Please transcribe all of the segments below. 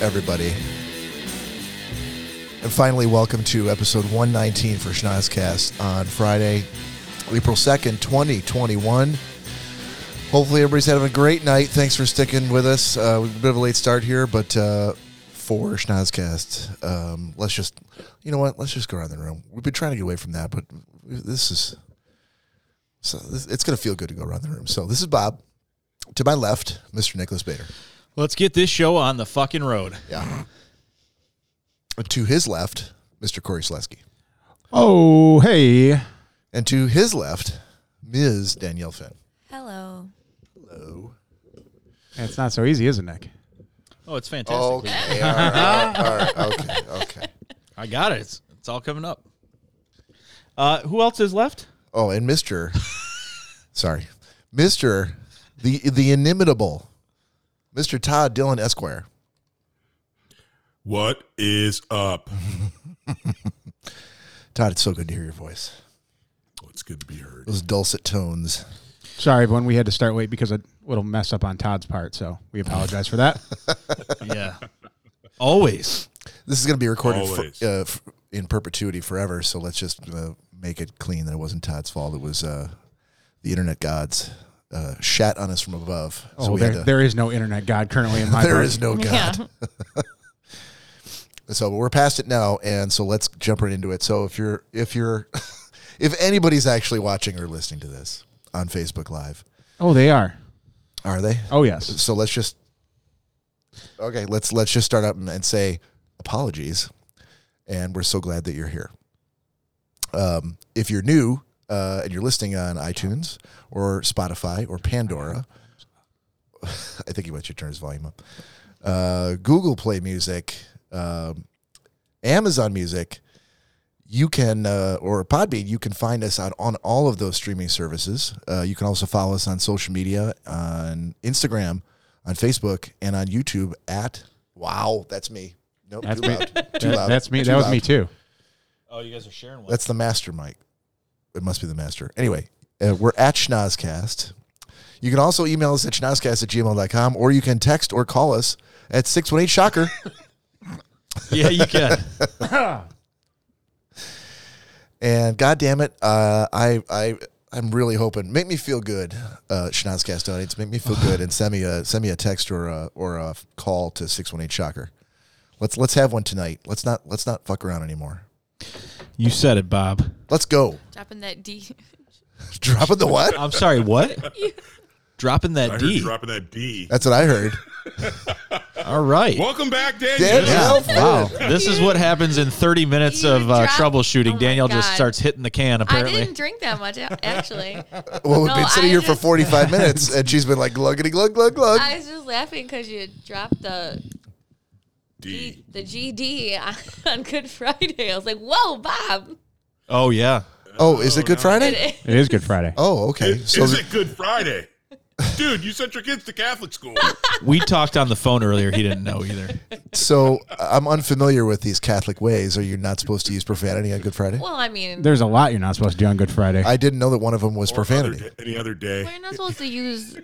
everybody. And finally, welcome to episode 119 for Schnozcast on Friday, April 2nd, 2021. Hopefully, everybody's having a great night. Thanks for sticking with us. Uh, we a bit of a late start here, but uh, for Schnozcast, um, let's just, you know what? Let's just go around the room. We've been trying to get away from that, but this is, so this, it's going to feel good to go around the room. So this is Bob. To my left, Mr. Nicholas Bader. Let's get this show on the fucking road. Yeah. And to his left, Mr. Corey Slesky. Oh, hey. And to his left, Ms. Danielle Finn. Hello. Hello. It's not so easy, is it, Nick? Oh, it's fantastic. Okay. All right. All right. Okay. Okay. I got it. It's, it's all coming up. Uh, who else is left? Oh, and Mr. sorry. Mr. The the inimitable Mr. Todd Dillon Esquire. What is up? Todd, it's so good to hear your voice. Oh, it's good to be heard. Those dulcet tones. Sorry, everyone. We had to start late because of a little mess up on Todd's part, so we apologize for that. Yeah. Always. This is going to be recorded for, Always. uh, f- in perpetuity forever, so let's just uh, make it clean that it wasn't Todd's fault. It was uh, the internet gods uh, shat on us from above. Oh, we had there, to- there is no internet god currently in my there part. is no God. So we're past it now, and so let's jump right into it. So if you're if you're if anybody's actually watching or listening to this on Facebook Live, Oh, they are. are they? Oh, yes. So let's just okay. Let's let's just start out and, and say apologies, and we're so glad that you're here. Um, if you're new uh, and you're listening on iTunes or Spotify or Pandora, I think he wants you to turn his volume up. Uh, Google Play Music, um, Amazon Music. You can, uh, or Podbean, you can find us on, on all of those streaming services. Uh, you can also follow us on social media, on Instagram, on Facebook, and on YouTube at, wow, that's me. Nope, That's too me. loud. Too That- loud. that's me. Too That was loud. me, too. Oh, you guys are sharing one. That's the master mic. It must be the master. Anyway, uh, we're at Schnozcast. You can also email us at schnozcast at gmail.com or you can text or call us at 618 Shocker. yeah, you can. and God damn it, uh, I, I, I'm really hoping. Make me feel good, uh, Schnozcast audience. Make me feel good and send me a, send me a text or a, or a call to 618 Shocker. Let's, let's have one tonight. Let's not, let's not fuck around anymore. You said it, Bob. Let's go. Dropping that D. Dropping the what? I'm sorry, what? Dropping I that heard D. you dropping that D. That's what I heard. All right. Welcome back, Daniel. Danielle Finn. Wow. This is what happens in 30 minutes You of uh, dropped- Oh troubleshooting. my Danielle just God. starts hitting the can, I apparently. didn't drink that much, a- actually. Well, we've No, been sitting I here for just- 45 minutes, and she's been like, gluggity, glug, glug, glug. I was just laughing because you dropped the D. G- the GD on- on Good Friday. I was like, whoa, Bob. Oh, yeah. oh, is it Good Friday? It It is Good Friday. Oh, okay. Is, So is it Good Friday? Dude, you sent your kids to Catholic school. We talked on the phone earlier. He didn't know either. so I'm unfamiliar with these Catholic ways. Are you not supposed to use profanity on Good Friday? well, I mean, There's a lot you're not supposed to do on Good Friday. I didn't know that one of them was Or profanity. other day- any other day. we're not supposed to use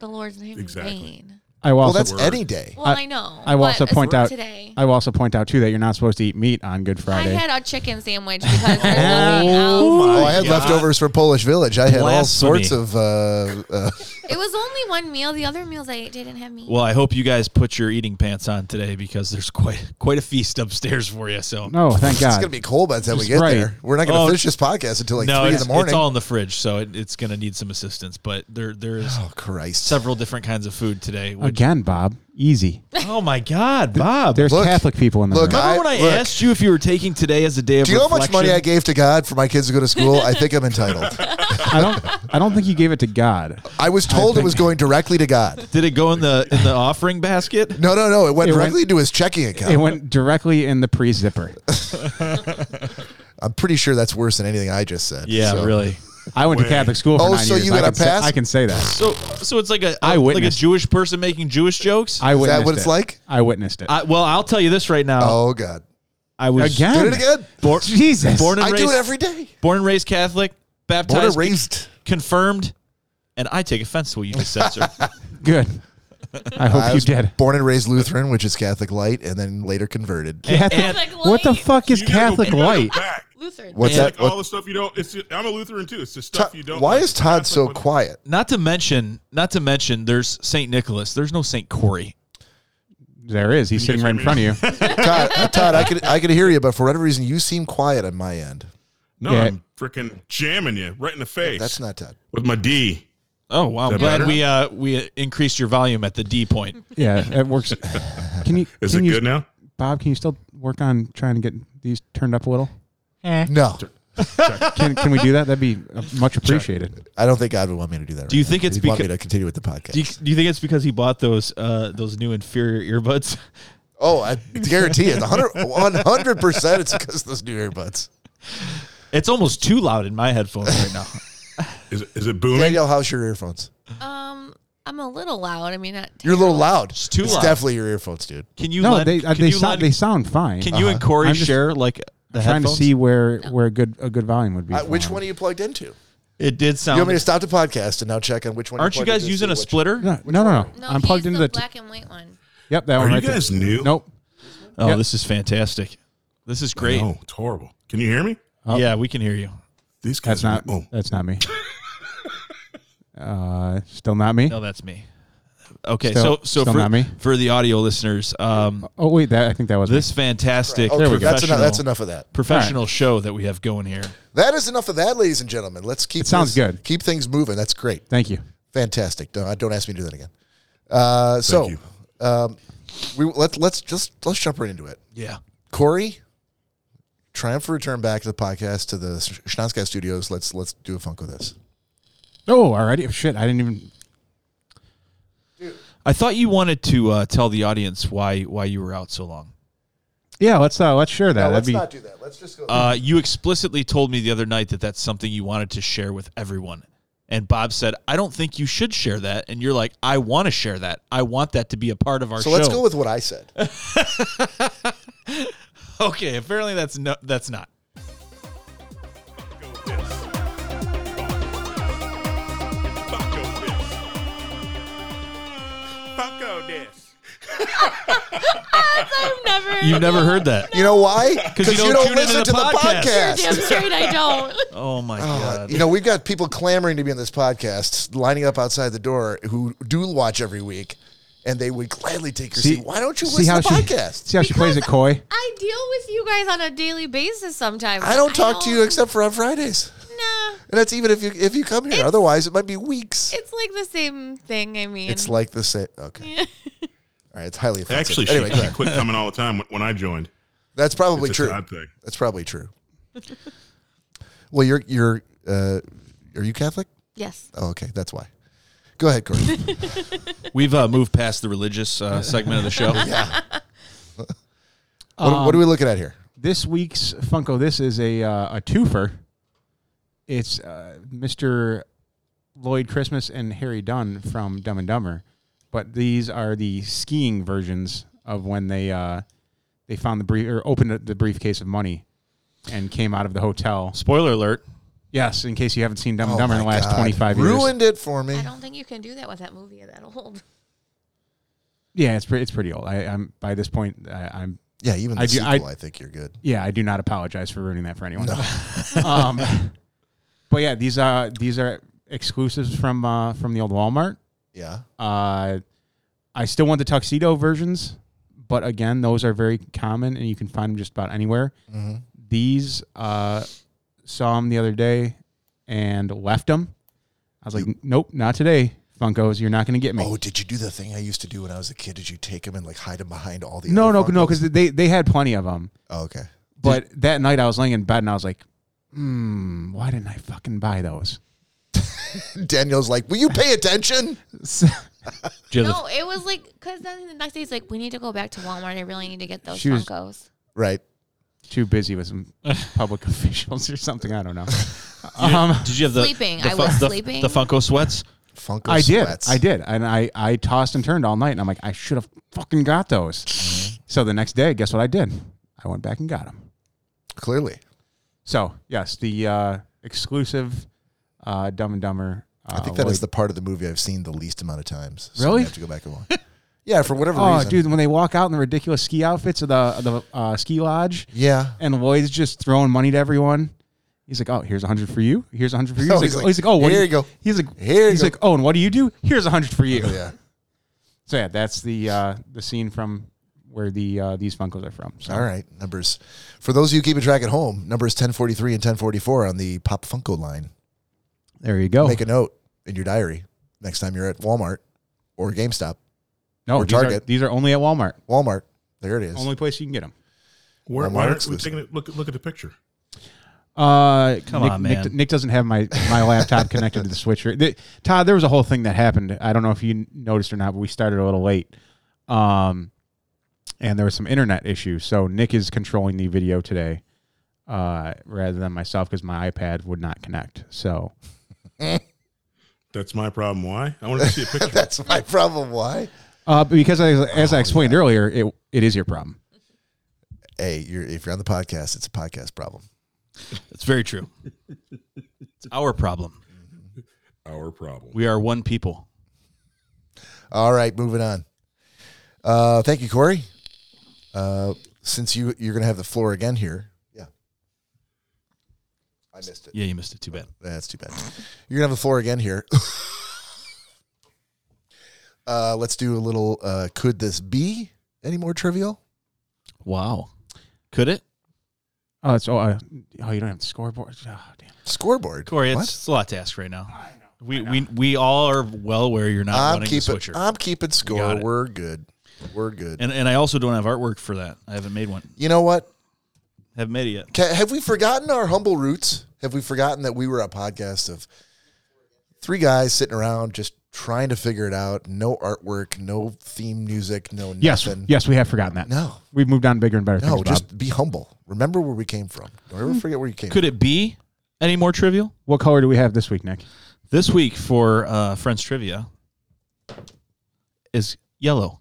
the Lord's name Exactly. in vain. I will Well, also, that's word. any day. Well, I, know. I will but also it's point out today. I will also point out too that you're not supposed to eat meat on Good I Friday. had a chicken sandwich because there's nothing else. Oh, I had God. leftovers from Polish Village. I had all Blasphemy. sorts of. Uh, uh, It was only one meal. The other meals I didn't have meat. Well, I hope you guys put your eating pants on today because there's quite quite a feast upstairs for you. So no, thank it's God. gonna be cold by the time we Just get right. there. We're not gonna Oh, finish this podcast until like no, three in it's, the morning. it's all in the fridge, so it, it's going to need some assistance. But there there's oh Christ! several different kinds of food today. Which, Again, Bob. Easy. oh my God, Bob! There's Look. Catholic people in the Look, room. Remember when I look. asked you if you were taking today as a day of Do you know how much reflection? money I gave to God for my kids to go to school? I think I'm entitled. I don't I don't think you gave it to God. I was told it was going directly to God. Did it go in the in the offering basket? No, no, no. It went It went- directly to his checking account. It went directly in the pre zipper. I'm pretty sure that's worse than anything I just said. Yeah, So- really. I went to Wait. Catholic school for Oh, nine so years. you I got a can say- pass? I can say that. So so it's like a like I a witnessed. Jewish person making Jewish jokes. I, I Is witnessed that what it. it's like? witnessed it. well, I'll tell you this right now. Oh God, I was Again? did it again? Born, Jesus. born and I raised do it every day. born and raised Catholic, baptized, Born and raised. confirmed, and I take offense to what you just said, sir. Good. I hope I you was did. born and raised Lutheran, which is Catholic light, and then later converted. Catholic- And- Catholic what the light. fuck is You gotta go- Catholic you gotta go light? back. Lutheran. What's And- that? Like all What, the stuff you don't. It's. I'm a Lutheran too. It's the Todd- stuff you don't. why like. is Todd Catholic so one- quiet? Not to mention, not to mention, there's Saint Nicholas. There's no Saint Corey. There is. He's sitting guys right in hear front of me? you. Todd, uh, Todd, I could I could hear you, but for whatever reason, you seem quiet on my end. No, Yeah. I'm freaking jamming you right in the face. That's not Todd. with my D. Oh wow! that Glad better? we uh we increased your volume at the D point. Yeah, it works. Can you? Is can it you, good now? Bob? Can you still work on trying to get these turned up a little? No, Can Can we do that? That'd be uh, much appreciated. I don't think God would want me to do that. Do you think it's He'd want becau- me to continue with the podcast? Do you, do you think it's because he bought those uh those new inferior earbuds? oh, I guarantee it. 100 percent. It's because those new earbuds. It's almost too loud in my headphones right now. Is it, is it booming? Danielle, how's your earphones? Um, I'm a little loud. I mean, not You're a little loud. It's too loud. definitely your earphones, dude. Can you? No, lend, they uh, can they you sound lend- they sound fine. Uh-huh. Can you and Corey I'm just share like the trying to headphones? see where where a good a good volume would be. Uh, for which him. one are you plugged into? It did You sound. want me to stop the podcast and now check on which one? you're Aren't you plugged guys into to using see a which- splitter? No, no, no. no. No, I'm plugged into the. T- black and white one. yep, that Are one. you right there. guys new? Nope. Oh, Yep. this is fantastic. This is great. No, it's horrible. Can you hear me? Oh. Yeah, we can hear you. These guys. That's not. are- oh. That's not me. Uh, still not me. No, that's me. Okay, Still- so so still for not me? for the audio listeners, um, Oh wait, that I think that was me. this fantastic Okay, There we go. Oh, that's professional enough. That's enough of that. professional show that we have going here. That is enough of that, ladies and gentlemen. Let's keep It sounds this- good. Keep things moving. That's great. Thank you. Fantastic. Don't, don't ask me to do that again. Uh, so, you. um, we let's let's just let's jump right into it. Yeah. Corey, triumphant return back to the podcast to the Sch- Schnauzcast Studios. Let's let's do a funk with this. Oh, already. Shit, I didn't even. I thought you wanted to uh, tell the audience why why you were out so long. Yeah, let's uh, let's share that. That'd be do that. Oh, Let's just go. Uh, you explicitly told me the other night that that's something you wanted to share with everyone. And Bob said, "I don't think you should share that." And you're like, "I want to share that. I want that to be a part of our so show." let's go with what I said. Okay, apparently that's no, that's not. Fucko this. I've never. You've never heard that. You know why? 'Cause you don't tune into listen the to podcast. the You're podcast. damn straight. I don't. Oh my Uh, god. you know, we've got people clamoring to be on this podcast, lining up outside the door who do watch every week, and they would gladly take your seat. Why don't you see listen how to the she, podcast? See how she plays it coy. I deal with you guys on a daily basis. Sometimes I don't talk to you except for on Fridays, Nah, and that's even if you if you come here. Otherwise, it might be weeks. it's like the same thing. I mean, It's like the same. Okay, all right. It's highly offensive. Actually, anyway, go she, she ahead. quit coming all the time when- when I joined. that's probably It's a true. Todd thing. That's probably true. well, you're you're uh, are you Catholic? yes. Oh, okay, that's why. Go ahead, Corey. We've uh, moved past the religious uh, segment of the show. what, what Um, are we looking at here? This week's Funko. This is a uh, a twofer. It's uh, Mr. Lloyd Christmas and Harry Dunn from Dumb and Dumber, but these are the skiing versions of when they uh, they found the brief or opened the briefcase of money and came out of the hotel. Spoiler alert. Yes, in case you haven't seen Dumb and Oh Dumber in my the last God. twenty five years. Ruined it for me. I don't think you can do that with that movie that old. Yeah, it's pretty. It's pretty old. I, I'm by this point. I, I'm. Yeah, even the I do- sequel, I- I think you're good. Yeah, I do not apologize for ruining that for anyone. um, but yeah, these are these are exclusives from uh, from the old Walmart. Yeah. Uh, I still want the tuxedo versions, but again, those are very common and you can find them just about anywhere. Mm-hmm. These uh, saw them the other day and left them. I was like, nope, not today, Funkos. You're not going to get me. Oh, did you do the thing I used to do when I was a kid? Did you take them and like hide them behind all the? no, other no, no, Funkos? because they they had plenty of them. Oh, okay. But that night I was laying in bed and I was like, hmm, why didn't I fucking buy those? Daniel's like, will you pay attention? Do you have the- No, it was like because then the next day he's like, we need to go back to Walmart. I really need to get those She was- Funkos. Right. Too busy with some public officials or something. I don't know. did, you, Um, did you have the Sleeping. the I was the, sleeping. The Funko sweats. Funko I did. sweats. I did. And I, I tossed and turned all night and I'm like, I should have fucking got Mm-hmm. those. so the next day, guess what I did? I went back and got them. Clearly, So, yes, the uh, exclusive uh, Dumb and Dumber. Uh, I think that is Lloyd- the part of the movie I've seen the least amount of times. So Oh, Really? I have to go back and watch. Yeah, for whatever Oh, reason. dude, when they walk out in the ridiculous ski outfits of the of the uh, ski lodge, Yeah. and Lloyd's just throwing money to everyone. He's like, "Oh, here's a hundred for you. Here's a hundred for you." He's, Oh, like, he's oh, like, he's like, "Oh, what do "Here you go. He's like, Here you he's go." like, "Oh, and what do you do? Here's a hundred for you." Yeah. So yeah, that's the uh, the scene from where the uh, these Funkos are from. So All right, numbers. For those of you keeping track at home, numbers 1043 and 1044 on the Pop Funko line. there you go. Make a note in your diary next time you're at Walmart or GameStop. no, or these are, Target. these are only at Walmart. Walmart, there it is. Only place you can get them. Where, Walmart why aren't we exclusive. taking it? Look, look at the picture. Uh, Come Nick, on, Nick- Nick, man. doesn't have my, my laptop connected to the switcher. The- Todd, there was a whole thing that happened. I don't know if you noticed or not, but we started a little late. Um, and there was some internet issue. So Nick is controlling the video today uh, rather than myself because my iPad would not connect. So That's my problem. Why? I wanted to see a picture. That's my problem. Why? uh, because I, as I explained earlier, it, it is your problem. Hey, you're, if you're on the podcast, it's a podcast problem. That's very true. it's our problem. Our problem. We are one people. All right, moving on. Uh, thank you, Corey. Uh, since you you're gonna have the floor again here. Yeah. I missed it. Yeah, you missed it. Too bad. That's too bad. You're gonna have the floor again here. uh, let's do a little. Uh, could this be any more trivial? Wow. Could it? Oh, it's, oh, uh, oh you don't have the scoreboard. Oh, damn. Scoreboard. Corey, it's, What? it's a lot to ask right now. We, we, we all are well aware you're not I'm running the keeping. switcher. I'm keeping score. it. We're good. We're good. and, and I also don't have artwork for that. I haven't made one. you know what? Haven't made it yet. Ca have we forgotten our humble roots? Have we forgotten that we were a podcast of three guys sitting around just trying to figure it out? No artwork, no theme music, no Yes, nothing. yes, we have forgotten that. No. We've moved on bigger and better No, things, just Bob. be humble. Remember where we came from. Don't ever forget where you came Hmm. Could it be any more trivial? What color do we have this week, Nick? This week for uh, Friends Trivia is yellow,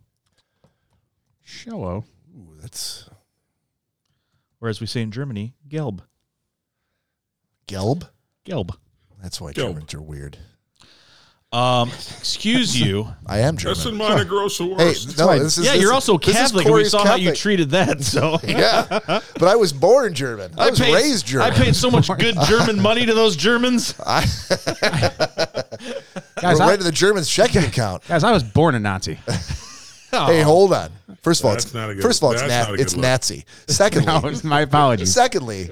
Shallow. from. Ooh, that's or as we say in Germany, gelb. Gelb. Gelb. That's why Gelb. Germans are weird. Um, excuse you. I am German. That's in my gross Hey, no, fine. this is yeah, this you're is- also this is Catholic. and We Corey's saw how you Catholic. treated that. So Yeah, but I was born German. I, was raised German. Oh I paid so much good German money to those Germans. Guys, We're I, right to the Germans' checking account. guys, I was born a Nazi. Oh. Hey, hold on. First of all, That's it's, not a good- first of all, it's, that's nat- not a good it's look. Nazi. Secondly, No, it's my apologies. secondly,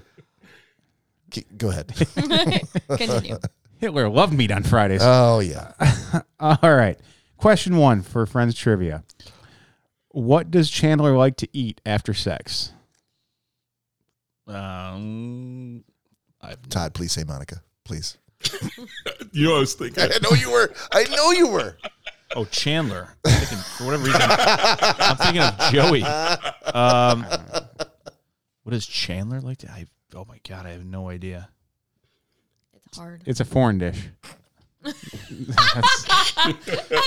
K- go ahead. Continue. Hitler loved meat on Fridays. Oh yeah, All right. Question one for Friends Trivia. What does Chandler like to eat after sex? Um, I've Todd, please say Monica, please. You know, I was thinking. I know you were. I know you were. Oh, Chandler. I'm thinking, for whatever reason, I'm thinking of Joey. Um, what does Chandler like to? I, oh my god, I have no idea. It's hard. It's a foreign dish. Like, I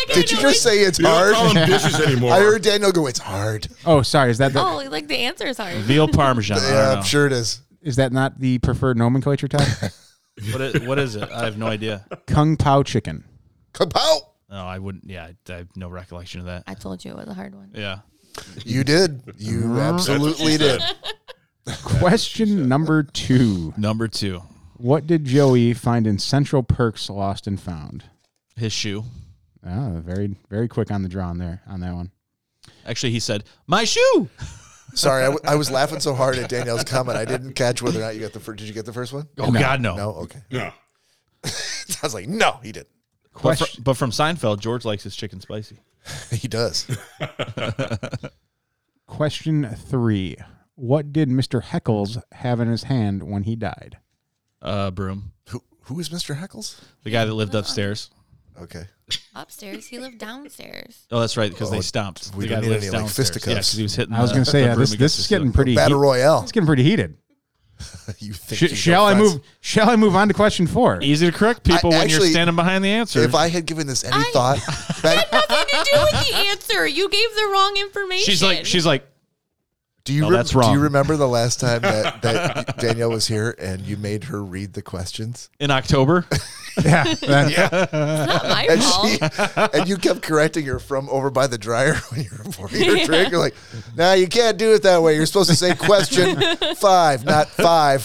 Did you know just it- say it's You don't call hard? them dishes anymore. I heard Daniel go. It's hard. Oh, sorry. Is that the, Oh, like the answer is hard. Veal parmesan. I Yeah, don't I'm know. sure it is. is that not the preferred nomenclature type? What is, what is it? I have no idea. Kung Pao chicken. Kapow! No, I wouldn't. Yeah, I, I have no recollection of that. I told you it was a hard one. Yeah. You did. You absolutely did. Question number two. Number two, What did Joey find in Central Perks Lost and Found? his shoe. Oh, very, very quick on the draw on there on that one. Actually, he said my shoe. Sorry, I, w- I was laughing so hard at Danielle's comment. I didn't catch whether or not you got the first. Did you get the first one? Oh God, no. No. Okay. No. I was like, no, he didn't. But, Question, fr- but from Seinfeld, George likes his chicken spicy. He does. Question three. What did Mr. Heckles have in his hand when he died? Uh, broom. Who Who is Mr. Heckles? The guy that lived upstairs. Okay. Upstairs, he lived downstairs. Oh, that's right, because Oh, they stomped. we The guy don't need lives any, like, downstairs. Yeah, fisticuffs. because he was hitting. I was the- going to say the uh, yeah, broom this Uh, against this the is ceiling. getting pretty Battle heat- Royale. It's getting pretty heated. You think? Sh- you know shall I Franz- move? Shall I move on to question four? Easy to correct people I- when actually, you're standing behind the answer. If I had given this any I- thought, back, Nothing to do with the answer. You gave the wrong information. she's like, she's like, Do you No, rem- that's wrong. Do you remember the last time that, that Danielle was here and you made her read the questions? in October. Yeah, that- It's not my And fault. she and you kept correcting her from over by the dryer when you were pouring her drink. You're like, nah, you can't do it that way. You're supposed to say question five, not five.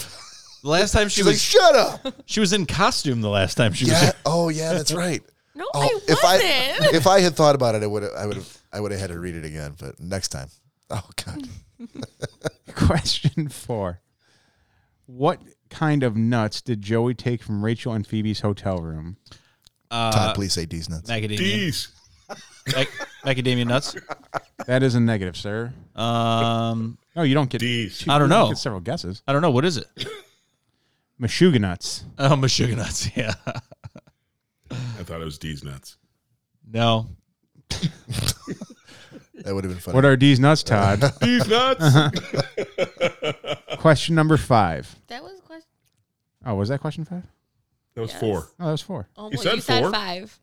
The last time she She's like, was shut up. she was in costume. The last time she was Yeah. here. Oh yeah, that's right. No, Oh, I wasn't. If I if I had thought about it, I would have I would have I would have had to read it again, but next time. Oh god. Question four. What kind of nuts did Joey take from Rachel and Phoebe's hotel room? Uh, Todd, please say D's nuts. macadamia, Jeez. mac- macadamia nuts. That is a negative, sir. Um, No, you don't get. D's. I don't you know. Get several guesses. I don't know what is it. Meshuga nuts. Oh, Meshuggah nuts. Yeah, I thought it was D's nuts. no, That would have been funny. What are these nuts, Todd? D's nuts. question number five. That was question. Oh, was that question five? That was Yes. four. Oh, that was four. Oh, You well, said you said four? five.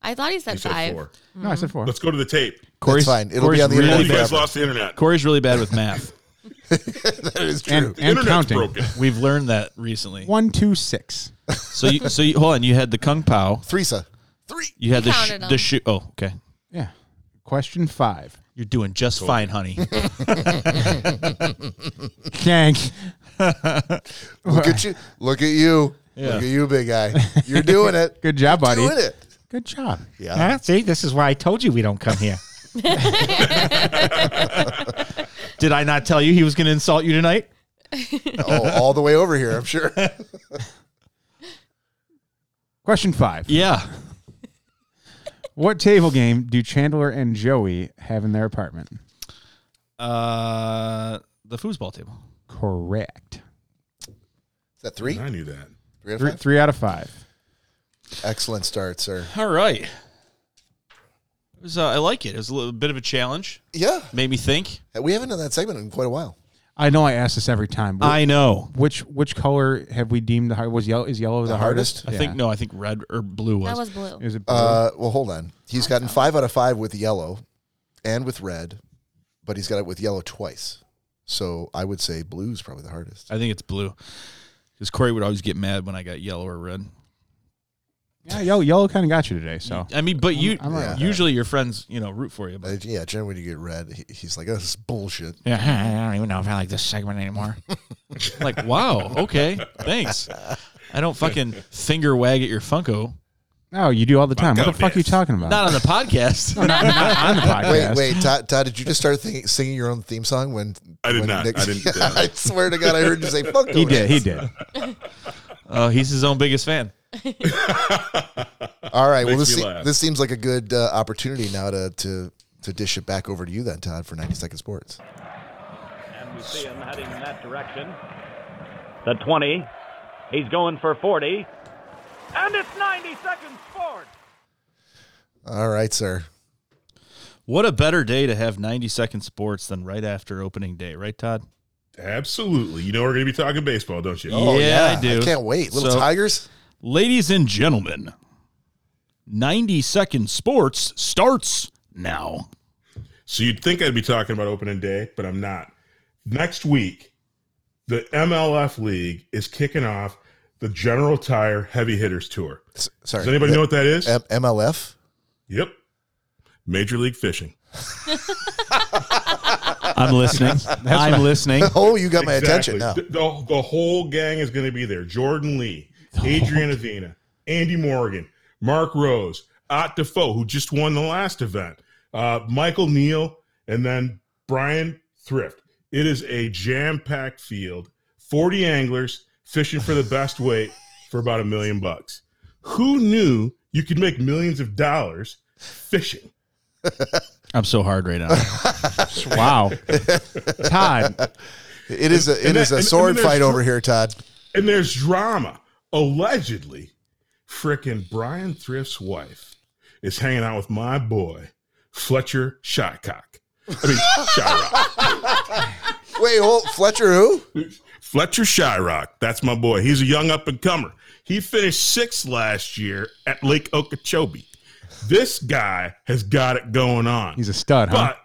I thought he said You said five. four. No, I said four. Let's go to the tape. That's Corey's- fine. It'll Corey's be on the really You internet. bad. guys forever. lost the internet. Corey's really bad with math. That is true. And, and Internet's counting. broken. We've learned that recently. One, two, six. So, you, so you, hold on. You had the kung pao. Threesa. Three. You had We the sh- counted 'em. the shoe. Oh, okay. Yeah. Question five. You're doing just fine, honey. Gank. Look at you. Look at you. Look at you, big guy. You're doing it. Good job, buddy. Doing it. Good job. Yeah. see, this is why I told you we don't come here. Did I not tell you he was going to insult you tonight? Oh, all the way over here, I'm sure. Question five. Yeah. What table game do Chandler and Joey have in their apartment? Uh, the foosball table. Correct. Is that three? I knew that. Three out of Three, five? three out of five. Excellent start, sir. All right. It was, uh, I like it. It was a little bit of a challenge. Yeah. Made me think. We haven't done that segment in quite a while. I know I ask this every time. but I know. which which color have we deemed the hard? Was yellow? Is yellow the, hardest? hardest? I think no. I think red or blue was. That was blue. Is it blue? Uh, well, hold on. He's gotten five out of five with yellow and with red, but he's got it with yellow twice. So I would say blue's probably the hardest. I think it's blue. Because Corey would always get mad when I got yellow or red. yeah, yellow. Yellow kind of got you today. So I mean, but you I'm all right with usually your friends, you know, root for you. But But Uh, yeah, generally when you get red, he, he's like, oh, this is bullshit. Yeah, I don't even know if I like this segment anymore. like, wow, okay, thanks. I don't fucking finger wag at your Funko. no, you do all the time. What the God, fuck are you yes. talking about? Not on the podcast. Not- not on the Wait, podcast. wait, Todd, Todd, did you just start thinking, singing your own theme song when I did when not. I didn't do that. I swear to God, I heard you say fuck. He did. He did. Oh, he's his own biggest fan. All right. Well, Makes this me se- laugh. this seems like a good uh, opportunity now to to to dish it back over to you then, Todd, for ninety second sports. And we see him heading in that direction. The 20. He's going for 40. And it's 90 seconds forward. All right, sir. What a better day to have 90 second sports than right after opening day, right, Todd? Absolutely. You know we're going to be talking baseball, don't you? Oh, yeah, I do. can't wait. Little So- Tigers. Ladies and gentlemen, 90 second sports starts now. So you'd think I'd be talking about opening day, but I'm not. Next week, the MLF League is kicking off the General Tire Heavy Hitters Tour. S- sorry. Does anybody know what that is? M- MLF? Yep. Major League Fishing. I'm listening. I'm listening. Oh, you got my attention now. The, the, the whole gang is going to be there. Jordan Lee, Adrian Avena, Andy Morgan, Mark Rose, Ott Defoe, who just won the last event, uh, Michael Neal, and then Brian Thrift. It is a jam-packed field. Forty anglers fishing for the best weight for about a million bucks. Who knew you could make millions of dollars fishing? I'm so hard right now. Wow. Todd, It is a it and is a that- and- and sword there's fight tr- over here, Todd. And there's drama. Allegedly, frickin' Brian Thrift's wife is hanging out with my boy, Fletcher Shycock. I mean, Shyrock. Wait, hold Fletcher who? Fletcher Shyrock. That's my boy. He's a young up and comer. He finished sixth last year at Lake Okeechobee. This guy has got it going on. he's a stud, huh? But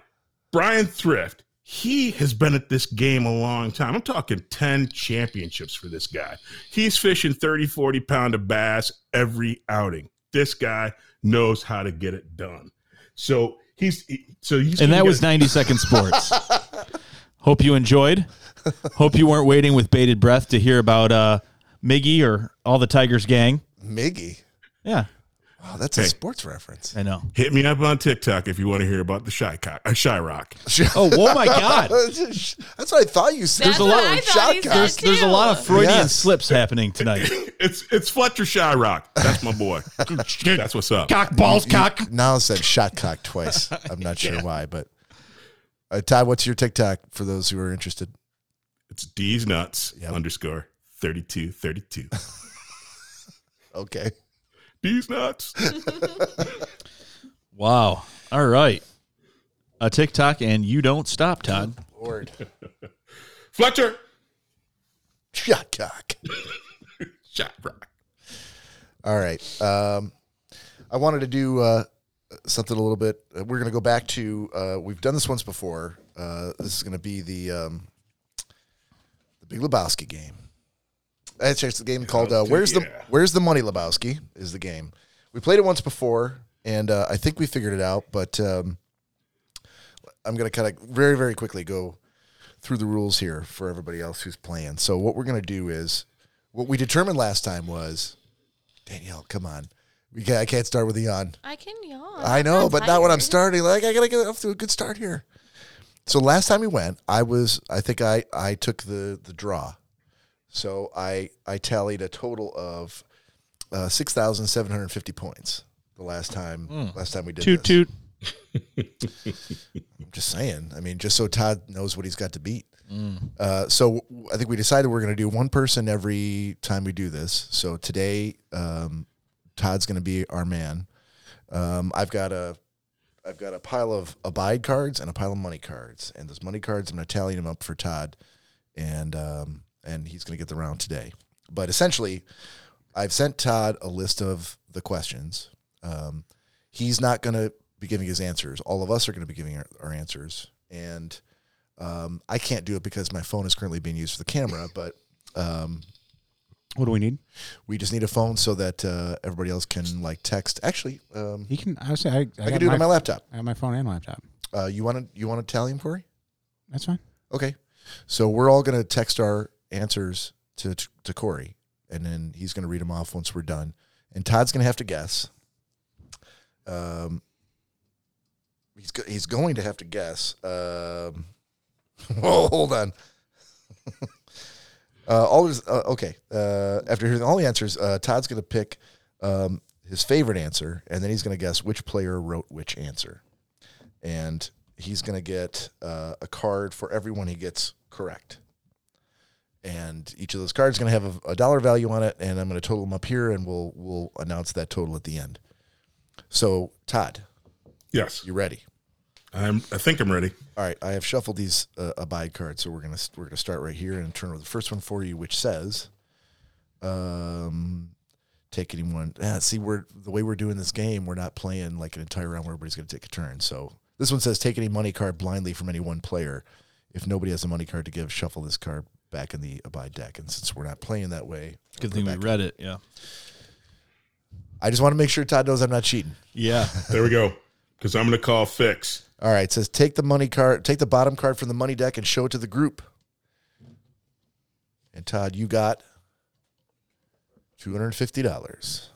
Brian Thrift, he has been at this game a long time. I'm talking 10 championships for this guy. He's fishing 30, 40 pound of bass every outing. This guy knows how to get it done. So he's so he's And gonna that get was a- 90 Second Sports. Hope you enjoyed. Hope you weren't waiting with bated breath to hear about uh, Miggy or all the Tigers gang. Miggy. Yeah, Wow, that's a Hey. sports reference. I know. hit me up on TikTok if you want to hear about the shy cock, uh, shy rock. Oh, whoa, my God. that's what I thought you said. That's a lot what of I thought he shotguns. said, There's, there's a lot of too. Freudian Yes. slips happening tonight. It's it's Fletcher Shy Rock. That's my boy. That's what's up. Cock balls, cock. Now said shot cock twice. I'm not sure why, but uh, Todd, what's your TikTok for those who are interested? It's D's nuts Yep. underscore thirty two thirty two. Okay, D's nuts. Wow. All right. A TikTok and you don't stop, Todd. Lord, Fletcher shot cock. Shy Rock. All right. Um, I wanted to do uh, something a little bit. uh, We're going to go back to. Uh, we've done this once before. Uh, this is going to be the um, the Big Lebowski game. Actually, it's the game called uh, "Where's the yeah. Where's the Money Lebowski?" Is the game. We played it once before, and uh, I think we figured it out. But um, I'm going to kind of very very quickly go through the rules here for everybody else who's playing. So what we're going to do is what we determined last time was Danielle, come on. We can't, I can't start with a yawn. I can yawn. I know, but not when I'm Oh, tired. starting. Like I gotta get off to a good start here. So last time we went, I was I think I I took the the draw. So I I tallied a total of uh, six thousand seven hundred fifty points the last time last time we did Toot this. toot. I'm just saying. I mean, just so Todd knows what he's got to beat. Uh, so w- I think we decided we're going to do one person every time we do this. So today, um, Todd's going to be our man. Um, I've got a, I've got a pile of abide cards and a pile of money cards, and those money cards I'm going to tally them up for Todd, and um, and he's going to get the round today. But essentially, I've sent Todd a list of the questions. Um, he's not going to be giving his answers. All of us are going to be giving our, our answers, and um, I can't do it because my phone is currently being used for the camera. But um, What do we need? we just need a phone so that uh, everybody else can like text. Actually, um, He can. I say I, I, I can got do it on my laptop. I have my phone and laptop. Uh, you want to you want to tally him, Corey? That's fine. Okay, so we're all going to text our answers to to Corey, and then he's going to read them off once we're done. And Todd's going to have to guess. Um, he's go- he's going to have to guess. Um, whoa, hold on. uh, all his, uh, okay. Uh, after hearing all the answers, uh, Todd's going to pick um, his favorite answer, and then he's going to guess which player wrote which answer, and he's going to get uh, a card for everyone he gets correct. And each of those cards is going to have a, a dollar value on it, and I'm going to total them up here, and we'll we'll announce that total at the end. So, Todd, Yes. you ready? I'm I think I'm ready. All right, I have shuffled these uh, abide cards, so we're gonna we're gonna start right here and turn over the first one for you, which says, um, take anyone. Ah, see, we're the way we're doing this game, we're not playing like an entire round where everybody's gonna take a turn. So this one says, take any money card blindly from any one player. If nobody has a money card to give, shuffle this card back in the abide deck. And since we're not playing that way, Good thing we read it. Yeah. I just want to make sure Todd knows I'm not cheating. Yeah. There we go. Because I'm gonna call fix. All right, it says take the money card, take the bottom card from the money deck and show it to the group. And Todd, you got two hundred and fifty dollars.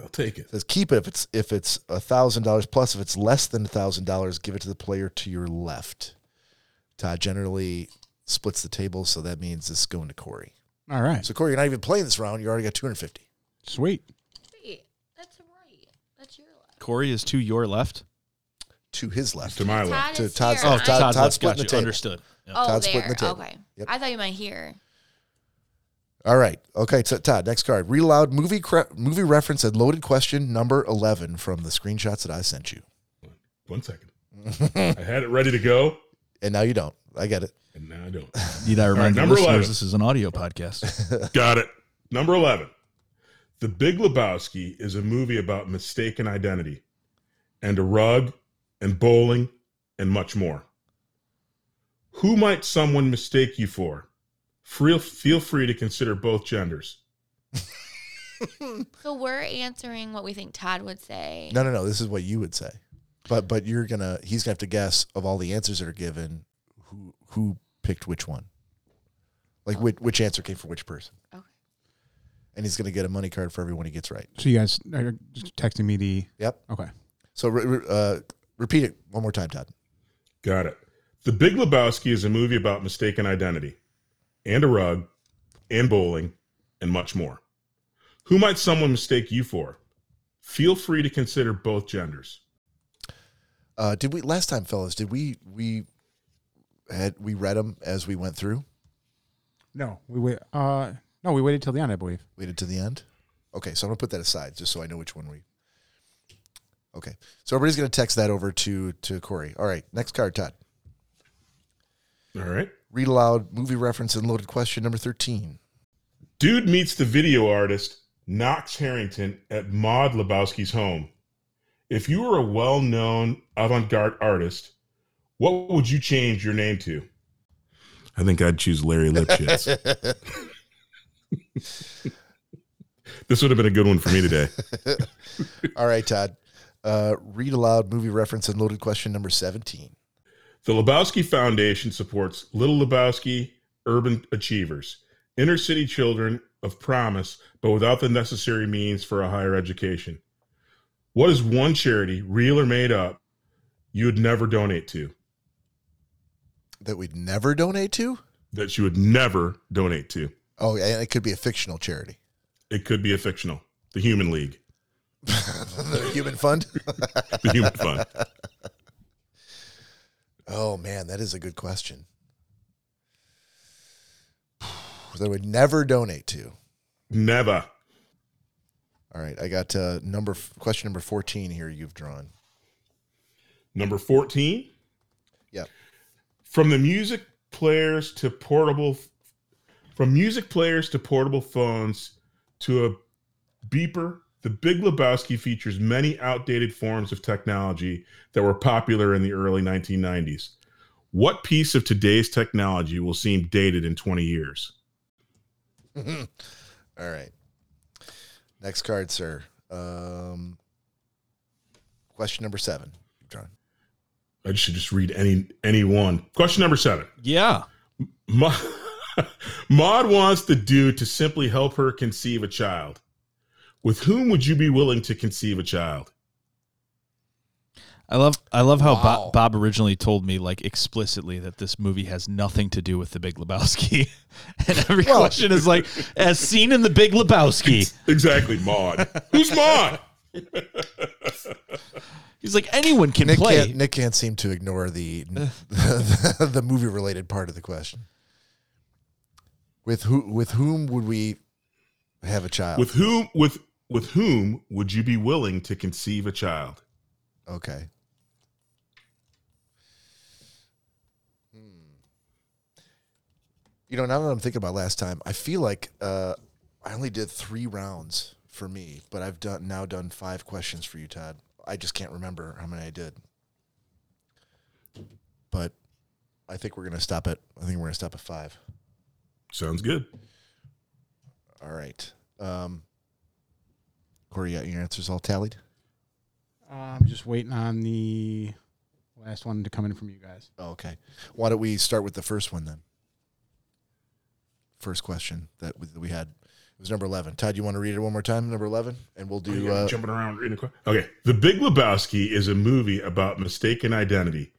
I'll take it. Says keep it if it's if it's thousand dollars plus. If it's less than thousand dollars, give it to the player to your left. Todd generally splits the table, so that means it's going to Corey. All right. So Corey, you're not even playing this round. You already got two hundred fifty. Sweet. Wait, that's right. That's your left. Corey is to your left. To his left. To my left. Todd to is Todd's- here. Oh, I'm- Todd- Todd's Todd's left. splitting Got the you. table. Understood. Yeah. Oh, Todd's there. splitting the table. Okay. Yep. I thought you meant here. All right. Okay, so Todd, next card. Read aloud movie cre- movie reference and loaded question number 11 from the screenshots that I sent you. One second. I had it ready to go, And now you don't. I get it. and now I don't. Need I remind the number listeners 11. this is an audio podcast? Got it. Number 11. The Big Lebowski is a movie about mistaken identity and a rug and bowling and much more. Who might someone mistake you for? Feel, feel free to consider both genders. So we're answering what we think Todd would say. No, no, no. This is what you would say, but but you're gonna he's gonna have to guess of all the answers that are given, who who picked which one, like which which answer came from which person. Okay. And he's gonna get a money card for everyone he gets right. So you guys are just texting me the. Yep. Okay. So re- re- uh, repeat it one more time, Todd. Got it. The Big Lebowski is a movie about mistaken identity, and a rug, and bowling, and much more. Who might someone mistake you for? Feel free to consider both genders. Uh, did we last time, fellas? Did we we had we read them as we went through? No, we wait. Uh, no, we waited till the end, I believe. Waited to the end. Okay, so I'm gonna put that aside just so I know which one we. Okay, so everybody's gonna text that over to to Corey. All right, next card, Todd. All right. Read aloud movie reference and loaded question number thirteen. Dude meets the video artist Knox Harrington at Maud Lebowski's home. If you were a well known avant garde artist, what would you change your name to? I think I'd choose Larry Lipschitz. this would have been a good one for me today. All right, Todd. Uh, read aloud movie reference and loaded question number seventeen. The Lebowski Foundation supports Little Lebowski urban achievers, inner city children of promise, but without the necessary means for a higher education. What is one charity, real or made up, you would never donate to? That we'd never donate to. That you would never donate to? Oh, and it could be a fictional charity. It could be a fictional, the Human League, the Human Fund. the Human Fund. Oh man, that is a good question. That I would never donate to. Never. All right, I got uh, number question number fourteen here. You've drawn. Number 14. Yep. From the music players to portable from music players to portable phones to a beeper, the Big Lebowski features many outdated forms of technology that were popular in the early 1990s. What piece of today's technology will seem dated in 20 years? All right. Next card, sir. Um, question number seven. You've drawn. I should just read any any one. Question number 7. Yeah. Ma- Maud wants the dude to simply help her conceive a child. With whom would you be willing to conceive a child? I love I love how Wow. Bob, Bob originally told me like explicitly that this movie has nothing to do with the Big Lebowski, and every Well- question is like as seen in the Big Lebowski. Exactly, Maud. Who's Maud? He's like anyone can Nick play. can't, Nick can't seem to ignore the the, movie related part of the question. With who? With whom would we have a child? With whom with with whom would you be willing to conceive a child? Okay. Hmm. You know, now that I'm thinking about last time, I feel like uh, I only did three rounds for me, but I've done now done five questions for you, Todd. I just can't remember how many I did. But I think we're gonna stop at I think we're gonna stop at five. Sounds good. All right. Um, Corey, you got your answers all tallied? Uh, I'm just waiting on the last one to come in from you guys. Oh, okay. Why don't we start with the first one then? First question that we, that we had it was number eleven. Todd, you want to read it one more time? Number eleven, and we'll do. Oh, Yeah, uh, jumping around reading the que- Okay. The Big Lebowski is a movie about mistaken identity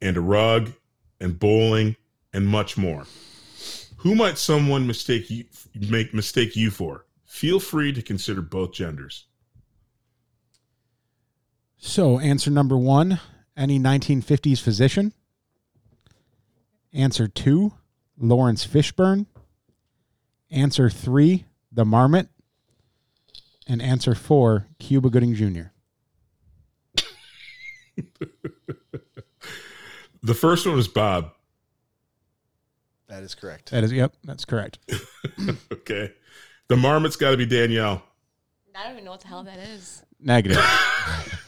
and a rug and bowling and much more. Who might someone mistake you make mistake you for? Feel free to consider both genders. So, answer number one any 1950s physician. Answer two Lawrence Fishburne. Answer three the marmot. And answer four Cuba Gooding Jr. The first one is Bob. that is correct. That is, yep, that's correct. Okay. The marmot's got to be Danielle. I don't even know what the hell that is. Negative.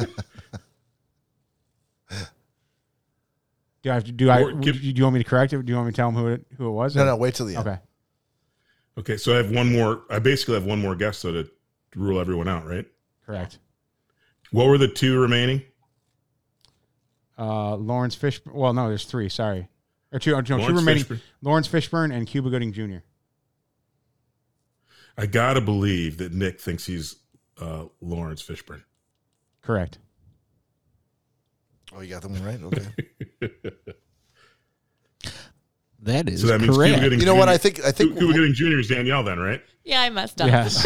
Do I have to, do I Or give- do you want me to correct it? Do you want me to tell him who it who it was? No, no, wait till the end. Okay. Okay, so I have one more. I basically have one more guess though to rule everyone out, right? Correct. What were the two remaining? Uh, Lawrence Fish. Well, no, there's three. Sorry, or two. uh, No, two Lawrence remaining. Fishburne. Lawrence Fishburne and Cuba Gooding Jr. I gotta believe that Nick thinks he's uh, Lawrence Fishburne. Correct. Oh, you got that one right. Okay. That is So that means correct. Cuba Gooding. you know what? Jr. I think I think Cuba Gooding Jr. is Danielle, then, right? Yeah, I messed up. Yes.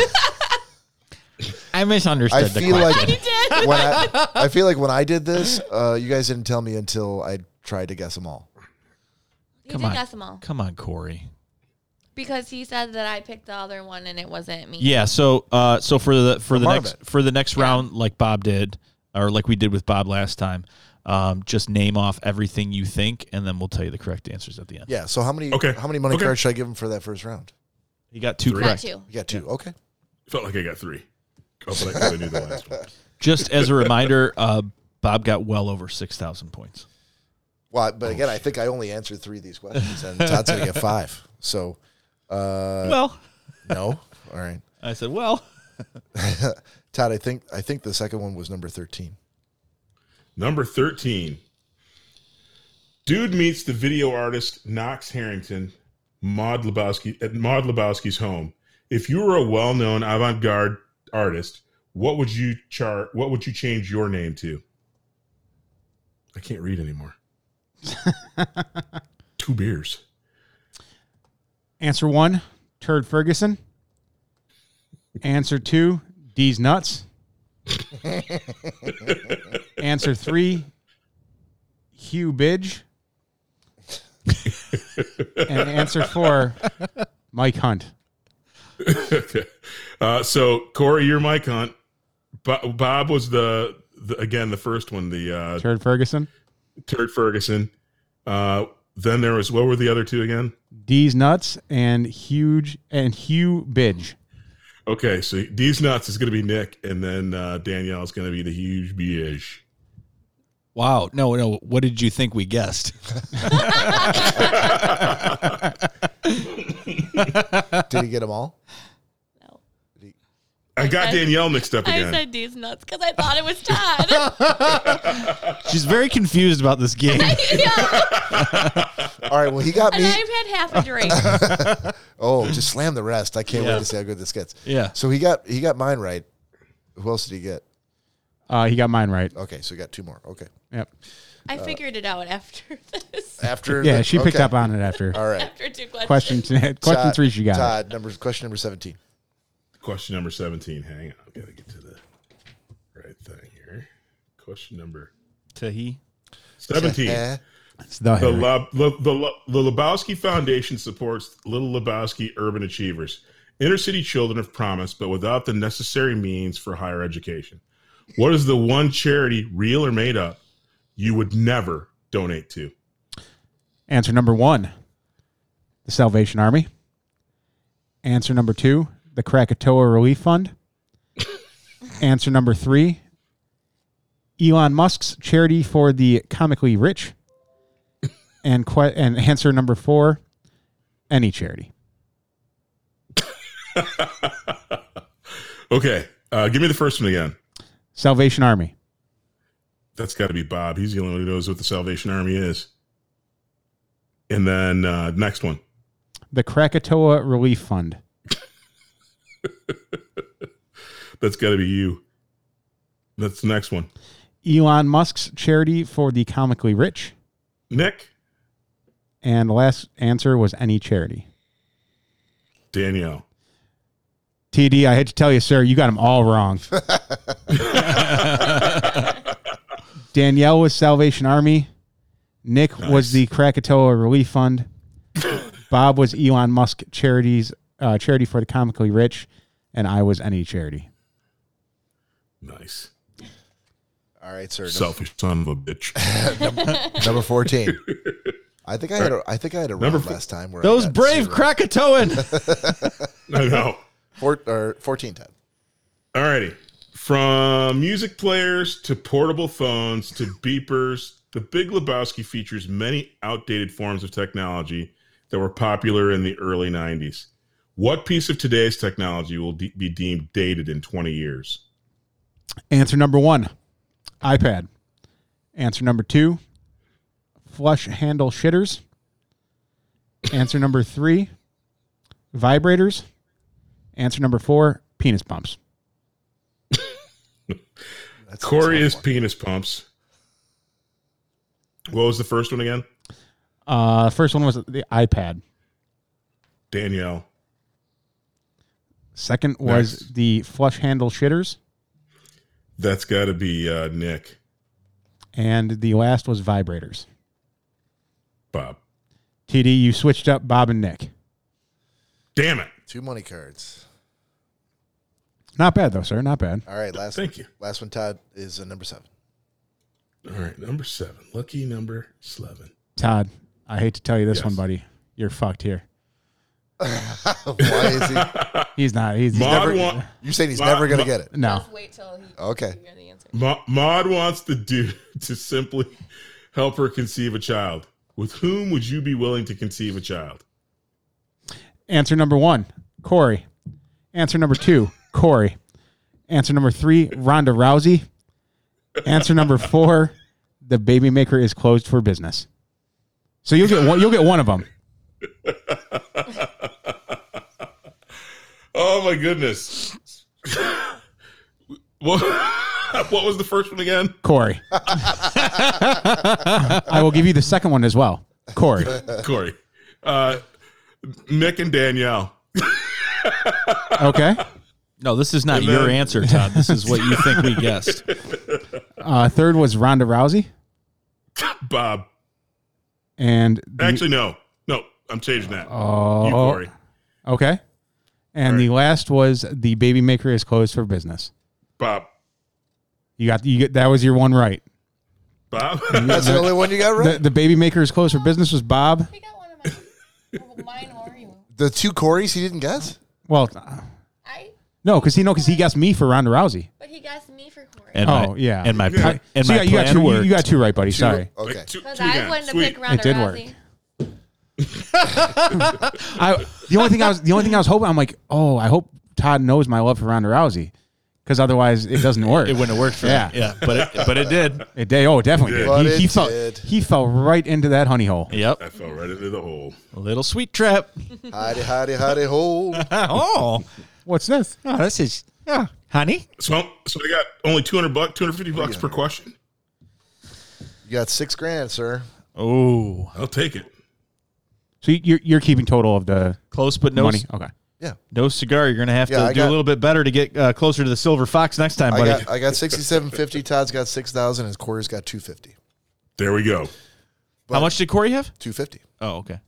I misunderstood I the feel question. like You did. when I, I feel like when I did this, uh, you guys didn't tell me until I tried to guess them all. You Come did on. guess them all Come on, Corey. because he said that I picked the other one and it wasn't me. Yeah. So, uh, so for the for the Marvin. next for the next round, like Bob did, or like we did with Bob last time, um, just name off everything you think, and then we'll tell you the correct answers at the end. Yeah. So how many? Okay. How many money Okay. cards should I give him for that first round? He got two Three. Got correct. two. You got two. Okay. Felt like I got three. Oh, but I, thought I knew the last one. Just as a reminder, uh, Bob got well over six thousand points. Well, Oh, but again, I think I only answered three of these questions, and Todd's gonna get five. So uh, well, no. All right, I said, well, Todd. I think I think the second one was number thirteen. Number thirteen. Dude meets the video artist Knox Harrington, Maud Lebowski at Maud Lebowski's home. If you were a well-known avant-garde artist, what would you chart? What would you change your name to? I can't read anymore. Two beers. Answer one, Turd Ferguson. Answer two, D's nuts. Answer three, Hugh Bidge. and answer four, Mike Hunt. okay. Uh, so Corey, you're Mike Hunt. Bo- Bob was the, the again the first one, the uh, Turd Ferguson, Turd Ferguson. Uh, then there was what were the other two again? D's nuts, and huge and Hugh Bidge. Okay, so these nuts is going to be Nick, and then uh, Danielle is going to be the huge biege. wow, no, no. What did you think we guessed? Did he get them all? No. I got I- Danielle mixed up I again. said these nuts because I thought it was Todd. She's very confused about this game. yeah. All right. Well, he got And me. I've had half a drink. Oh, just slam the rest. I can't wait Yeah. to see how good this gets. Yeah. So he got he got mine right. Who else did he get? Uh, he got mine right. Okay, so he got two more. Okay. Yep. I figured it out after this. After Yeah, the- she picked okay. up on it after All right. After two questions. question. question Todd- three, she got. it. Todd number question number seventeen. Question number seventeen. Hang on, I got to get to the right thing here. Question number Tahi. seventeen. Eh, It's the, The, Harry. Lob- the, the, Lo- the Lebowski Foundation supports Little Lebowski Urban Achievers, inner city children of promise, but without the necessary means for higher education. What is the one charity, real or made up, you would never donate to? Answer number one, the Salvation Army. Answer number two, the Krakatoa Relief Fund. Answer number three, Elon Musk's charity for the comically rich. And que- and answer number four, any charity. Okay, uh, give me the first one again. Salvation Army. That's got to be Bob. He's the only one who knows what the Salvation Army is. And then uh, next one. The Krakatoa Relief Fund. That's got to be you. That's the next one. Elon Musk's charity for the comically rich. Nick, And the last answer was any charity. Danielle. TD, I had to tell you, sir, you got them all wrong. Danielle was Salvation Army. Nick was the Krakatoa Relief Fund. Bob was Elon Musk charities uh, charity for the comically rich, and I was any charity. Nice. All right, sir. Number, Selfish son of a bitch. number fourteen. I think I had a I think I had a Number round four- last time where I Those got brave zero. Krakatoan. I know. Four, or fourteen Todd. Alrighty. From music players to portable phones to beepers The Big Lebowski features many outdated forms of technology that were popular in the early 90s. What piece of today's technology will de- be deemed dated in 20 years? Answer number one, iPad. Answer number two, flush handle shitters. Answer number three, vibrators. Answer number four, penis pumps. That's Corey is penis pumps. What was the first one again? Uh, first one was the iPad. Danielle. Second was Next. the flush handle shitters, That's got to be uh, Nick, and the last was vibrators. Bob. TD, you switched up Bob and Nick. Damn it. two money cards. Not bad though, sir. Not bad. All right, last Thank you. last one, Todd, is uh, number seven. All right, number seven. Lucky number seven. Todd, I hate to tell you this Yes. one, buddy. You're fucked here. Why is he? He's not. He's, Mod, never- wa- You're saying he's Ma- never going to ma- get it. no. Just wait till he Okay. you hear the answer. Ma- Maud wants the dude to simply help her conceive a child. With whom would you be willing to conceive a child? Answer number one, Corey. Answer number two, Corey. Answer number three, Ronda Rousey. Answer number four, the baby maker is closed for business. So you'll get one, you'll get one of them. Oh my goodness. what, what was the first one again? Corey. I will give you the second one as well. Corey. Corey. Uh, Nick and Danielle. Okay. No, this is not And your then- answer, Todd. This is what you think we guessed. Uh, third was Ronda Rousey. Bob. And the- Actually, no. No, I'm changing that. oh, you, Corey. okay. And the last was the baby maker is closed for business. Bob. You got you get that was your one right. Bob. That's the only one you got The, right. the baby maker is closed for business was Bob. We got one of Oh, mine. mine or you. The, two Corys he didn't guess? Well, I. no, because he no, because he guessed me for Ronda Rousey. But he guessed me for Corey. And Oh, my, yeah. and my pla- Yeah. and So my you, got, you got plan two. worked. You got two right, buddy. Sorry, Okay. Two- Because two I down. wouldn't have Sweet. picked Ronda It did Rousey. work. I the only thing I was the only thing I was hoping I'm like, oh, I hope Todd knows my love for Ronda Rousey, because otherwise it doesn't work. It wouldn't have worked for Yeah. me. Yeah, but it, but it did. It did. Oh, it definitely But did. He, he it fell. did. He fell right into that honey hole. I Yep, fell right into the hole. a little sweet trap. Hidey, hidey, hidey, ho. oh, What's this? oh, this is yeah, honey. So, so I got only 200 bucks, 250 bucks per question. You got six grand, sir. Oh, I'll take it. So you're you're keeping total of the close but no money. Okay. Yeah. no cigar. You're gonna have Yeah, to I do got- a little bit better to get uh, closer to the silver fox next time, I buddy. got, I got 6750. Todd's got 6,000. His Corey's got 250. There we go. How much did Corey have? 250. Oh, okay.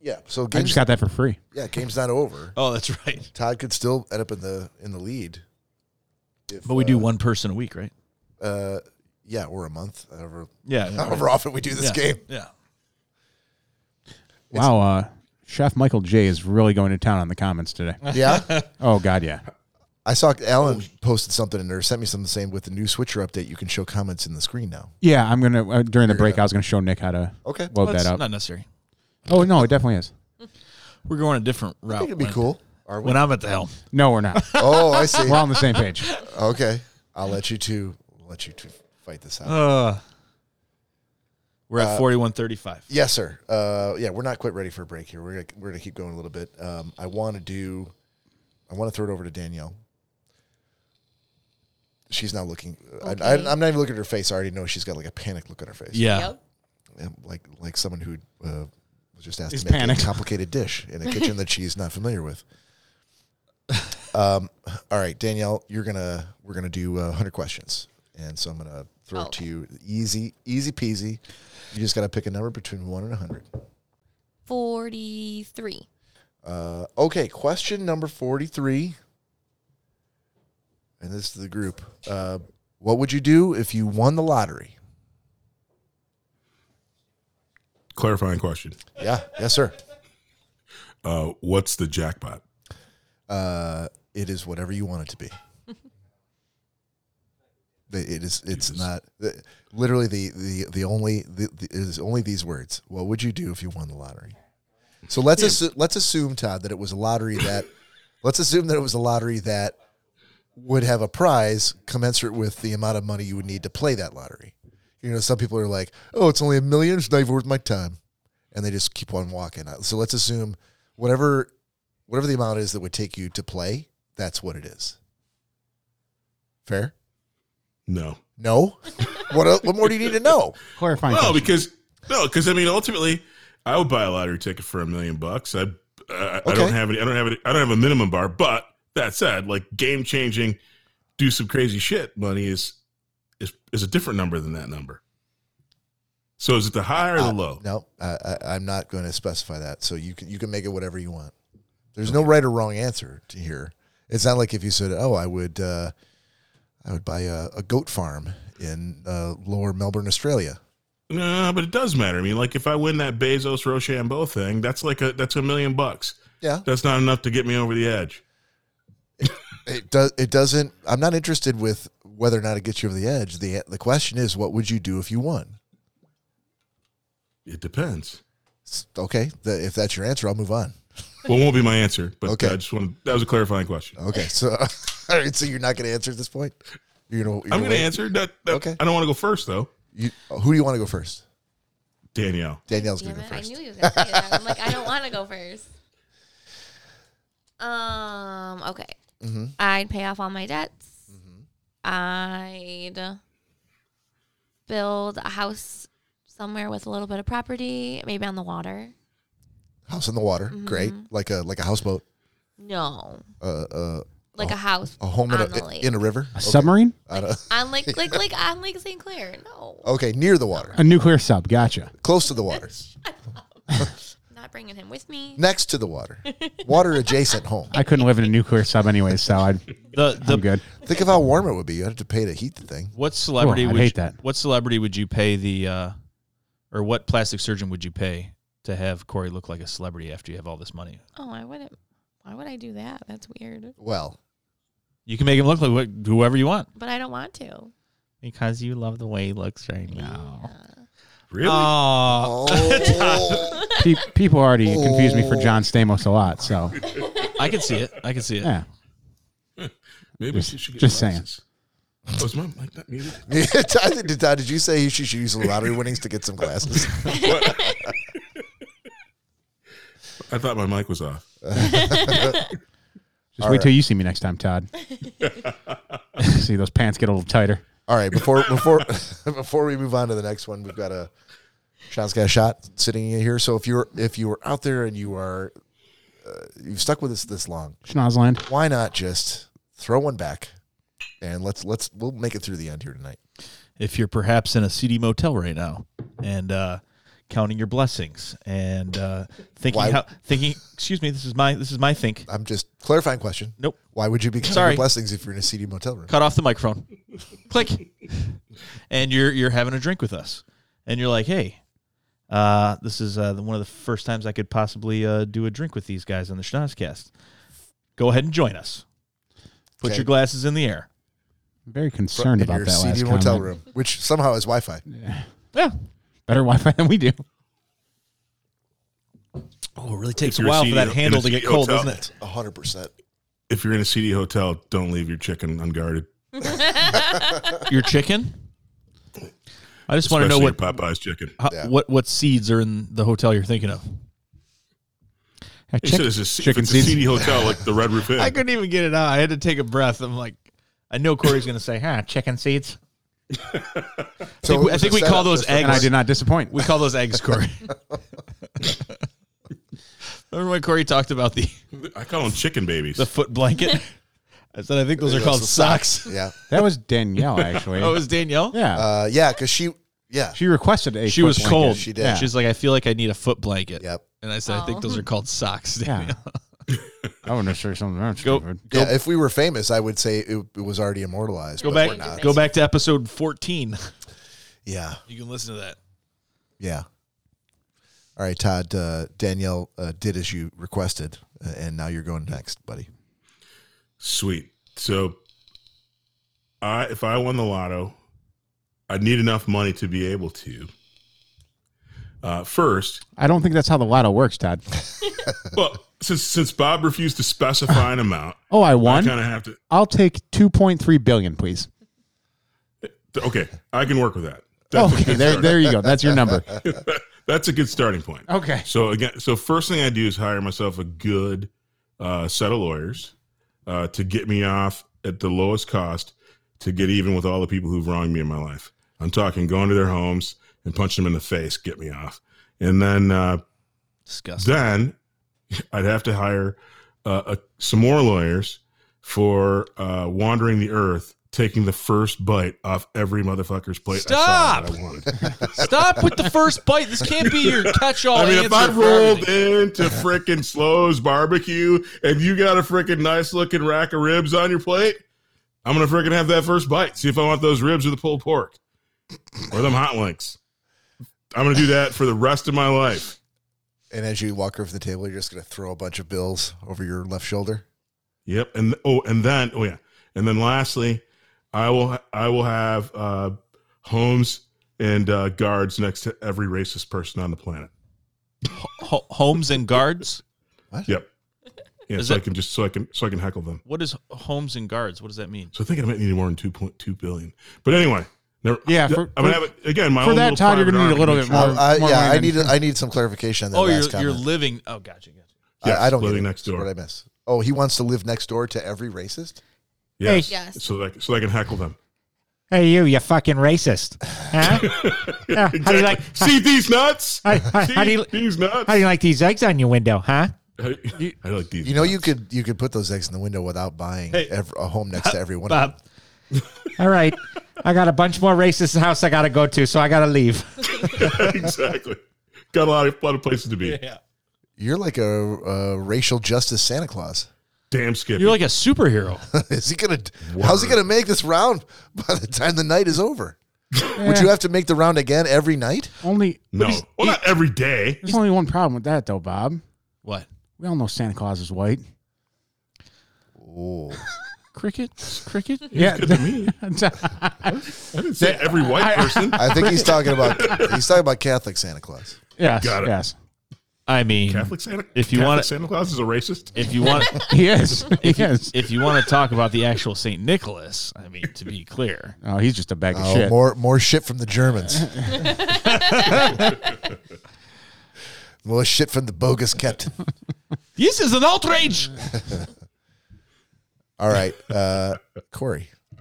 Yeah. So I game's, just got that for free. yeah, game's not over. Oh, that's right. Todd could still end up in the in the lead. If, But we do uh, one person a week, right? Uh, yeah, or a month. However, Yeah. yeah, however often we do this yeah, game. Yeah. Wow. Uh, Chef Michael J is really going to town on the comments today. Yeah. Oh God, yeah. I saw Alan posted something or sent me something saying with the new switcher update, you can show comments in the screen now. Yeah, I'm gonna uh, during the break. I was gonna show Nick how to Okay. load That's that up. not necessary. oh no, it definitely is. We're going a different route. I think it'd be when- cool. Are we? When I'm at the helm. No, we're not. Oh, I see. we're on the same page. Okay. I'll let you two let you two fight this out. Uh, we're Uh, at 4135. yes, sir. Uh, yeah, we're not quite ready for a break here. We're gonna, we're gonna keep going a little bit. Um, I want to do. I want to throw it over to Danielle. She's now looking. I, Okay. I, I'm not even looking at her face. I already know she's got like a panic look on her face. Yeah. Yep. Um, like like someone who uh, was just asked Is to make panicked. a complicated dish in a kitchen that she's not familiar with. Um, all right, Danielle, you're gonna we're gonna do uh, hundred questions, and so I'm gonna throw it to Okay. you, easy easy peasy. You just gotta pick a number between one and hundred. 43. Uh, okay, question number forty three, and this is the group. Uh, what would you do if you won the lottery? Clarifying question. Yeah, yes, sir. Uh, what's the jackpot? Uh, it is whatever you want it to be. It is. It's not. the- Literally, the the the only the, the, it is only these words. What would you do if you won the lottery? So let's assu- let's assume Todd that it was a lottery that let's assume that it was a lottery that would have a prize commensurate with the amount of money you would need to play that lottery. You know, some people are like, "Oh, it's only a million. It's not even worth my time," and they just keep on walking. Uh, So let's assume whatever whatever the amount is that would take you to play, that's what it is. Fair? No. No. what el what more do you need to know? Clarifying. Well, question. because no, because I mean, ultimately, I would buy a lottery ticket for a million bucks. I, I, I don't Okay. have any. I don't have any. I don't have a minimum bar. But that said, like game changing, do some crazy shit. Money is is is a different number than that number. So is it the high or the Uh, low? No, I, I, I'm not going to specify that. So you can you can make it whatever you want. There's no right or wrong answer to here. It's not like if you said, "Oh, I would, uh, I would buy a, a goat farm in uh, Lower Melbourne, Australia." No, but it does matter. I mean, like if I win that Bezos Rochambeau thing, that's like a that's a million bucks. Yeah, That's not enough to get me over the edge. it does. It doesn't. I'm not interested with whether or not it gets you over the edge. the The question is, what would you do if you won? It depends. S- Okay, the, if that's your answer, I'll move on. Well, it won't be my answer, but Okay. I just want that was a clarifying question. Okay, so all right, so you're not going to answer at this point. You're gonna. You're I'm going to wait. answer. That, that- Okay. I don't want to go first though. You, who do you want to go first? Danielle. Danielle's going Damn to go it, first. I knew you was gonna say that. I'm like, I don't want to go first. Um. Okay. Mhm. I'd pay off all my debts. Mm-hmm. I'd build a house somewhere with a little bit of property, maybe on the water. House in the water, Mm-hmm. great. Like a like a houseboat, No, uh, uh, like a house, a home in On the a, lake. in a river. a submarine, I don't- on like like like on Lake St. Clair. No, okay, near the water, a nuclear sub. Gotcha. close to the water, not bringing him with me. next to the water, water adjacent home. I couldn't live in a nuclear sub anyway, so I'd, The the I'm good. Think of how warm it would be. You'd have to pay to heat the thing. what celebrity Oh, I would hate you, that. what celebrity would you pay the uh, or what plastic surgeon would you pay to have Corey look like a celebrity after you have all this money? Oh, I wouldn't. Why would I do that? That's weird. Well, You can make him look like wh- whoever you want But I don't want to. Because you love the way he looks right now. Really? Uh, Uh, Oh, oh, Pe- people already confuse me for John Stamos a lot, so I can see it. I can see it. yeah. Maybe Just- she should get just saying. glasses. Oh, is my mic not muted? Todd, did, Todd, did you say she should use the lottery winnings to get some glasses? I thought my mic was off. Just wait till you see me next time, Todd. see those pants get a little tighter. All right, before before before we move on to the next one, we've got a Sean's got a shot sitting here. So if you're if you were out there and you are uh, you've stuck with us this long, Schnauzland. why not just throw one back and let's let's we'll make it through the end here tonight. If you're perhaps in a seedy motel right now and uh, counting your blessings and uh, thinking Why- how thinking, excuse me, this is my this is my think. I'm just clarifying question. Nope. Why would you be counting Sorry. your blessings if you're in a seedy motel room? cut off the microphone click and you're you're having a drink with us and you're like hey uh, this is uh, the- one of the first times I could possibly uh, do a drink with these guys on the Schnozcast. Go ahead and join us. Put Okay. your glasses in the air. I'm very concerned in about your that last seedy comment. motel room, which somehow is Wi-Fi. Yeah. Better Wi-Fi than we do. Oh, it really takes If a you're while seated for that in a handle to get cold, hotel. doesn't it? hundred percent. If you're in a seedy hotel, don't leave your chicken unguarded. Your chicken. I just want to know especially what your Popeye's chicken. how, Yeah. what what seeds are in the hotel you're thinking of. Yeah, He chick- said it's a, se- if chicken it's a seeds. seedy hotel like the Red Roof Inn. I couldn't even get it out. I had to take a breath. I'm like, I know Corey's going to say, huh, chicken seeds. So it I think we, I was think a we setup call those just eggs. and I did not disappoint. We call those eggs, Corey. Remember when Corey talked about the, I call them chicken babies. the foot blanket? I said, I think those are Yeah, called so socks. Yeah, That was Danielle, actually. Oh, it was Danielle? yeah. uh, yeah, because she, yeah, she requested a She foot was blanket. cold. She did. Yeah. She's like, I feel like I need a foot blanket. yep. And I said, I think Oh. those are called socks, Danielle. Yeah. I wouldn't have said something. That's Go- stupid. Yeah, if we were famous, I would say it, it was already immortalized. Go but we're back not. go back to episode 14. Yeah, You can listen to that. yeah. All right, Todd. Uh, Danielle uh, did as you requested, uh, and now you're going next, buddy. Sweet. So I if I won the lotto, I'd need enough money to be able to. Uh, first, I don't think that's how the lotto works, Todd. well, since since Bob refused to specify an amount, Oh, I I won. kind of have to. I'll take two point three billion, please. Okay, I can work with that. That's, Okay, Oh, there, there you go. That's your number. that's a good starting point. Okay. So again, so first thing I do is hire myself a good uh, set of lawyers uh, to get me off at the lowest cost to get even with all the people who've wronged me in my life. I'm talking going to their homes and punching them in the face, get me off, and then uh, Disgusting. then I'd have to hire uh, a, some more lawyers for uh, wandering the earth, taking the first bite off every motherfucker's plate. I, saw that I wanted. Stop with the first bite. This can't be your catch-all I mean, if answer I for rolled everything. into frickin' Slow's barbecue and you got a frickin' nice looking rack of ribs on your plate, I'm gonna frickin' have that first bite. See if I want those ribs or the pulled pork or them hot links. I'm gonna do that for the rest of my life. And as you walk over the table, you're just going to throw a bunch of bills over your left shoulder. Yep. And oh, and then oh yeah, and then lastly, I will I will have uh, homes and uh, guards next to every racist person on the planet. Ho- homes and guards. Yep. Yeah, Is so I it- can just so I can so I can heckle them. What is homes and guards? What does that mean? So I think I might need more than two point two billion. But anyway, never, Yeah, for- I'm gonna have it again. My for own that, little Todd, you're private gonna need army. a little bit more. Uh, I, more yeah, I women. need I need some clarification on that Oh, last you're comment. you're living. Oh, gotcha, gotcha. Yes, I, I don't get living it. next door. What I miss? Oh, he wants to live next door to every racist. Yes. Yes. So that so that I can heckle them. Hey, you, you fucking racist. Huh? Yeah, how do you like? See these nuts? How, how- See how do you, these nuts? how do you like these eggs on your window, huh? I like these. You know, you could you could put those eggs in the window without buying ev- a home next to every one. of them. Bob, All right. I got a bunch more racist house I got to go to, so I got to leave. exactly. Got a lot of lot of places to be. You're like a, a racial justice Santa Claus. Damn Skippy. you're like a superhero. Is he gonna? How's he gonna make this round by the time the night is over? Would you have to make the round again every night? Only no. Well, not every day. There's only one problem with that, though, Bob. What? We all know Santa Claus is white. Oh, Cricket? Cricket? Yeah. Good to me. I didn't say every white person. I think he's talking about he's talking about Catholic Santa Claus. yes. Got it. Yes. I mean, Catholic Santa. If you Catholic wanna- Santa Claus is a racist. if you want, He is. He is. if you want to talk about the actual Saint Nicholas, I mean, to be clear, Oh, he's just a bag of Oh, shit. more more shit from the Germans. more shit from the bogus captain. this is an outrage. All right, uh, Corey. If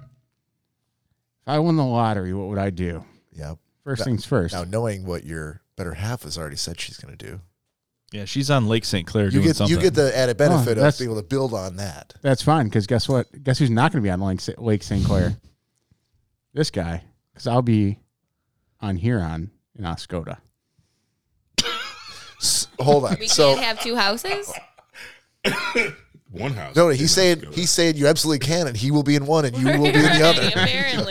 I won the lottery, what would I do? Yeah. First things first. Now knowing what your better half has already said she's going to do, Yeah, she's on Lake St. Clair you doing get something. you get the added benefit of that's- being able to build on that. That's fine, because guess what? Guess who's not going to be on Lake, Sa- Lake St. Clair? this guy, because I'll be on Huron in Oscoda. S- hold on. We so can't have two houses. One house. no, no, he's saying he's saying you absolutely can, and he will be in one, and you will be in the other. Right,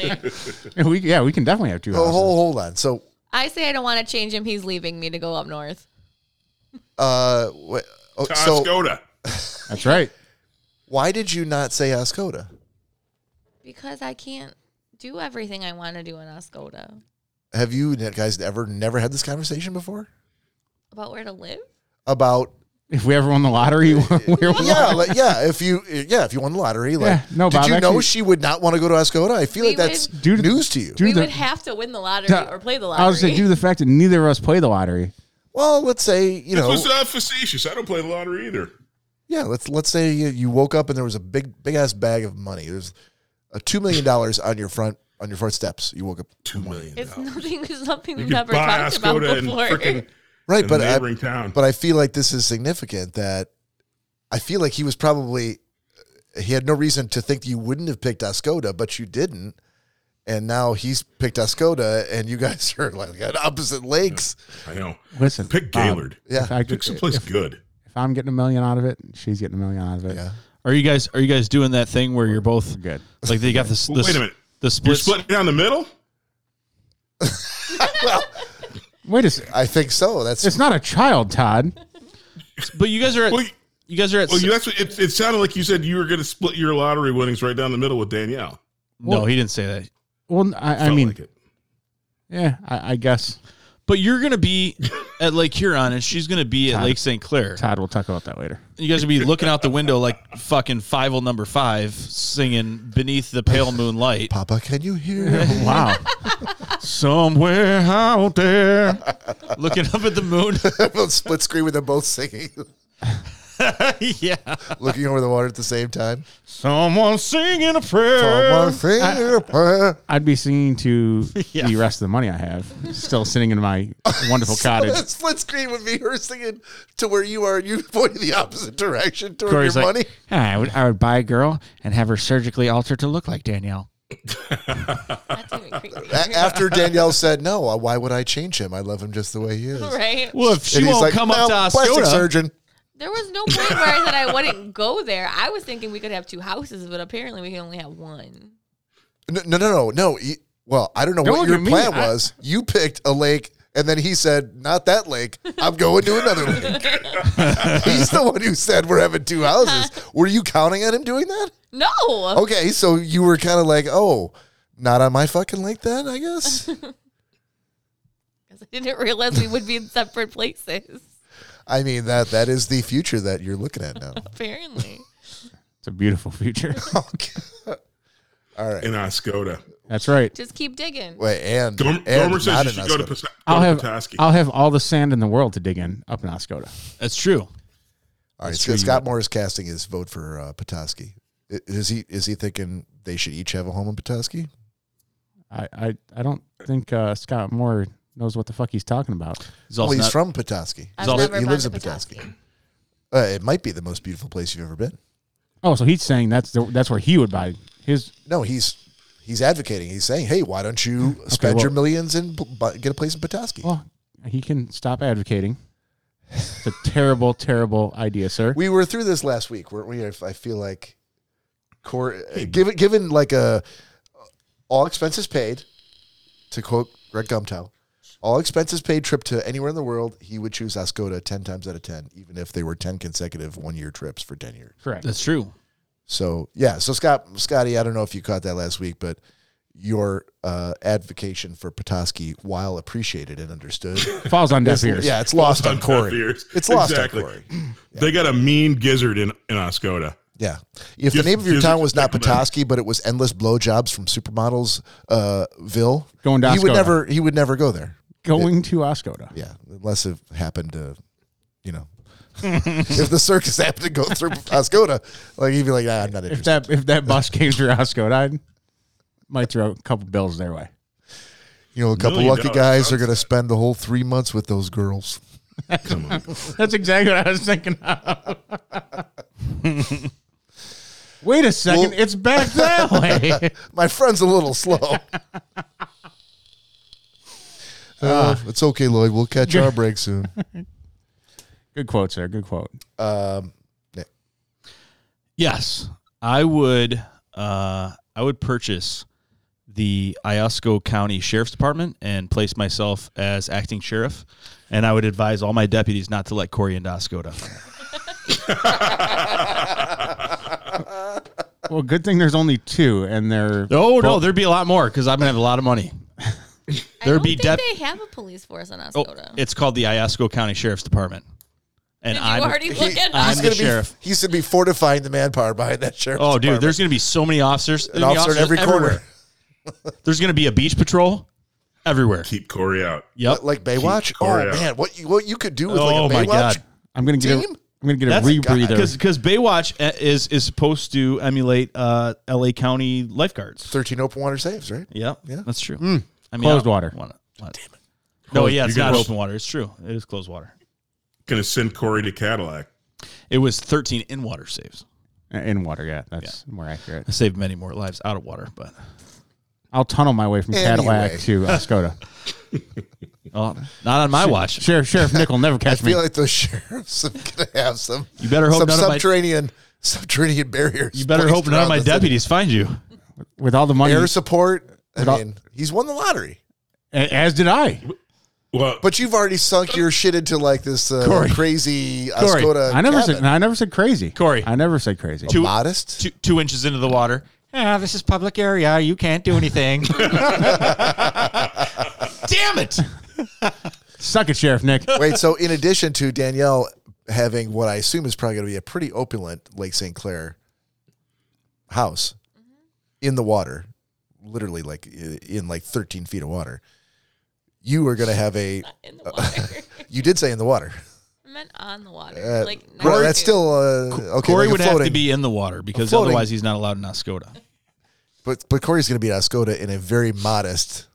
Apparently, We, yeah, we can definitely have two Oh, houses. hold, hold on. So, I say I don't want to change him. He's leaving me to go up north. uh, wh- oh, so Toscoda. That's right. why did you not say Ascoda? because I can't do everything I want to do in Oscoda Have you guys ever never had this conversation before about where to live. about If we ever won the lottery, where we yeah, like, yeah. If you, yeah, if you won the lottery, like, Yeah, no, did Bob, you know actually- she would not want to go to Ascota? I feel We like that's would- Dude, news to you. dude, we the- would have to win the lottery Yeah, or play the lottery. I was like, due to the fact that neither of us play the lottery. well, let's say you This know, was uh, facetious. I don't play the lottery either. yeah. Let's let's say you, you woke up and there was a big big ass bag of money. There's a two million dollars on your front on your front steps. You woke up Two million. it's nothing. It's something You we've could never buy talked about Ascota and before. frickin' right, in but the I, neighboring town. but I feel like this is significant that I feel like he was probably he had no reason to think that you wouldn't have picked Ascoda, but you didn't. And now he's picked Ascoda, and you guys are like at opposite lakes. I know. Listen, um, Pick Bob, Gaylord. Uh, Yeah. If, I could, Pick someplace good. if I'm getting a million out of it, she's getting a million out of it. Yeah. Are you guys are you guys doing that thing where you're both Good. like they got this? Well, wait a minute. The You're split. splitting down the middle. Wait a second. I think so. That's It's not a child, Todd. But you guys are at Well, you- you guys are at well, you- that's what it, it sounded like. You said you were going to split your lottery winnings right down the middle with Danielle. no, he didn't say that. Well, I, I Felt mean, like it. yeah, I, I guess But you're gonna be at Lake Huron, and she's gonna be at Todd. Lake St. Clair. Todd will talk about that later. You guys will be looking out the window like fucking five will number five, singing beneath the pale moonlight. Papa, can you hear? Wow. Somewhere out there, looking up at the moon. Split screen with them both singing, yeah, looking over the water at the same time. someone singing a prayer. Someone sing a prayer. I'd be singing to Yeah. the rest of the money I have, still sitting in my wonderful cottage. That split screen would be her singing to where you are, and you pointing the opposite direction toward Corey's your like, money. "Ah, I would, I would buy a girl and have her surgically altered to look like Danielle. That's even creepy. A- After Danielle said no, uh, why would I change him? I love him just the way he is. Right? Well, if she And he's won't like, come "No, up to plastic Oscoda, surgeon. There was no point where I said I wouldn't go there. I was thinking we could have two houses, but apparently we can only have one. No, no, no, no. no. He- well, I don't know Don't what look your at me. plan I- was. You picked a lake, and then he said, "Not that lake. I'm going to another lake." He's the one who said we're having two houses. Were you counting on him doing that? No. Oh. Okay, so you were kind of like, "Oh, not on my fucking lake then, I guess." 'Cause I didn't realize we would be in separate places, I mean that that is the future that you're looking at now. apparently. It's a beautiful future. All right. in Oscoda. That's right. Just keep digging. Wait, and, Dorm, and Dormer not says you in should go to Oscoda. Pas- I'll go to have, Petoskey. I'll have all the sand in the world to dig in up in Oscoda. that's true. All right, so Scott Morris casting his vote for uh, Petoskey. I- Is he is he thinking they should each have a home in Petoskey? I, I, I don't think uh, Scott Moore knows what the fuck he's talking about. He's Well, also he's not- from Petoskey. I've He li- never he been lives to in Petoskey. Petoskey. Uh, it might be the most beautiful place you've ever been. Oh, so he's saying that's the, that's where he would buy his. No, he's he's advocating. He's saying, "Hey, why don't you spend your well- millions and b- bu- get a place in Petoskey?" Well, he can stop advocating. It's a terrible, terrible idea, sir. we were through this last week, weren't we? If I feel like, Cor- uh, given given like a all expenses paid, to quote Greg Gumtow, all expenses paid trip to anywhere in the world, he would choose Oscoda ten times out of ten, even if they were ten consecutive one year trips for ten years. Correct. That's true. So yeah, so Scott Scotty, I don't know if you caught that last week, but your uh, advocation for Petoskey, while appreciated and understood, Falls on deaf is, ears. yeah, it's lost on Corey. Ears. It's lost Exactly. on Corey. They got a mean gizzard in, in Oscoda. Yeah. If Just- the name of your just town was not check 'em out. Petoskey, but it was endless blowjobs from supermodels, uh, Ville, Going to he would Oscoda. never he would never go there. Going to Oscoda. Yeah, unless it happened to, you know, if the circus happened to go through Oscoda, like he'd be like, ah, I'm not If interested. that if that bus came through Oscoda, I might throw a couple bills their way. you know, a couple Million lucky dollars guys are sounds gonna spend the whole three months with those girls. Come on. That's exactly what I was thinking of. Wait a second, Well- it's back that way. My friend's a little slow. Uh, it's okay, Lloyd. We'll catch our break soon. Good quote, sir. Good quote. Um, Yes, I would. Uh, I would purchase the Iosco County Sheriff's Department and place myself as acting sheriff. And I would advise all my deputies not to let Corey into Oscoda. Well, good thing there's only two, and they're Oh no, there'd be a lot more because I'm gonna have a lot of money. I There'd don't be think dep- they have a police force in Oh, Oscoda. it's called the Iosco County Sheriff's Department. And Did you I'm already look at I'm us? the gonna be- sheriff. he should be fortifying the manpower behind that sheriff. Oh, dude, there's going to be so many officers. an There'll be officer in every officers corner, everywhere. There's going to be a beach patrol everywhere. Keep Corey out. Yep. like Baywatch. Oh Corey out. man, what you, what you could do with Oh, like a my Baywatch? God. I'm gonna get. A, Team? I'm gonna get a That's rebreather. because because Baywatch uh, is is supposed to emulate uh, L.A. County lifeguards. Thirteen open water saves, right? Yep, Yeah. that's true. I mean, Closed I don't water. want it. What? No, yeah, it's You not can roll- open water. It's true. It is closed water. Gonna send Corey to Cadillac. It was 13 in water saves. In water, yeah, that's more accurate. I saved many more lives out of water, but I'll tunnel my way from Cadillac Anyway. to Oscoda. oh, not on my watch. Sheriff Sheriff Nickel never catch I me. feel like those sheriffs are gonna have some. You better hope some none of my- subterranean subterranean barriers. You better hope none of my deputies find you. With all the money, air support. I Without- mean, he's won the lottery, a- as did I. Well, but you've already sunk your shit into like this uh, Corey. crazy Corey, Oscoda. I never cabin. said. I never said crazy, Corey. I never said crazy. Two- modest. Two, two inches into the water, ah, this is public area. You can't do anything. Damn it! Suck it, Sheriff Nick. Wait, so in addition to Danielle having what I assume is probably going to be a pretty opulent Lake St. Clair house in the water, literally like i- in like 13 feet of water, you are going to have a. in the water. You did say in the water. I meant on the water. Uh, like next well, to. that's still uh, okay. Corey like a would floating, have to be in the water because floating- otherwise he's not allowed in Oscoda. but but Corey's going to be at Oscoda in a very modest,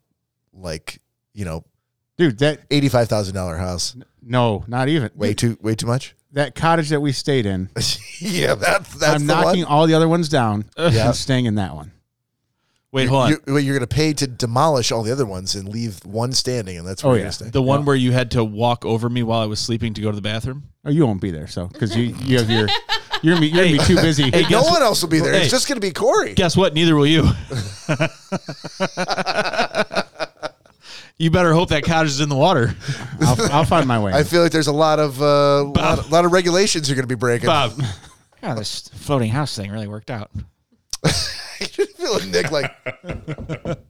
like you know, Dude, that eighty five thousand dollar house. no, not even. Way Dude, too way too much. that cottage that we stayed in. yeah, that's that's I'm the knocking one. all the other ones down. Yeah. and staying in that one. Wait, hold on. You're, well, you're going to pay to demolish all the other ones and leave one standing, and that's where Oh, you're yeah. going to stay. the one where you had to walk over me while I was sleeping to go to the bathroom. Oh, you won't be there, so because you you have your you're gonna be, you're gonna be too busy. Hey, no guess- one else will be there. Hey. It's just going to be Corey. Guess what? Neither will you. you better hope that cottage is in the water. I'll, I'll find my way. I feel like there's a lot of uh, lot, lot of regulations you're going to be breaking. Bob, Yeah, this floating house thing really worked out. I feel like Nick like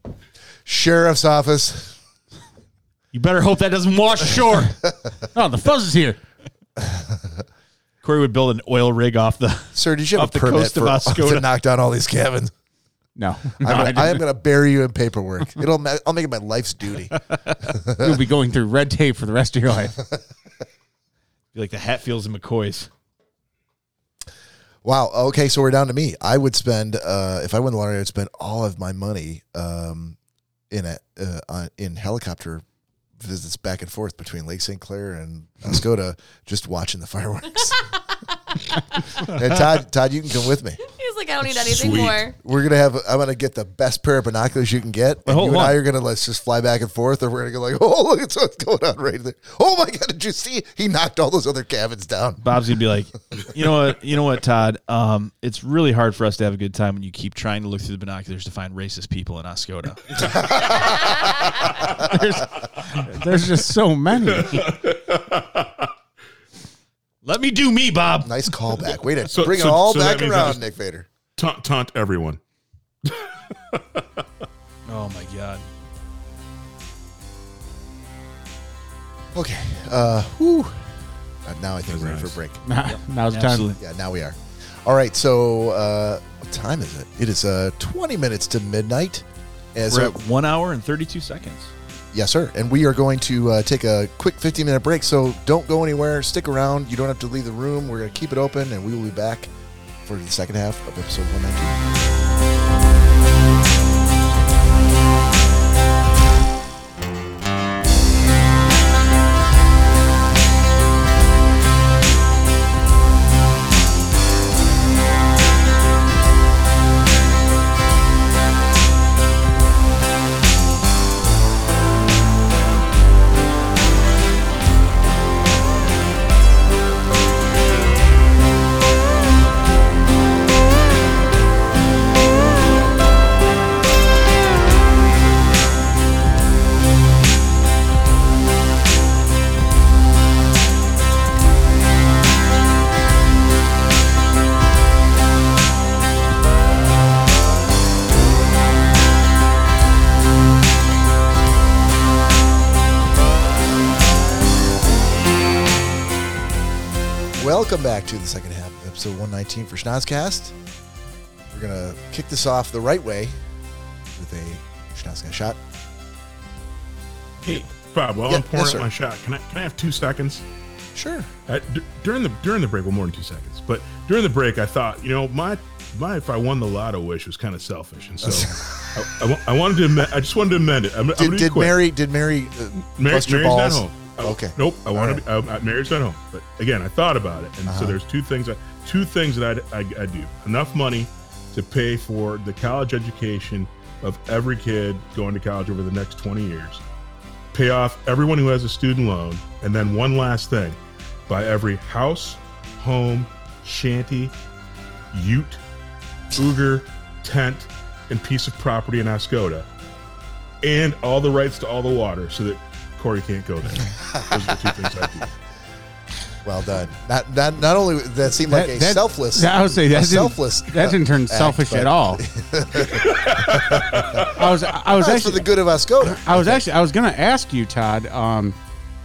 sheriff's office. you better hope that doesn't wash ashore. oh, the fuzz is here. Corey would build an oil rig off the. Sir, did you have Off a the permit coast of for, Oscoda. to knock down all these cabins? No, I'm gonna, I am going to bury you in paperwork. It'll ma- I'll make it my life's duty. you'll be going through red tape for the rest of your life. Be like the Hatfields and McCoys. Wow. Okay, so we're down to me. I would spend uh, if I win the lottery, I would spend all of my money um, in a uh, on, in helicopter visits back and forth between Lake St. Clair and Oscoda, just watching the fireworks. and Todd, Todd, you can come with me. He's like, I don't need anything Sweet. more. We're gonna have. I'm gonna get the best pair of binoculars you can get. And hold you and on. I are gonna let's just fly back and forth, or we're gonna go like, oh look, it's what's going on right there. Oh my god, did you see? He knocked all those other cabins down. Bob's gonna be like, you know what, you know what, Todd. Um, it's really hard for us to have a good time when you keep trying to look through the binoculars to find racist people in Oscoda. There's just so many. Let me do me, Bob. Nice callback. Way to So- bring so- it all so that back means I around, just- Nick Vader. Taunt, taunt everyone. Oh my god. Okay. Uh, whew. Uh, now I think we're in nice. for a break. Nah, now's the Absolutely. time. Yeah, now we are. All right. So, uh, what time is it? It is uh, 20 minutes to midnight. As We're uh, at one hour and thirty-two seconds. yes, sir. And we are going to uh, take a quick 15 minute break. So don't go anywhere. Stick around. You don't have to leave the room. We're going to keep it open, and we will be back for the second half of episode 119. Welcome back to the second half of episode 119 for Schnozcast. We're going to kick this off the right way with a Schnozcast shot. Hey, Bob, while Yeah, I'm pouring yes, out sir. my shot, can I can I have two seconds? Sure. I, Uh, d- during the during the break, well, more than two seconds, but during the break, I thought, you know, my my if I won the lotto wish was kind of selfish, and so I, I wa- I wanted to amend, I just wanted to amend it. I'm, I'm gonna Did, be did quick. Mary, did Mary uh, Mar- bust your Mary's balls? Oh, Not home. I- Okay. Uh-huh. Nope. I want All to be. I, I, Mary's not home. But again, I thought about it, and so there's two things. I, two things that I, I, I do enough money to pay for the college education of every kid going to college over the next 20 years, pay off everyone who has a student loan, and then one last thing: buy every house, home, shanty, ute, Uger, tent, and piece of property in Ascoda, and all the rights to all the water so that Corey can't go there. Those are the two things I do. Well done. Not not not only that seemed like a that- selfless. Yeah, I would say a that's selfless. uh, that didn't turn act, selfish but at all. I was I That's was for actually the good of us. Go. I was actually I was going to ask you, Todd, um,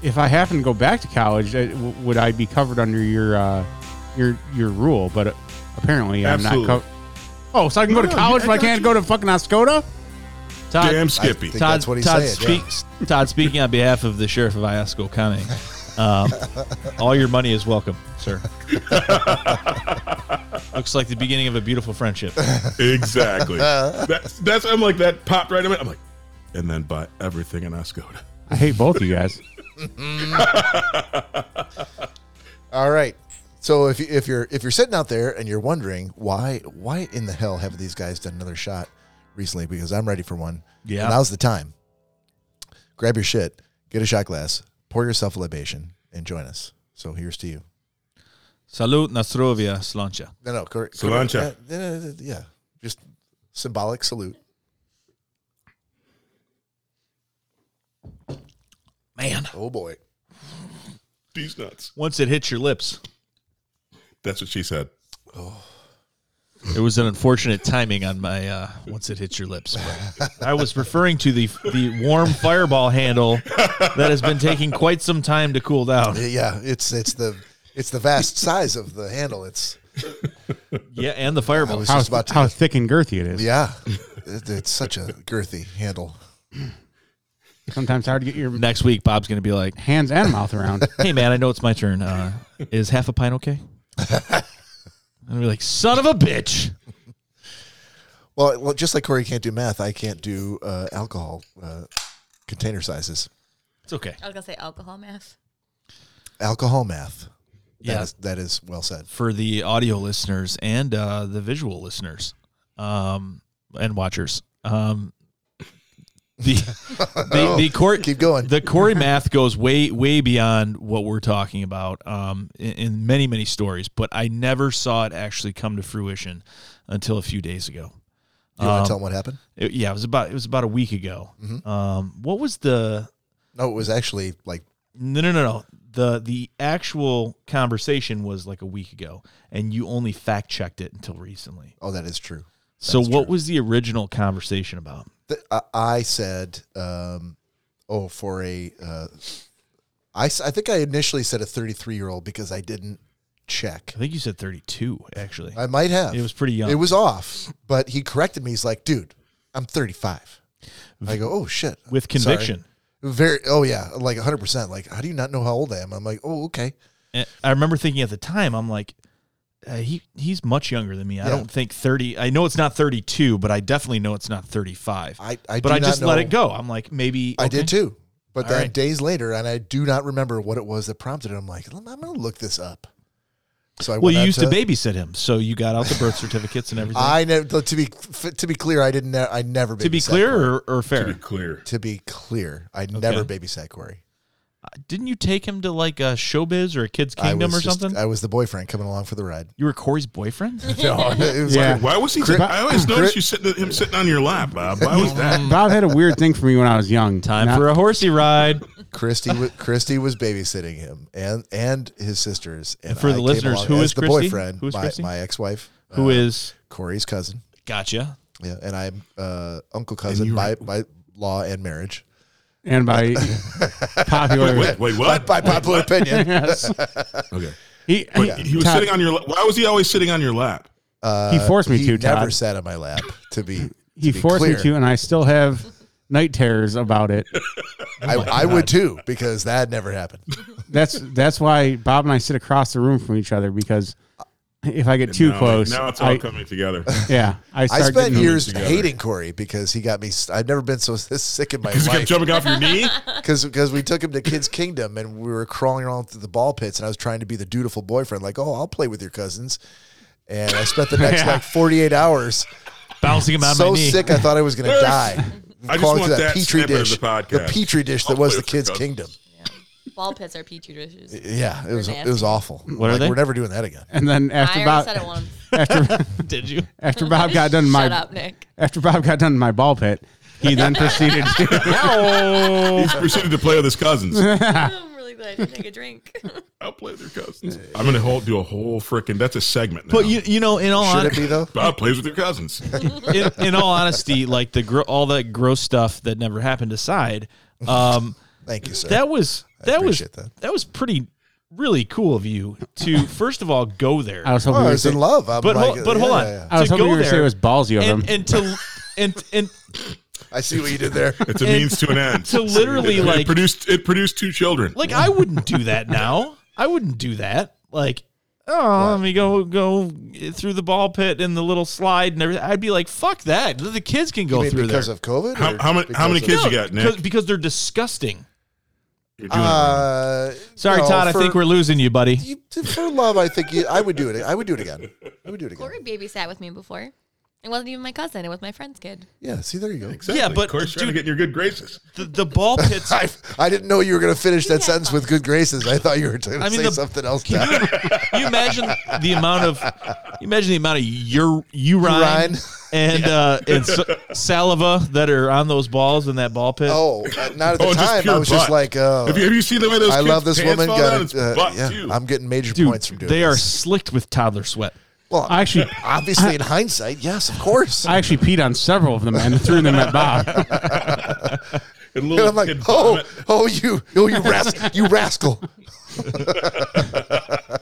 if I happen to go back to college, uh, w- would I be covered under your uh, your your rule? But uh, apparently, I'm Absolutely. not covered. Oh, so I can No, go to no, college, I but I got can't you. go to fucking Oscoda? Todd, Damn Skippy. think- Todd, that's what he's Todd, saying, speaks, Todd, speaking on behalf of the sheriff of Iasco County, um, all your money is welcome, sir. Looks like the beginning of a beautiful friendship. Exactly. that's that's I'm like that popped right in my I'm like, and then buy everything in Oscoda. I hate both you guys. All right. So if you, if you're if you're sitting out there and you're wondering why why in the hell haven't these guys done another shot recently? Because I'm ready for one. Yeah. And Now's the time. Grab your shit, get a shot glass, pour yourself a libation, and join us. So here's to you. Salute Nasrovia Slancha. No, no, correct. Cilantro. correct. Yeah, yeah, yeah, yeah. just symbolic salute. Man, Oh boy. These nuts. once it hits your lips, That's what she said. It was an unfortunate timing on my uh, once it hits your lips. but I was referring to the the warm fireball handle that has been taking quite some time to cool down. Yeah, it's it's the it's the vast size of the handle. It's Yeah, and the fireball. I was How, just about to how thick and girthy it is. yeah. It- it's such a girthy handle. Sometimes hard to get your Next week, Bob's going to be like, hands and mouth around. "Hey, man, I know it's my turn. Uh, is half a pint okay?" And I'll be like, "Son of a bitch!" Well, well, just like Corey can't do math, I can't do uh, alcohol uh, container sizes. It's okay. I was gonna say alcohol math. Alcohol math. That Yeah. is- that is well said. for the audio listeners and uh, the visual listeners um, and watchers. Um, the the, the court Oh, Keep going. The Corey math goes way way beyond what we're talking about um, in, in many many stories, but I never saw it actually come to fruition until a few days ago. You want Um, to tell them what happened? It- yeah, it was about it was about a week ago. Mm-hmm. Um, what was the No, it was actually like no, no, no, no. The the actual conversation was like a week ago, and you only fact checked it until recently. oh, that is true. so That's what true. was the original conversation about? Th- I, I said, um, oh, for a, uh, I s- I think I initially said a 33 year old because I didn't check. I think you said 32 actually. I might have. It was pretty young. It was off, but he corrected me. He's like, dude, I'm 35. I go, oh shit, With Sorry. conviction. Very, oh yeah, like 100. percent Like, how do you not know how old I am? I'm like, oh okay. And I remember thinking at the time I'm like uh, he he's much younger than me. I Yeah. don't think 30 I know it's not 32, but I definitely know it's not 35. I, I but do I just not let know- it go. I'm like maybe I okay. did too. But All then right. days later, and I do not remember what it was that prompted it. I'm like, I'm gonna look this up. So I Well, went you out used to babysit him, so you got out the birth certificates and everything. I never to be to be clear, I didn't. I never to be babysat Corey. clear or, or To fair, be clear. To be clear, I never babysat Corey. didn't you take him to like a showbiz or a kids I kingdom was or just- something? I was the boyfriend coming along for the ride. you were Corey's boyfriend? No, it was Yeah. Why was he? I always noticed you sitting him sitting on your lap, Bob. Why was that? Bob had a weird thing for me when I was young. Mm, Time Not- for a horsey ride. Christy was Christy was babysitting him and and his sisters. And, for the I came listeners, along who as is the Christy? boyfriend? Who is my, Christy? my ex-wife, Who uh, is Corey's cousin. gotcha? Yeah, and I'm uh, uncle cousin you by were- by law and marriage. and by popular. Wait, wait, By, what? by popular opinion, Yes. Okay. He, Wait, he was Todd, sitting on your. lap. Why was he always sitting on your lap? he forced me he to. never Todd. sat on my lap. To be to be He forced clear. me to, and I still have night terrors about it. I, I would too because that never happened. That's that's why Bob and I sit across the room from each other because if I get too Now- close, Now it's all I, coming together yeah, I I start spent getting- years together. hating Corey because he got me. s- I've never been so this sick in my because he kept life jumping off your knee. because because we took him to Kids Kingdom and we were crawling around through the ball pits and I was trying to be the dutiful boyfriend, like, oh, I'll play with your cousins. And I spent the next like 48 hours Bouncing him out of so my knee. sick I thought I was going to die. I just Crawling want through that snippet of dish, the podcast. petri dish that I'll was play the with your Kids cousins. Kingdom. Ball pits are petri dishes. Yeah, it was it nasty. was awful. are like, they? We're never doing that again. and then after I Bob already said it once. after Did you? after Bob got done my Shut up, Nick. after Bob got done in my ball pit, he then proceeded to He's proceeded to play with his cousins. I'm really that I didn't take a drink. I'll play their cousins. I'm gonna hold, do a whole freaking. That's a segment. Now. But you, you know, in all Should hon- it be though? Bob plays with their cousins. in, in all honesty, like the gro- all that gross stuff that never happened aside, um, Thank you, sir. that was that was appreciate that. that. was pretty really cool of you to first of all go there, I was hoping. oh, you I would was say, in love. I'm but like, hold, but hold yeah, on, yeah. I was to hoping go you were there gonna say it was ballsy of him. and, and to and and I see what you did there. It's a means to an end. to literally it, like produced it produced two children. like I wouldn't do that now. I wouldn't do that. Like oh, let me go go through the ball pit and the little slide and everything. I'd be like, fuck that. The kids can You go mean through there. because of COVID. How- or how many- because how many of- kids No, you got, Nick? because, because they're disgusting. You're doing it wrong. Uh, Sorry, no, Todd. for- I think we're losing you, buddy. you, for love. I think you, I would do it. I would do it again. I would do it again. Corey babysat with me before. It wasn't even my cousin. It was my friend's kid. Yeah. See, there you go. exactly. yeah, but, of course, you're dude- trying to get in your good graces. The, the ball pits. I, I didn't know you were going to finish that Yeah. sentence with good graces. I thought you were going to I mean, say the- something else. Can Todd. you, you imagine the amount of you imagine the amount of ur- urine Urine. and uh, and s saliva that are on those balls in that ball pit? Oh, uh, not at the Oh, just time. pure I was just butt. like, oh, have, you, have you seen the way those? I kids' love this pants woman. fall down? Got It's it. Uh, butt, yeah, too. I'm getting major Dude, points from doing. they are this. slicked with toddler sweat. well, I actually, obviously in hindsight, yes, of course. I actually peed on several of them and threw them at Bob. And and little I'm like, kid oh, vomit. oh, you, oh, you rascal, you rascal.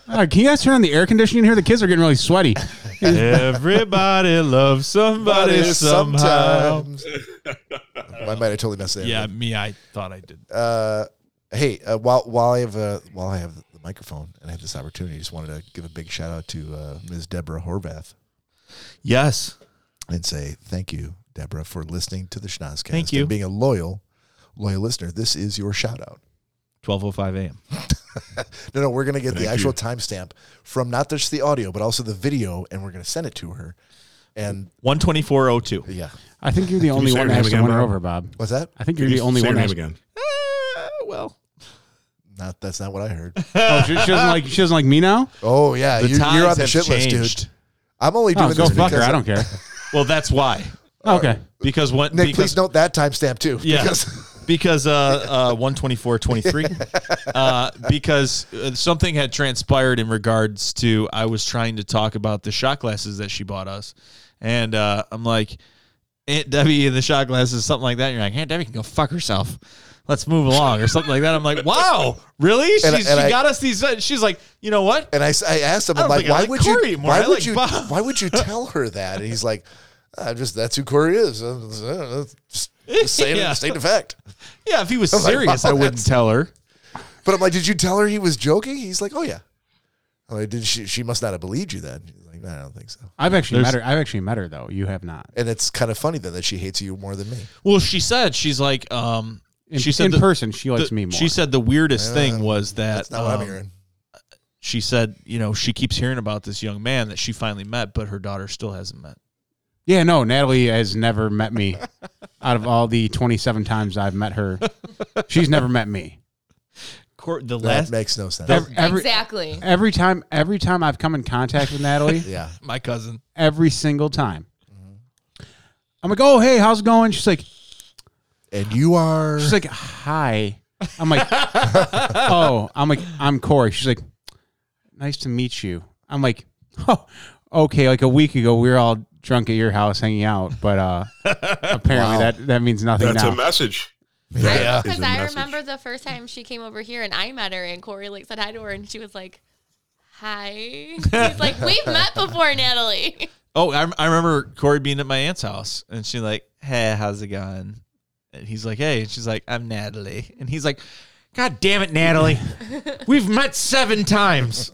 Uh, can you guys turn on the air conditioning here? The kids are getting really sweaty. Everybody loves somebody somehow. I might have totally messed that. Yeah, up. me. I thought I did. Hey, uh, while while I have uh, while I have the microphone and I have this opportunity, I just wanted to give a big shout out to uh, Ms. Deborah Horvath yes. and say thank you, Deborah, for listening to the Schnozcast. Thank you. and being a loyal loyal listener. This is your shout out. Twelve oh five a.m. No, no, we're gonna get the Thank actual you. timestamp from not just the audio, but also the video, and we're gonna send it to her. And One twenty four oh two. yeah, I think you're the only say her one that name has to again, win her Bob? over, Bob. what's that? I think you're the only Say one. her that name has- again. Well, Not that's not what I heard. Oh, she, she doesn't like. She doesn't like me now. Oh yeah, the you, times are on the have shit list, changed. dude. I'm only doing Oh, this go fuck because her. I don't care. Well, that's why. Okay. Because what? Nick, because, please note that timestamp too. Yeah. because- because uh, uh, 12423 uh, because uh, something had transpired in regards to i was trying to talk about the shot glasses that she bought us and uh, i'm like aunt debbie and the shot glasses something like that and you're like aunt debbie can go fuck herself let's move along or something like that i'm like wow really She's, And- and she I- got us these uh, she's like you know what and I, s- I asked him, I I'm don't like, think I why like would Corey you? more. I Why would like you? Bob." Why would you tell her that? And he's like, i just that's who Corey is. Uh, uh, Just state Yeah. state of fact. yeah if he was I'm like, serious wow, i wouldn't that's- tell her But I'm like, did you tell her he was joking? He's like, oh yeah. I'm like, did she? She must not have believed you then. He's like, no, I don't think so. I've actually met her. I've actually met her though. You have not. And it's kind of funny then that she hates you more than me. well she said she's like um In, she said in the- person, she likes the- me more. she said the weirdest thing was that Uh, That's not what I'm um, hearing. she said, you know, she keeps hearing about this young man that she finally met, but her daughter still hasn't met. yeah, no. Natalie has never met me. out of all the 27 times I've met her, she's never met me. Cor- the That last, makes no sense. Every, every, exactly. every time, every time I've come in contact with Natalie, yeah. my cousin. every single time. Mm-hmm. I'm like, oh hey, how's it going? She's like, And you are. she's like, hi. I'm like, oh, I'm like, I'm Corey. She's like, nice to meet you. I'm like, oh, okay. Like a week ago, we were all drunk at your house hanging out, but uh apparently Wow. that that means nothing That's now. a message. Yeah. Is Because a I message. remember the first time she came over here and I met her and Corey like said hi to her and she was like, "Hi." He's like, "We've met before, Natalie." Oh, I, I remember Corey being at my aunt's house, and she like, hey, how's it going? And he's like, hey, and she's like, I'm Natalie, and he's like, God damn it, Natalie, we've met seven times.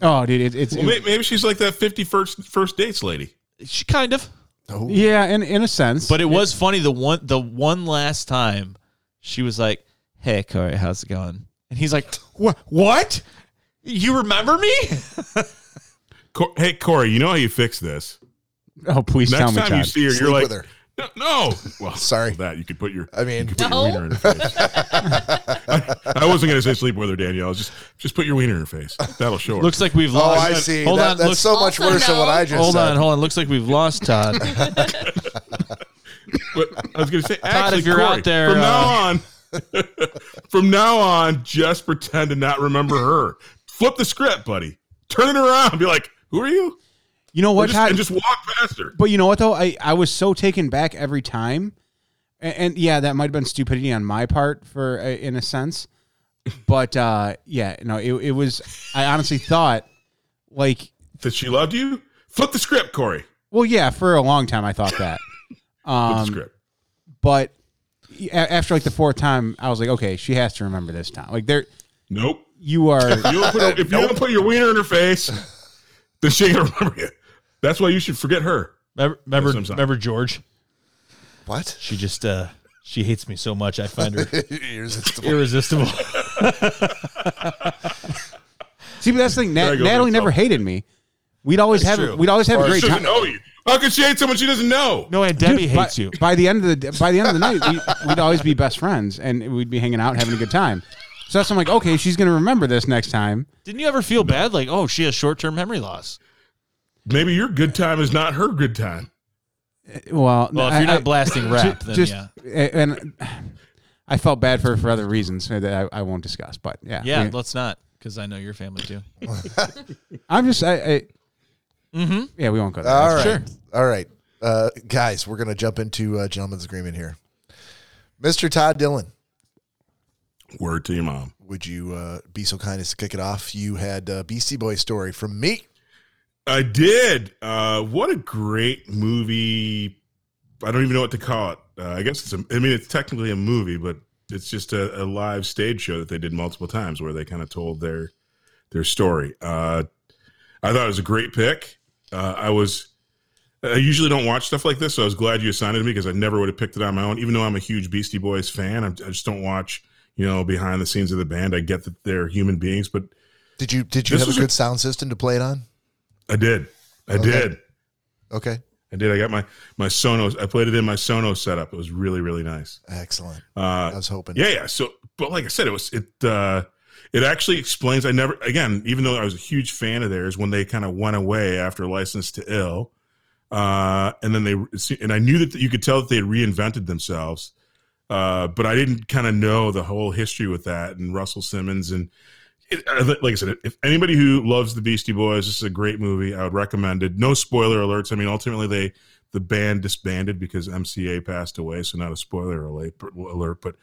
oh, dude, it, it's Well, may- maybe she's like that 50 first, first dates lady. She kind of, Oh, yeah, in in a sense, but it was funny. The one, the one last time, she was like, hey, Corey, how's it going? And he's like, what? What? You remember me? Cor- hey, Corey, you know how you fix this. oh, please tell Next me, time you Todd. see her, Sleep you're like, with her. No, no. Well, Sorry. that you could put your. I mean, Put No. your wiener in her face. I wasn't going to say sleep with her, Danielle. Just, just put your wiener in her face. That'll show her. Looks like we've oh, lost. I see. Hold That- on, that's looks- so much Also worse than what no. I just Hold said. on, hold on. Looks like we've lost Todd. But I was going to say, Todd, actually, if you're Corey, out there, from uh, now on, From now on, just pretend to not remember her. Flip the script, buddy. Turn it around. Be like, who are you? You know Or what, just- Todd? and just walk past her. But you know what though? I, I was so taken back every time, and, and yeah, that might have been stupidity on my part for uh, in a sense, but uh, yeah, no, it, it was. I honestly thought like, That she loved you? Flip the script, Corey. well, yeah, for a long time I thought that, Flip the um, script. but e, a- after like the fourth time, I was like, okay, she has to remember this time. Like there, Nope. you are. You don't put a- if you don't put your wiener in her face, then she ain't gonna remember you. That's why you should forget her. Remember, That's what I'm remember, saying. remember George? What? She just uh, she hates me so much. I find her Irresistible. irresistible. See, but that's the thing. Nat, There goes Natalie myself. never hated me. We'd always have true. we'd always have a She great doesn't time. know you. How could she hate someone she doesn't know? No, and Debbie Dude, hates by, you. By the end of the by the end of the night, we, we'd always be best friends, and we'd be hanging out, having a good time. So that's I'm like, okay, she's gonna remember this next time. Didn't you ever feel bad? Like, oh, she has short term memory loss. Maybe your good time is not her good time. Well, Well, if I- you're not I- blasting rap, then just yeah. and I felt bad for her for other reasons that I, I won't discuss. But yeah, Yeah, we- let's not, because I know your family too. I'm just I. I Mm-hmm. Yeah, we won't go there. All right. All right. Uh, guys, we're going to jump into uh, gentleman's agreement here. Mr. Todd Dillon, Word to your mom. would you uh, be so kind as to kick it off? You had a Beastie Boy story from me. I did. Uh, what a great movie! I don't even know what to call it. Uh, I guess it's. A, I mean, it's technically a movie, but it's just a, a live stage show that they did multiple times, where they kind of told their their story. Uh, I thought it was a great pick. Uh, I was. I usually don't watch stuff like this, so I was glad you assigned it to me because I never would have picked it on my own. Even though I'm a huge Beastie Boys fan, I, I just don't watch. You know, behind the scenes of the band, I get that they're human beings, but Did you did you This have was a a- good sound system to play it on? I did. I Okay. did. Okay. I did. I got my my Sonos. I played it in my Sonos setup. It was really really nice. Excellent. I Uh, was hoping. yeah, yeah. So, but like I said, it was it. Uh, it actually explains. I never again, even though I was a huge fan of theirs, when they kind of went away after License to Ill, uh, and then they and I knew that you could tell that they had reinvented themselves, uh, but I didn't kind of know the whole history with that and Russell Simmons and it, I think- like I said, if anybody who loves the Beastie Boys, this is a great movie. I would recommend it. No spoiler alerts. I mean, ultimately they the band disbanded because MCA passed away, so not a spoiler alert, but, alert, but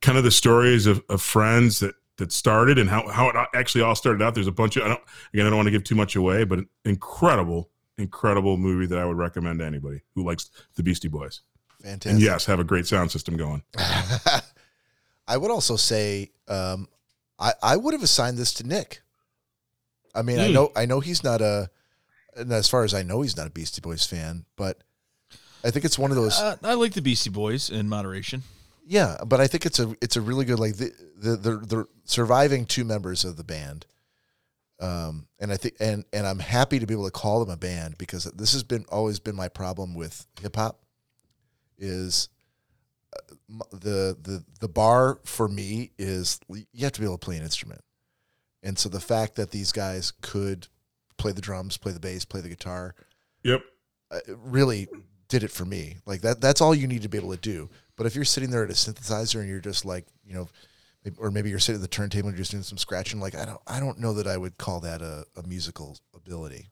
kind of the stories of, of friends that that started and how how it actually all started out. There's a bunch of I don't again I don't want to give too much away, but an incredible incredible movie that I would recommend to anybody who likes the Beastie Boys. And Fantastic. yes, have a great sound system going. I would also say um, I I would have assigned this to Nick. I mean, Hmm. I know I know he's not a, and as far as I know, he's not a Beastie Boys fan, but I think it's one of those. Uh, I like the Beastie Boys in moderation. yeah, but I think it's a it's a really good like the the the, the surviving two members of the band. Um, and I think and and I'm happy to be able to call them a band because this has been always been my problem with hip hop is uh, m- the the the bar for me is l- you have to be able to play an instrument, and so the fact that these guys could play the drums, play the bass, play the guitar, Yep. uh, it really did it for me. Like that that's all you need to be able to do. But if you're sitting there at a synthesizer and you're just like, you know, maybe- or maybe you're sitting at the turntable and you're just doing some scratching, like I don't I don't know that I would call that a, a musical ability.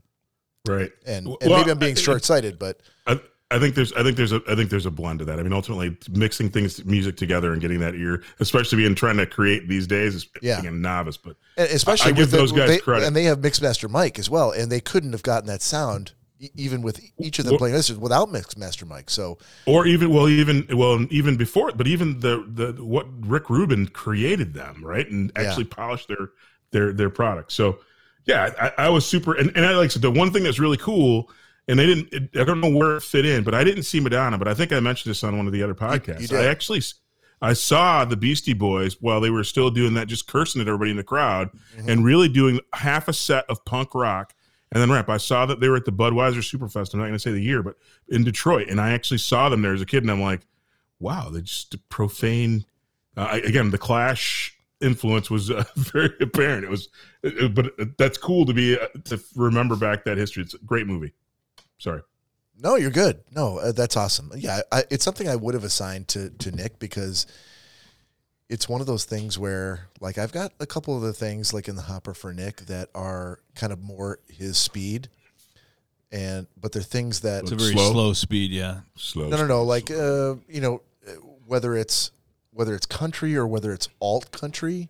Right. And, and Well, maybe I'm I being think- short sighted, but I, I think there's I think there's a I think there's a blend of that. I mean, ultimately mixing things music together and getting that ear, especially being trying to create these days, is Yeah. being a novice. But and e, especially give with the- those guys they- credit. and they have Mixmaster Mike as well, and they couldn't have gotten that sound e- even with each of them Well- playing this without Mixmaster Mike. So or even well even well even before it, but even the the what Rick Rubin created them right and Yeah. actually polished their their their product. So yeah, I, I was super and, and I like I said, the one thing that's really cool. And they didn't. It, I don't know where it fit in, but I didn't see Madonna. But I think I mentioned this on one of the other podcasts. you did. I actually, s- I saw the Beastie Boys while they were still doing that, just cursing at everybody in the crowd, Mm-hmm. and really doing half a set of punk rock and then rap. I saw that they were at the Budweiser Superfest. I'm not going to say the year, but in Detroit, and I actually saw them there as a kid, and I'm like, wow, they just profane. Uh, I, again, the Clash influence was uh, very apparent. It was, it- it- but that's cool to be uh, to remember back that history. It's a great movie. Sorry. No, you're good. No, uh, that's awesome. Yeah, I, it's something I would have assigned to to Nick because it's one of those things where like I've got a couple of the things like in the hopper for Nick that are kind of more his speed, and but they're things that It's a very Slow. slow, speed, yeah. Slow. no no no like uh you know uh, whether it's whether it's country or whether it's alt country,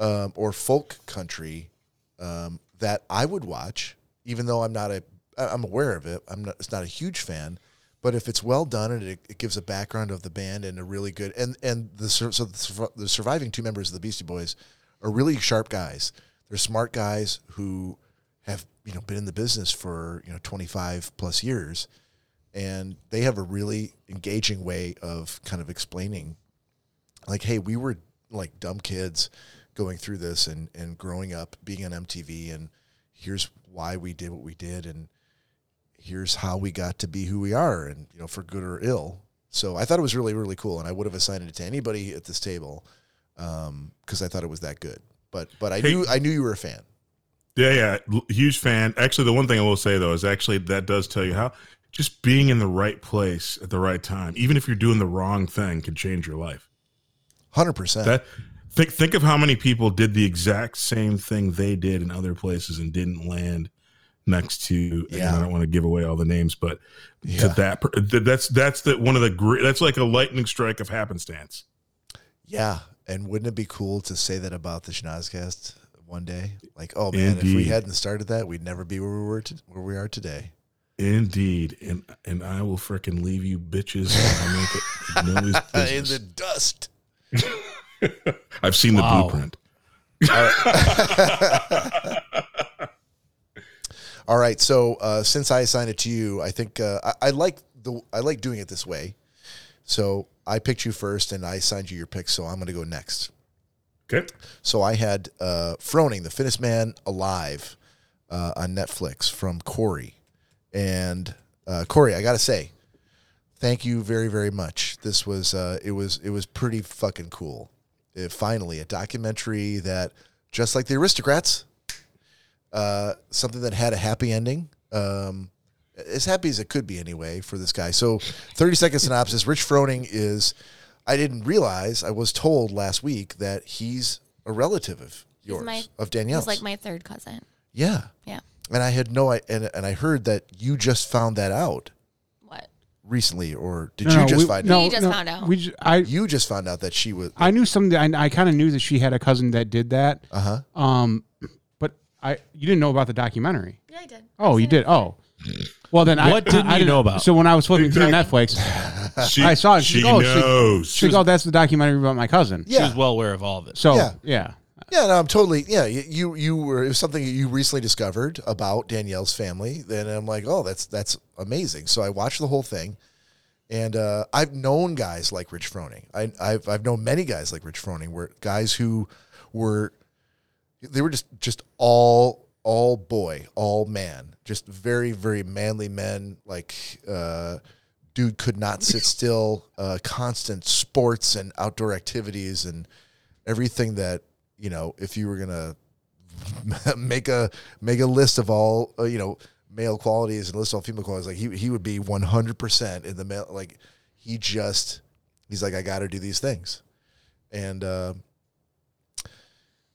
um or folk country, um that I would watch even though I'm not a I- I'm aware of it I'm not it's not a huge fan. But if it's well done and it, it gives a background of the band and a really good and and the sur- so the, sur- the surviving two members of the Beastie Boys are really sharp guys. They're smart guys who have you know been in the business for you know 25 plus years, and they have a really engaging way of kind of explaining, like, hey, we were like dumb kids going through this and and growing up being on MTV and here's why we did what we did and here's how we got to be who we are and you know for good or ill so i thought it was really really cool and i would have assigned it to anybody at this table because i thought it was that good but but i Hey. knew i knew you were a fan Yeah, yeah, l- huge fan. Actually, the one thing I will say though is actually that does tell you how just being in the right place at the right time, even if you're doing the wrong thing, can change your life. 100% That think think of how many people did the exact same thing they did in other places and didn't land next to. Yeah, Yeah. I don't want to give away all the names, but Yeah. to that per- th- that's that's the one of the great. That's like a lightning strike of happenstance. yeah and wouldn't it be cool to say that about the schnozcast one day like oh man if we Indeed. hadn't started that we'd never be where we were to, where we are today Indeed, and and I will frickin' leave you bitches. I make it nobody's Uh, in business. the dust I've seen Wow. the blueprint. All right. So uh, since I assigned it to you, I think uh, I, I like the I like doing it this way. So I picked you first, and I assigned you your pick. So I'm going to go next. Okay. So I had uh, Froning, the Finnish man, alive uh, on Netflix from Corey, and uh, Corey, I gotta say, thank you very very much. This was uh, it was it was pretty fucking cool. It, finally, a documentary that just like the Aristocrats, uh, something that had a happy ending. Um, as happy as it could be anyway for this guy. So, 30 second synopsis. Rich Froning is, I didn't realize, I was told last week that he's a relative of yours, my- of He's Danielle's. like my third cousin. yeah. Yeah. And I had no, I, and, and I heard that you just found that out What? recently, or did No, you no, just we- find out? no, We just no, found out. We just, I You just found out that she was, I knew something. I, I kind of knew that she had a cousin that did that. uh huh. Um, but I you didn't know about the documentary. Yeah, I did. Oh, you did. Oh, well then I What didn't I, I you know about? So when I was flipping through Netflix, She, I saw it. She She's like, oh, she- knows. she goes, "That's the documentary about my cousin." She Yeah. was well aware of all of it. So Yeah. yeah, Yeah, no, I'm totally. Yeah, y- you you were it was something you recently discovered about Danielle's family. Then I'm like, oh, that's that's amazing. So I watched the whole thing, and uh, I've known guys like Rich Froning. I, I've I've known many guys like Rich Froning, where guys who were they were just just all all boy, all man, just very very manly men. Like uh, dude could not sit still. Uh, constant sports and outdoor activities and everything that you know if you were gonna make a make a list of all uh, you know male qualities and list all female qualities like he he would be 100% in the male like he just he's like I got to do these things and uh,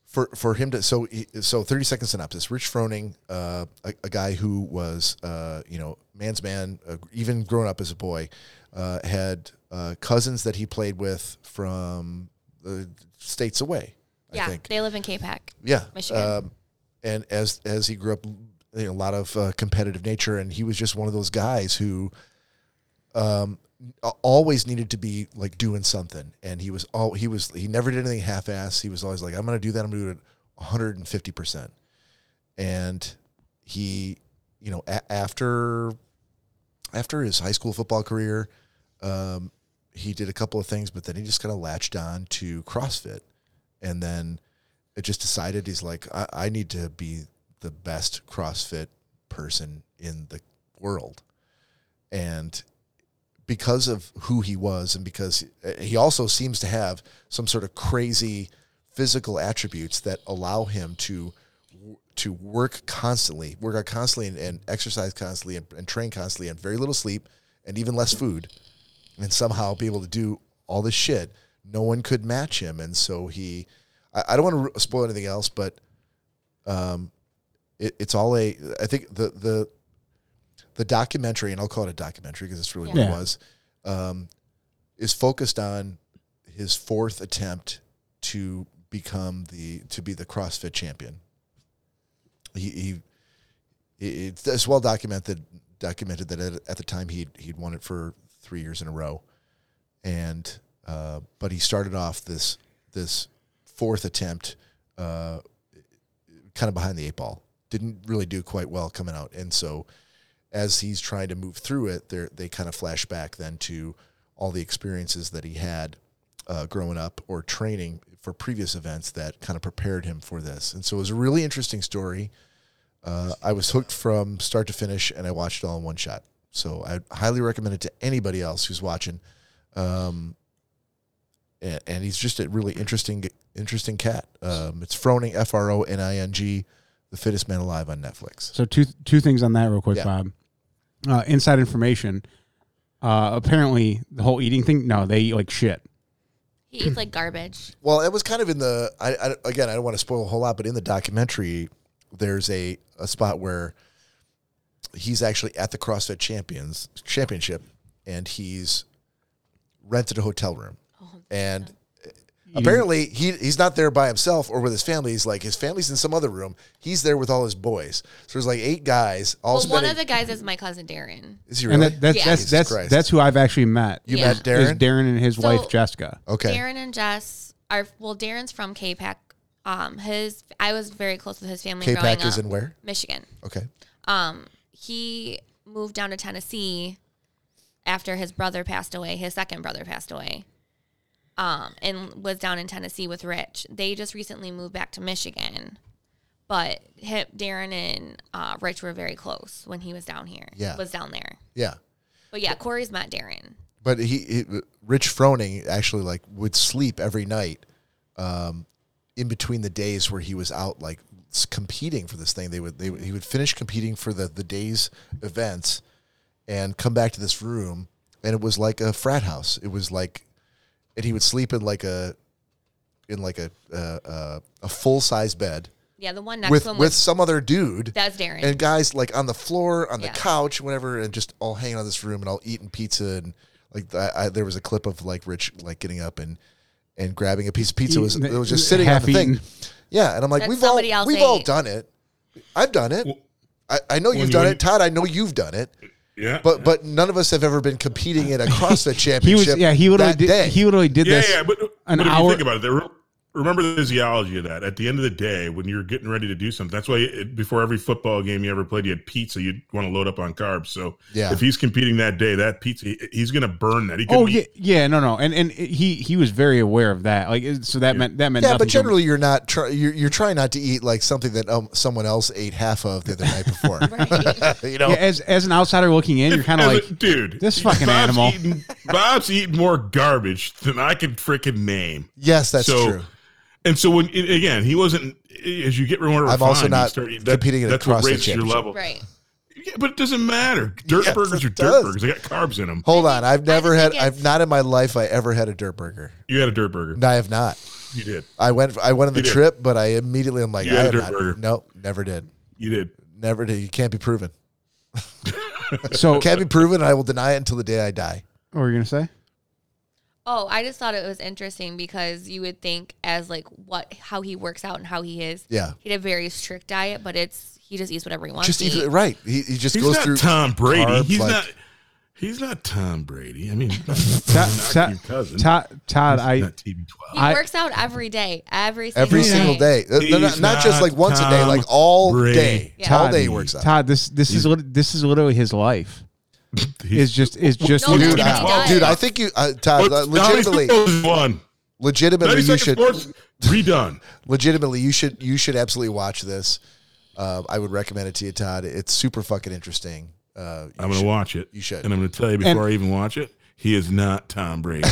for for him to so he- so 30 second synopsis Rich Froning uh, a, a guy who was uh, you know man's man uh, even grown up as a boy uh, had uh, cousins that he played with from uh, states away I Yeah, think they live in K-Pac. yeah, Michigan. Um, and as as he grew up, you know, a lot of uh, competitive nature, and he was just one of those guys who, um, a- always needed to be like doing something, and he was all he was he never did anything half ass. He was always like, I'm gonna do that. I'm gonna do it 150 percent, and he, you know, a- after after his high school football career, um, he did a couple of things, but then he just kind of latched on to CrossFit, and then it just decided he's like, I, I need to be the best CrossFit person in the world, and because of who he was, and because he also seems to have some sort of crazy physical attributes that allow him to to work constantly, work out constantly, and, and exercise constantly, and, and train constantly, and very little sleep, and even less food, and somehow be able to do all this shit. no one could match him, and so he. I, I don't want to spoil anything else, but um, it, it's all a. I think the the the documentary, and I'll call it a documentary because it's really what Yeah. it was, um, is focused on his fourth attempt to become the to be the CrossFit champion. He, he it- it's well documented documented that at, at the time he'd he'd won it for three years in a row, and uh, but he started off this this fourth attempt, uh, kind of behind the eight ball. Didn't really do quite well coming out, and so as he's trying to move through it, they they kind of flash back then to all the experiences that he had uh, growing up or training for previous events that kind of prepared him for this. And so it was a really interesting story. Uh, I was hooked from start to finish, and I watched it all in one shot. So I highly recommend it to anybody else who's watching. Um, and, and he's just a really interesting, interesting cat. Um, it's Froning, F R O N I N G, the fittest man alive on Netflix. So two two things on that real quick, Yeah. Bob. Uh, inside information. Uh, apparently, the whole eating thing. No, they eat like shit. He eats like garbage. Well, it was kind of in the. I, I again, I don't want to spoil a whole lot, but in the documentary, there's a a spot where he's actually at the CrossFit Champions Championship, and he's rented a hotel room, Oh, and apparently he he's not there by himself or with his family. He's like his family's in some other room. He's there with all his boys. So there's like eight guys all Well, one spending. of the guys is my cousin Darren. is he really? And that, that's Yeah. that's Jesus that's Christ. that's who I've actually met. you Yeah. met Is Darren. Oh, Darren and his So- wife Jessica. okay. Darren and Jess are well. Darren's from K-Pac. Um, his I was very close with his family. growing K-Pac is up. in where? Michigan. Okay. Um, he moved down to Tennessee after his brother passed away. His second brother passed away. Um, and was down in Tennessee with Rich. They just recently moved back to Michigan, but hip Darren and uh, Rich were very close when he was down here. Yeah. was down there. Yeah. But yeah, Corey's met Darren. but he, he Rich Froning actually like would sleep every night um, in between the days where he was out like s- competing for this thing they would they would, he would finish competing for the the day's events and come back to this room and it was like a frat house it was like and he would sleep in like a in like a uh, uh, a full size bed Yeah, the one next with one with was some other dude that's Darren. and guys like on the floor, on the Yeah. couch, whatever, and just all hanging on this room and all eating pizza and like I, I, there was a clip of like Rich like getting up and and grabbing a piece of pizza it was it was just sitting on the Half-eaten. thing. Yeah, and I'm like That's we've all somebody else we've all ate. done it. I've done it. I, I know when you've done you- it, Todd. I know you've done it, Yeah. but but none of us have ever been competing in a CrossFit He championship. was yeah. He literally that day. did, he literally did yeah, this. yeah, but, an but if hour- you think about it, there, remember the physiology of that. At the end of the day, when you're getting ready to do something, that's why it, before every football game you ever played, you had pizza. You'd want to load up on carbs. So Yeah. if he's competing that day, that pizza, he- he's going to burn that. He Oh couldn't yeah, eat- yeah, no, no, and and he he was very aware of that. Like it- so that meant that meant yeah, nothing but to him. generally you're not try, you're, you're trying not to eat like something that um, someone else ate half of the other night before. you know, Yeah, as as an outsider looking in, you're kind of As a- like dude, this fucking animal. Eating, Bob's eating more garbage than I can freaking name. yes, that's so, true. And so when and again, he wasn't as you get more. I'm also refined, you not start eating- competing in a That's what CrossFit raises your championship. level, right. Yeah, but it doesn't matter. Dirt Yes, it burgers are dirt does. burgers. They got carbs in them. Hold on, I think- I've I never think had. it's- I've not in my life. I ever had a dirt burger. You had a dirt burger. No, I have not. You did. I went. I went on the You did. trip, but I immediately am like, You had I a have dirt not. burger. No, never did. You did. Never did. You can't be proven. so. Can't uh, be proven. And I will deny it until the day I die. What were you gonna say? Oh, I just thought it was interesting because you would think as like what how he works out and how he is. Yeah. He had a very strict diet, but it's he just eats whatever he wants. Just to even, eat. right. He, he just He's goes not through. Tom Brady. carbs, he's like- not. He's not Tom Brady. I mean, Todd, your cousin. Todd, Todd I not TB12. He I- works out every day, every single Every day. single day, Uh, He's no, not, not just not like once a day, Tom like all Brady. day, Yeah. all day he Todd, works out. Todd, this this is lit- this is literally his life. Is just is just No, dude, Todd, I, Todd. dude, I think you, uh, Todd, uh, What's- how many legitimately, Sports one. legitimately, 90 you Second should, Sports redone. legitimately you should you should absolutely watch this um, i would recommend it to you todd it's super fucking interesting uh, you I'm going to should- watch it. you should. And I'm going to tell you before I even watch it, he is not Tom Brady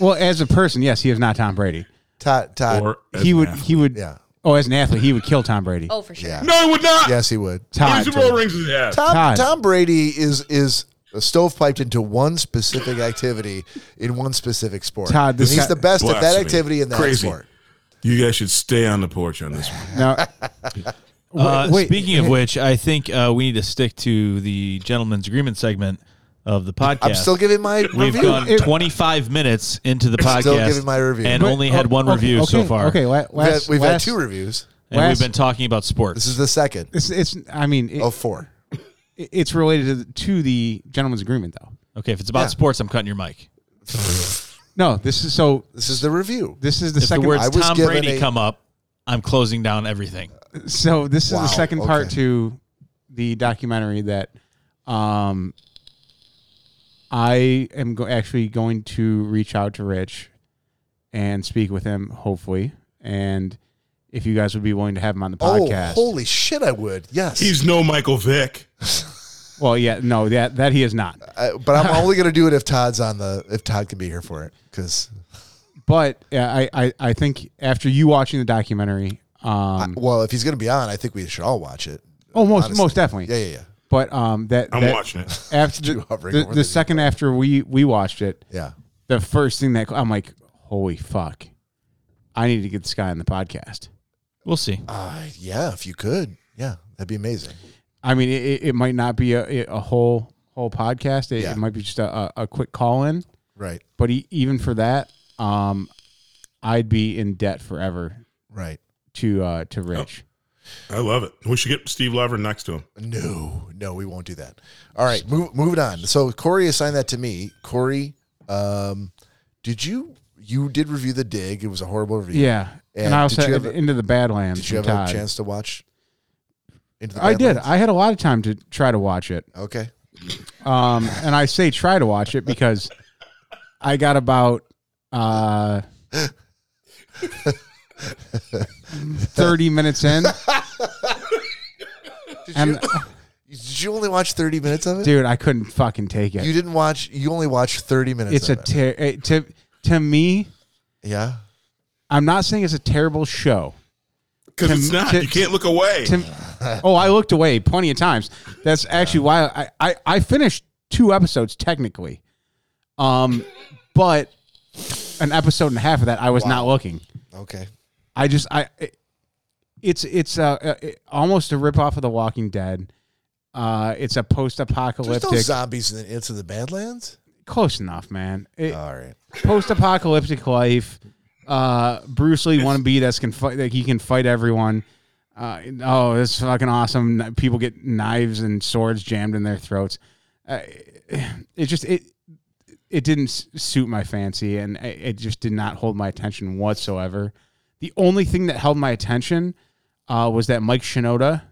well as a person. Yes, he is not Tom Brady. todd todd or as he an would athlete. he would yeah oh as an athlete he would kill Tom Brady. Oh, for sure. yeah No, he would not. yes he would He's Todd, the roll rings in his ass. tom, Todd. tom brady is is stovepiped into one specific activity in one specific sport. Todd, this And he's ha- the best at that Blasphemy. activity in that Crazy. sport. You guys should stay on the porch on this one. Now, Uh, wait, speaking of which, I think uh, we need to stick to the gentleman's agreement segment of the podcast. I'm still giving my We've review. gone It- 25 minutes into the podcast Still giving my review. and But- only had one okay, review so okay, far. Okay, la- We've, had, last- we've had last- two reviews. And last- we've been talking about sports. This is the second It's, it's. I mean, it, of four. it's related to, to the gentleman's agreement, though. okay, if it's about Yeah. sports, I'm cutting your mic. No, this is so. This is the review. This is the If the second. words I was Tom given Brady a- come up, I'm closing down everything. so this is Wow, the second part okay. to the documentary that um, I am go- actually going to reach out to Rich and speak with him, hopefully, and if you guys would be willing to have him on the podcast. Oh, holy shit! I would. Yes. He's no Michael Vick. Well, yeah, no, that that he is not. I- but I'm only going to do it if Todd's on the if Todd can be here for it because But uh, I, I I think after you watching the documentary, um, well if he's going to be on I think we should all watch it. oh most honestly. most definitely. Yeah, yeah, yeah. But um, that I'm that- watching it. after the, You hovering the, over the the- second after we we watched it. Yeah. the first thing that I'm like, holy fuck, I need to get this guy on the podcast. We'll see. Uh, yeah, if you could. Yeah, that'd be amazing. I mean, it- it, it might not be a, a whole whole podcast. It, Yeah. it might be just a, a, a quick call in, Right. but e- even for that, um, I'd be in debt forever Right. to uh, Oh. to Rich. I love it. We should get Steve Lover next to him. No, no, we won't do that. All right, move, moving on. So Corey assigned that to me. Corey, um, did you you did review the dig? It was a horrible review. Yeah, and, And I also did you had have a- into the Badlands. Did you have from Todd. a chance to watch? Into I did. Badlands? I had a lot of time to try to watch it. okay. Um, and I say try to watch it because I got about uh, 30 minutes in. Did you, And did you only watch thirty minutes of it? dude, I couldn't fucking take You it. didn't watch. You only watched thirty minutes. It's a of it. ter- it- to to me, yeah. I'm not saying it's a terrible show. Because To- it's not. to- you can't look away. To, oh, I looked away plenty of times. That's actually why I, I, I finished two episodes technically. Um but an episode and a half of that I was not looking. Okay. I just I it- it's it's uh, uh it- almost a rip off of The Walking Dead. Uh, it's a post There's no apocalyptic. zombies in the, into the Badlands. Close enough, man. All right. Post apocalyptic life. Uh, Bruce Lee wannabe that's can fight that he can fight everyone. Uh, oh, this is fucking awesome. N- People get knives and swords jammed in their throats. Uh, it just it it didn't s- suit my fancy, and it it just did not hold my attention whatsoever. The only thing that held my attention uh, was that Mike Shinoda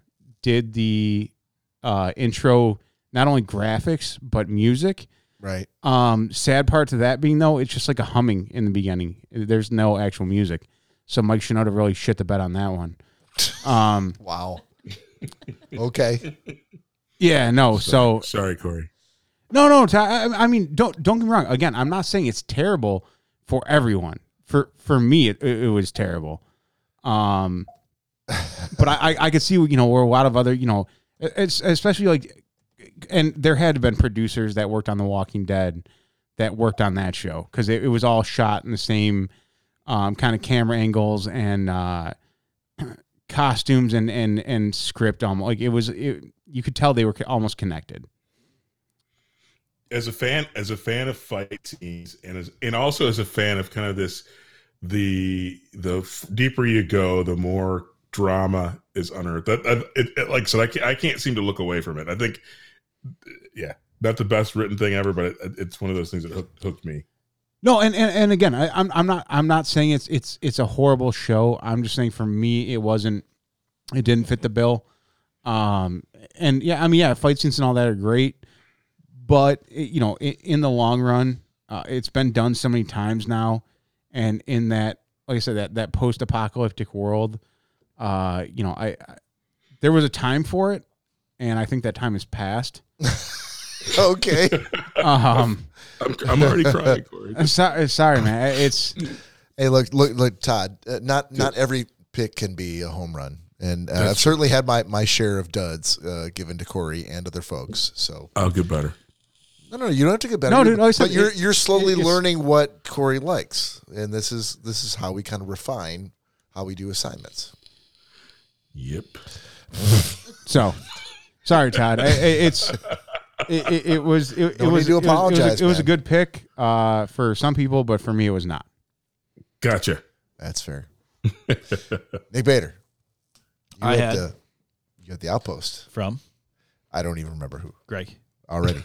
did the uh, intro, not only graphics but music. Right. Um, sad part to that being though, it's just like a humming in the beginning. There's no actual music, so Mike Shinoda really shit the bed on that one. Um, Wow. okay. yeah, no, so Sorry, Corey. no, no. Ty- I, I mean, don't don't get me wrong. Again, I'm not saying it's terrible for everyone. For for me, it, it, it was terrible. Um, but I I- I could see you know where a lot of other you know it's especially like and there had been producers that worked on The Walking Dead that worked on that show because it, it was all shot in the same um, kind of camera angles and uh, costumes and and and script almost like it was it, you could tell they were co- almost connected. as a fan as a fan of fight scenes and as and also as a fan of kind of this the the f- deeper you go the more drama is unearthed that, that- it, it- like i said I can't, I can't seem to look away from it i think yeah not the best written thing ever but it, it's one of those things that hooked, hooked me No, and, and, and again, I, I'm I'm not I'm not saying it's it's it's a horrible show. I'm just saying for me, it wasn't, it didn't fit the bill. Um, and yeah, I mean, yeah, fight scenes and all that are great, but it, you know, in, in the long run, uh, it's been done so many times now, and in that, like I said, that that post apocalyptic world, uh, you know, I, I there was a time for it, and I think that time has passed. Okay. Um, i'm, I'm already crying Corey. I'm sorry, sorry, man. It's Hey, look, look, look, Todd. Uh, not not every pick can be a home run, and uh, I've certainly had my my share of duds uh, given to Corey and other folks. So i'll get better No, no, you don't have to get better. No, dude, no, I said but you're it- you're slowly it's- learning what Corey likes, and this is this is how we kind of refine how we do assignments. Yep. So, sorry, Todd. I, I, it's it, it, it was it, it No need was to it was- it was a- apologize, It was a man. good pick uh, for some people, but for me, it was not. Gotcha. That's fair. Nick Bader, you I had- the you had the outpost. From I don't even remember who Greg. already.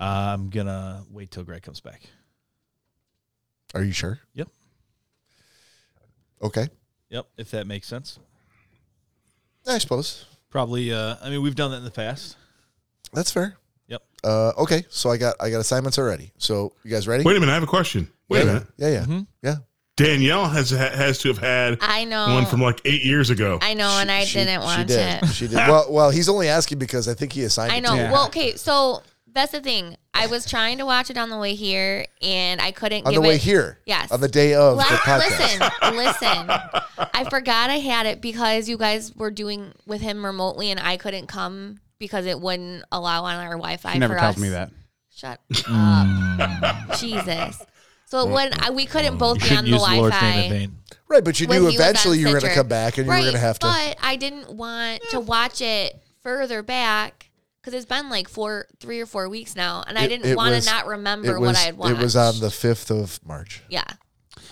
I'm gonna wait till Greg comes back. Are you sure? Yep. Okay, Yep. If that makes sense. I suppose Probably. Uh, I mean, we've done that in the past. that's fair. Yep. Uh, okay, so I got I got assignments already. So you guys ready? Wait a minute. I have a question. Wait a yeah, minute. yeah, yeah, Mhm. yeah. Danielle has has to have had I know. one from like eight years ago. I know, Oh, and I She- didn't she watch did. it. She did. Well, well, he's only asking because I think he assigned. I it know. to you. Yeah. Well, okay, so that's the thing. I was trying to watch it on the way here, and I couldn't on give the way it. here. Yes. On the day of the Well, podcast. listen, listen. I forgot I had it because you guys were doing with him remotely, and I couldn't come because it wouldn't allow on our Wi-Fi. He never for tells us. me that. Mm. Shut up, Jesus. So when I, we couldn't both be on the Wi-Fi. vain. Right, but you when knew he was on eventually you were going to Stitcher. come back and you were going to have to. But I didn't want to watch it further back because it's been like four, three or four weeks now, and I It- didn't it want was- to not remember it was, what I had watched. It was on the 5th of March. yeah.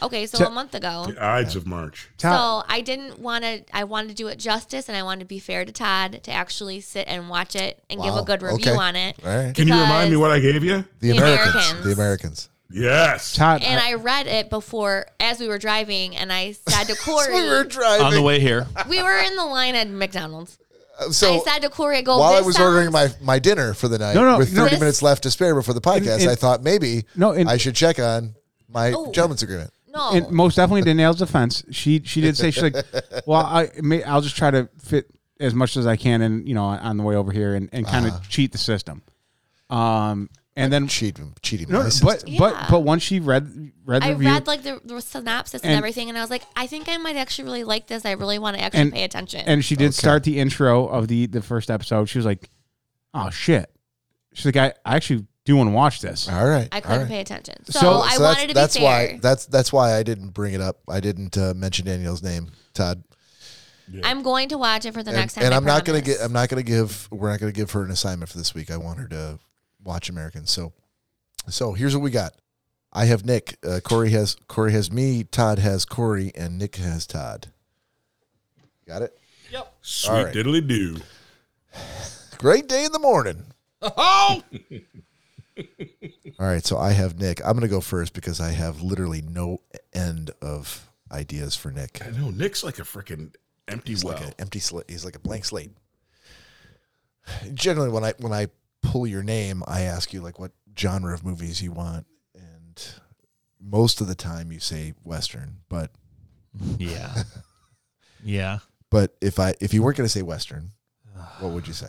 Okay, so Ta- a month ago. The Ides of March. Todd, So I didn't want to. I wanted to do it justice, and I wanted to be fair to Todd to actually sit and watch it and give Wow, a good review okay. on it. All right. Can you remind me Because- what I gave you? The, The Americans, Americans. The Americans. Yes. Todd, And I- I read it before as we were driving, and I said to Corey, we were driving. On the way here, we were in the line at McDonald's. I so said to Corey, I "Go." while I "This was sounds- ordering my, my dinner for the night No, no, with no. 30 This- minutes left to spare before the podcast, in- I thought maybe No, in- I should check on my Oh. gentleman's agreement. no, and most definitely Danielle's defense. She she did say she's like, well, I may, I'll just try to fit as much as I can, and you know, on the way over here, and, and kind of cheat the system. Um, and then Uh-huh. Cheat, cheating. no, my system. but but Yeah. but once she read read the I review, read like the, the synopsis and, And- everything, and I was like, I think I might actually really like this. I really want to actually And- pay attention. and she did start the intro of the the first episode. She was like, "Oh shit!" She's like, "I, I actually do want to watch this." all right. I all couldn't right. pay attention, so, So- I So wanted to be that's fair. why that's that's why I didn't bring it up. I didn't uh, mention Danielle's name, Todd. I'm going to watch it for the and, next time. and I I'm not gonna promise. get. I'm not gonna give. We're not gonna give her an assignment for this week. I want her to watch Americans. So, so here's what we got. I have Nick. Uh, Corey has Corey has me. Todd has Corey, and Nick has Todd. Got it. Sweet All right. diddly do. Great day in the morning. All right, so I have Nick. I'm gonna go first because I have literally no end of ideas for Nick. I know Nick's like a freaking empty He's well. like an empty slate. He's like a blank slate. Generally, when I when I pull your name, I ask you like what genre of movies you want, and most of the time you say western. But yeah, yeah. but if I if you weren't going to say western, what would you say?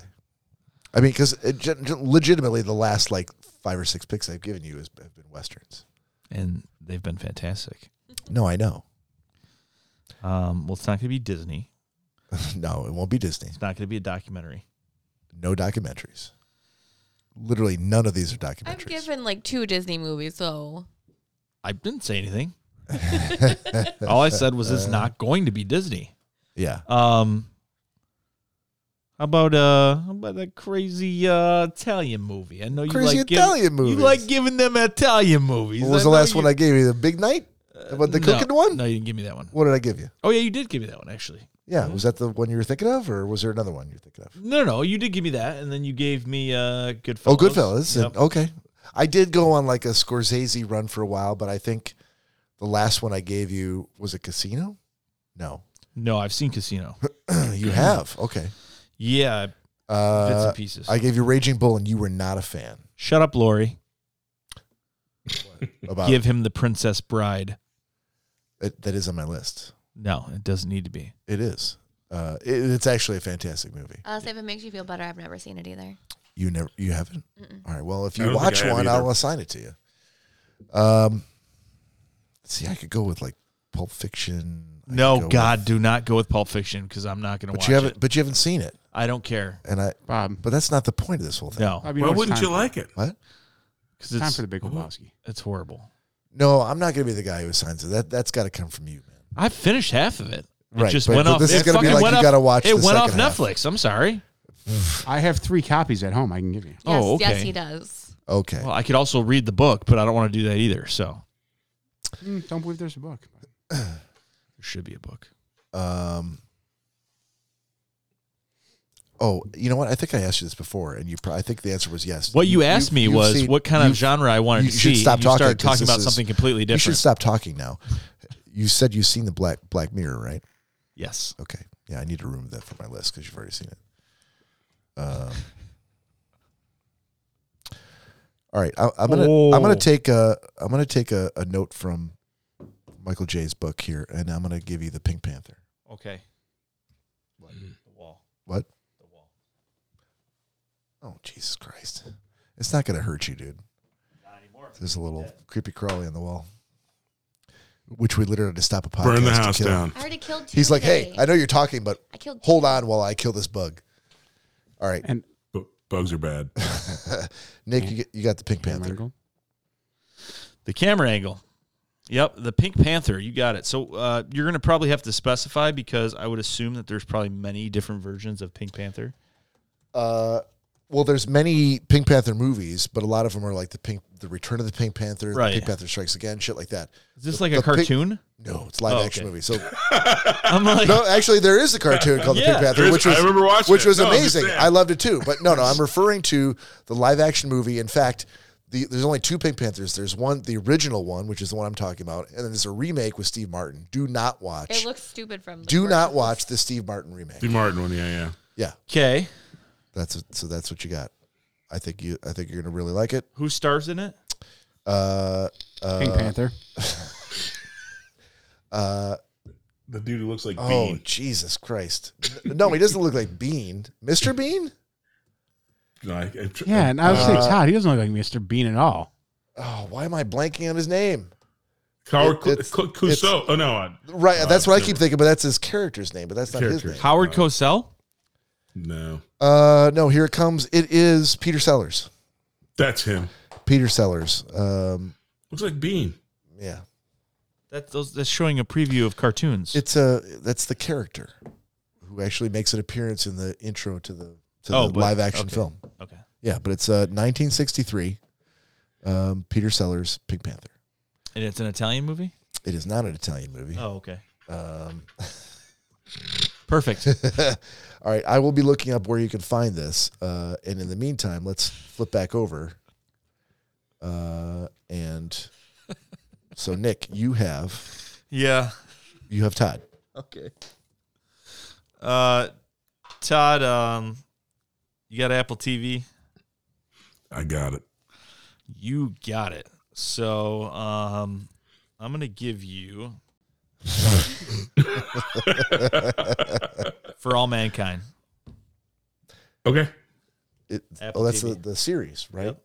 I mean, because legitimately, the last like five or six picks I've given you has, have been westerns. And they've been fantastic. No, I know. Um, well, it's not gonna be Disney. no, it won't be Disney. It's not gonna be a documentary. No documentaries. Literally, none of these are documentaries. I've given like two Disney movies, so I didn't say anything. All I said was it's not going to be Disney. yeah. Um, how about uh, how about that crazy uh Italian movie? I know you Crazy like Italian giving, movies. You like giving them Italian movies. What was the know last you- one I gave you? The Big Night? About the No, cooking one? No, you didn't give me that one. What did I give you? Oh yeah, you did give me that one actually. Yeah, was that the one you were thinking of, or was there another one you're thinking of? No, no, you did give me that, and then you gave me uh, Goodfellas. Oh, Goodfellas. Yep. And, okay, I did go on like a Scorsese run for a while, but I think the last one I gave you was a Casino. No, No, I've seen Casino. you have. Okay, yeah, uh, bits and pieces. I gave you Raging Bull, and you were not a fan. Shut up, Lori. About Give him the Princess Bride. it, that is on my list. No, it doesn't need to be. It is. Uh, it, it's actually a fantastic movie. I'll say if it makes you feel better, I've never seen it either. You never, you haven't. All right. Well, if I you don't think watch I have one, either. I'll assign it to you. Um, see, I could go with like Pulp Fiction. I could No, go God, with- do not go with Pulp Fiction because I'm not going to but watch you haven't, it. but you haven't seen it, I don't care. and I. Bob, But that's not the point of this whole thing. No, Bob, you Why know it's wouldn't time you for- like it? What? because Time it's for the Big Lebowski. it's horrible. No, I'm not going to be the guy who signs it. That that's got to come from you, man. I finished half of it. It Right, just but- went but off. this is it gonna be fucking like went you off- gotta watch It the went off second half. Netflix. I'm sorry. I have three copies at home. I can give you. Yes, Oh, yes, okay. he does. Okay. Well, I could also read the book, but I don't want to do that either. So Mm, don't believe there's a book. there should be a book. Um. Oh, you know what? I think I asked you this before, and you. Pro- I think the answer was yes. What you, asked me you've was seen- what kind of you've- genre I wanted you to should see. stop and you talking, started 'cause talking this about is- something completely You different. should stop talking now. You said you've seen the Black Black Mirror, right? Yes. Okay. Yeah, I need to remove that from my list because you've already seen it. Um, all right, I, I'm gonna I'm gonna Oh. take a I'm gonna take a, a note from Michael Jay's book here, and I'm gonna give you the Pink Panther. Okay. What? The wall. What? The wall. Oh Jesus Christ! It's not gonna hurt you, dude. There's a little creepy crawly on the wall, which we literally had to stop a podcast. Burn the to house kill. down. I already killed two. He's like, hey, today. I know you're talking, but I killed hold on while I kill this bug. All right, And Bu- Bugs are bad. Nick, you, get, you got the Pink Panther. Mangold? The camera angle. Yep, the Pink Panther. You got it. So uh, you're going to probably have to specify because I would assume that there's probably many different versions of Pink Panther. Uh, well, there's many Pink Panther movies, but a lot of them are like the Pink, the Return of the Pink Panther, the Right. Pink Panther Strikes Again, shit like that. Is this The- like the a Pink- cartoon? no, it's live Oh, action okay. movie. So I'm like, no, actually, there is a cartoon called the Yeah, Pink Panther, there is. which was I remember watching which it. was No, I'm just amazing. saying. I loved it too. But no, no, I'm referring to the live action movie. In fact, the, there's only two Pink Panthers. There's one, the original one, which is the one I'm talking about, and then there's a remake with Steve Martin. Do not watch. It looks stupid from. The Do not commercials. watch the Steve Martin remake. Steve Martin one, yeah, yeah. Yeah, okay. that's so. That's what you got. I think you. I think you're gonna really like it. Who stars in it? Uh, Pink Panther. The dude who looks like oh, Bean. Jesus Christ! No, he doesn't look like Bean. Mr. Bean? No, I, I tr- Yeah, and I was uh, thinking, Todd, he doesn't look like Mr. Bean at all. Oh, why am I blanking on his name? Howard it- it's- Cl- Cl- Cousteau. Oh no, I- Right, Uh, that's what I keep Gilbert. thinking, but that's his character's name, but that's not Character. his name. Howard Cosell? no, Uh, no, here it comes. It is Peter Sellers. that's him. Peter Sellers. Um, Looks like Bean. yeah, That, those, that's showing a preview of cartoons. it's a that's the character who actually makes an appearance in the intro to the to Oh, the but- live action okay. film. okay. Yeah, but it's uh 1963. Um, Peter Sellers, Pink Panther. And it's an Italian movie? It is not an Italian movie. Oh, okay. Um, Perfect. all right, I will be looking up where you can find this. Uh, and in the meantime, let's flip back over. Uh, and so Nick, you have yeah. you have Todd. Okay. Uh, Todd, um, you got Apple TV? I got it. You got it. So um, I'm gonna give you for all mankind. Okay. It, Apple oh, that's the, TV. the series, right? Yep.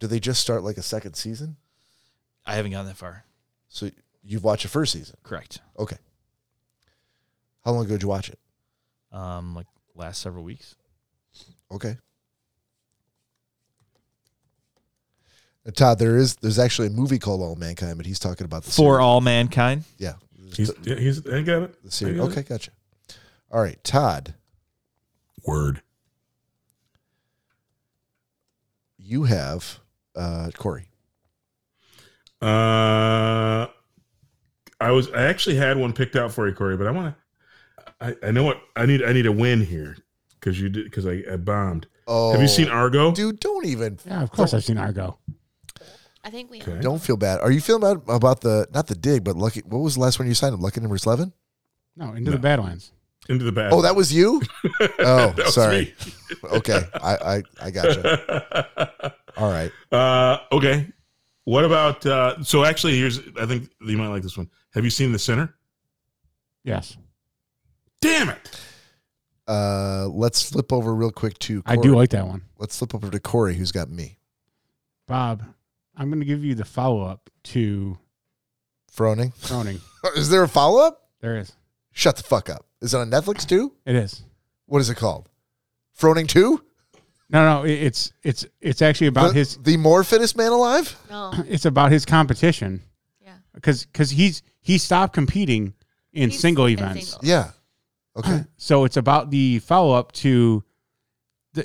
Do they just start like a second season? I haven't gotten that far. So you've watched the first season. Correct. Okay. How long ago did you watch it? Um, like last several weeks. Okay. Uh, Todd, there is there's actually a movie called All Mankind, but he's talking about the For series. all mankind. yeah He's, yeah, he's, I got it. the series. I got Okay, it. gotcha. All right, Todd, Word. you have uh, Corey. Uh, I was. I actually had one picked out for you, Corey, but I want to. I, I know what I need. I need a win here because you did because I, I bombed. Oh, Have you seen Argo? Dude, don't even. Yeah, of course I've seen Argo. I think we. Okay. Don't feel bad. Are you feeling bad about the not the dig, but lucky? What was the last one you signed? up? Lucky number eleven. No, Into the Badlands. Into the bad. Oh, that was you. Oh, That was sorry. me. Okay, I I, I gotcha. All right. uh, okay. What about? Uh, so actually, here's. I think you might like this one. Have you seen The Sinner? Yes. Damn it! Uh, let's flip over real quick to. I Corey. do like that one. Let's flip over to Corey, who's got me. Bob, I'm going to give you the follow up to Froning. Croning. Is there a follow up? there is. Shut the fuck up. Is it on Netflix too? It is. What is it called? Froning 2? No, no, it- it's it's it's actually about the, his the more fittest man alive. No. it's about his competition Yeah. because he's he stopped competing in He's single in events. single. Yeah. Okay. So it's about the follow up to the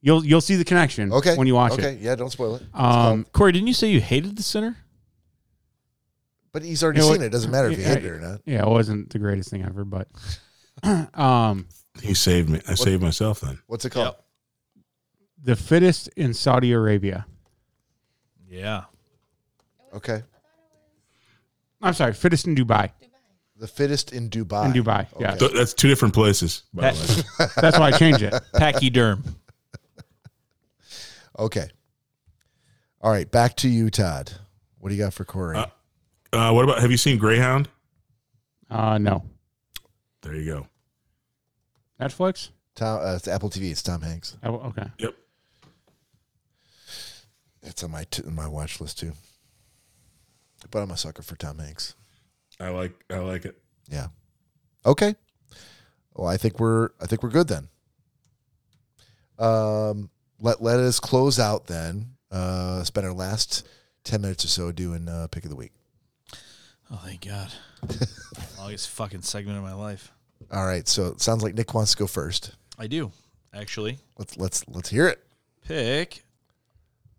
you'll you'll see the connection Okay. when you watch okay. it. Yeah. Don't spoil it. It's Um, called- Corey, didn't you say you hated the center? but he's already you know seen what- it. Doesn't matter if you Yeah, hate it or not. yeah, it wasn't the greatest thing ever, but um, He saved me. I saved myself then. What's it called? the fittest in Saudi Arabia. Yeah. Okay. I'm sorry, fittest in Dubai. The fittest in Dubai. In Dubai, yeah. Th- that's two different places. By the way. That's why I changed it. Pachyderm. Okay. All right. Back to you, Todd. What do you got for Corey? Uh, Uh, what about? Have you seen Greyhound? Uh, no, There you go. Netflix. Tom, uh, it's Apple TV. It's Tom Hanks. Oh, okay, Yep. It's on my t- my watch list too. But I'm a sucker for Tom Hanks. I like. I like it. Yeah. Okay. Well, I think we're I think we're good then. Um, let let us close out then. Uh, spend our last ten minutes or so doing uh, pick of the week. Oh, thank God. Longest fucking segment of my life. All right. So it sounds like Nick wants to go first. I do, actually. Let's let's let's hear it. Pick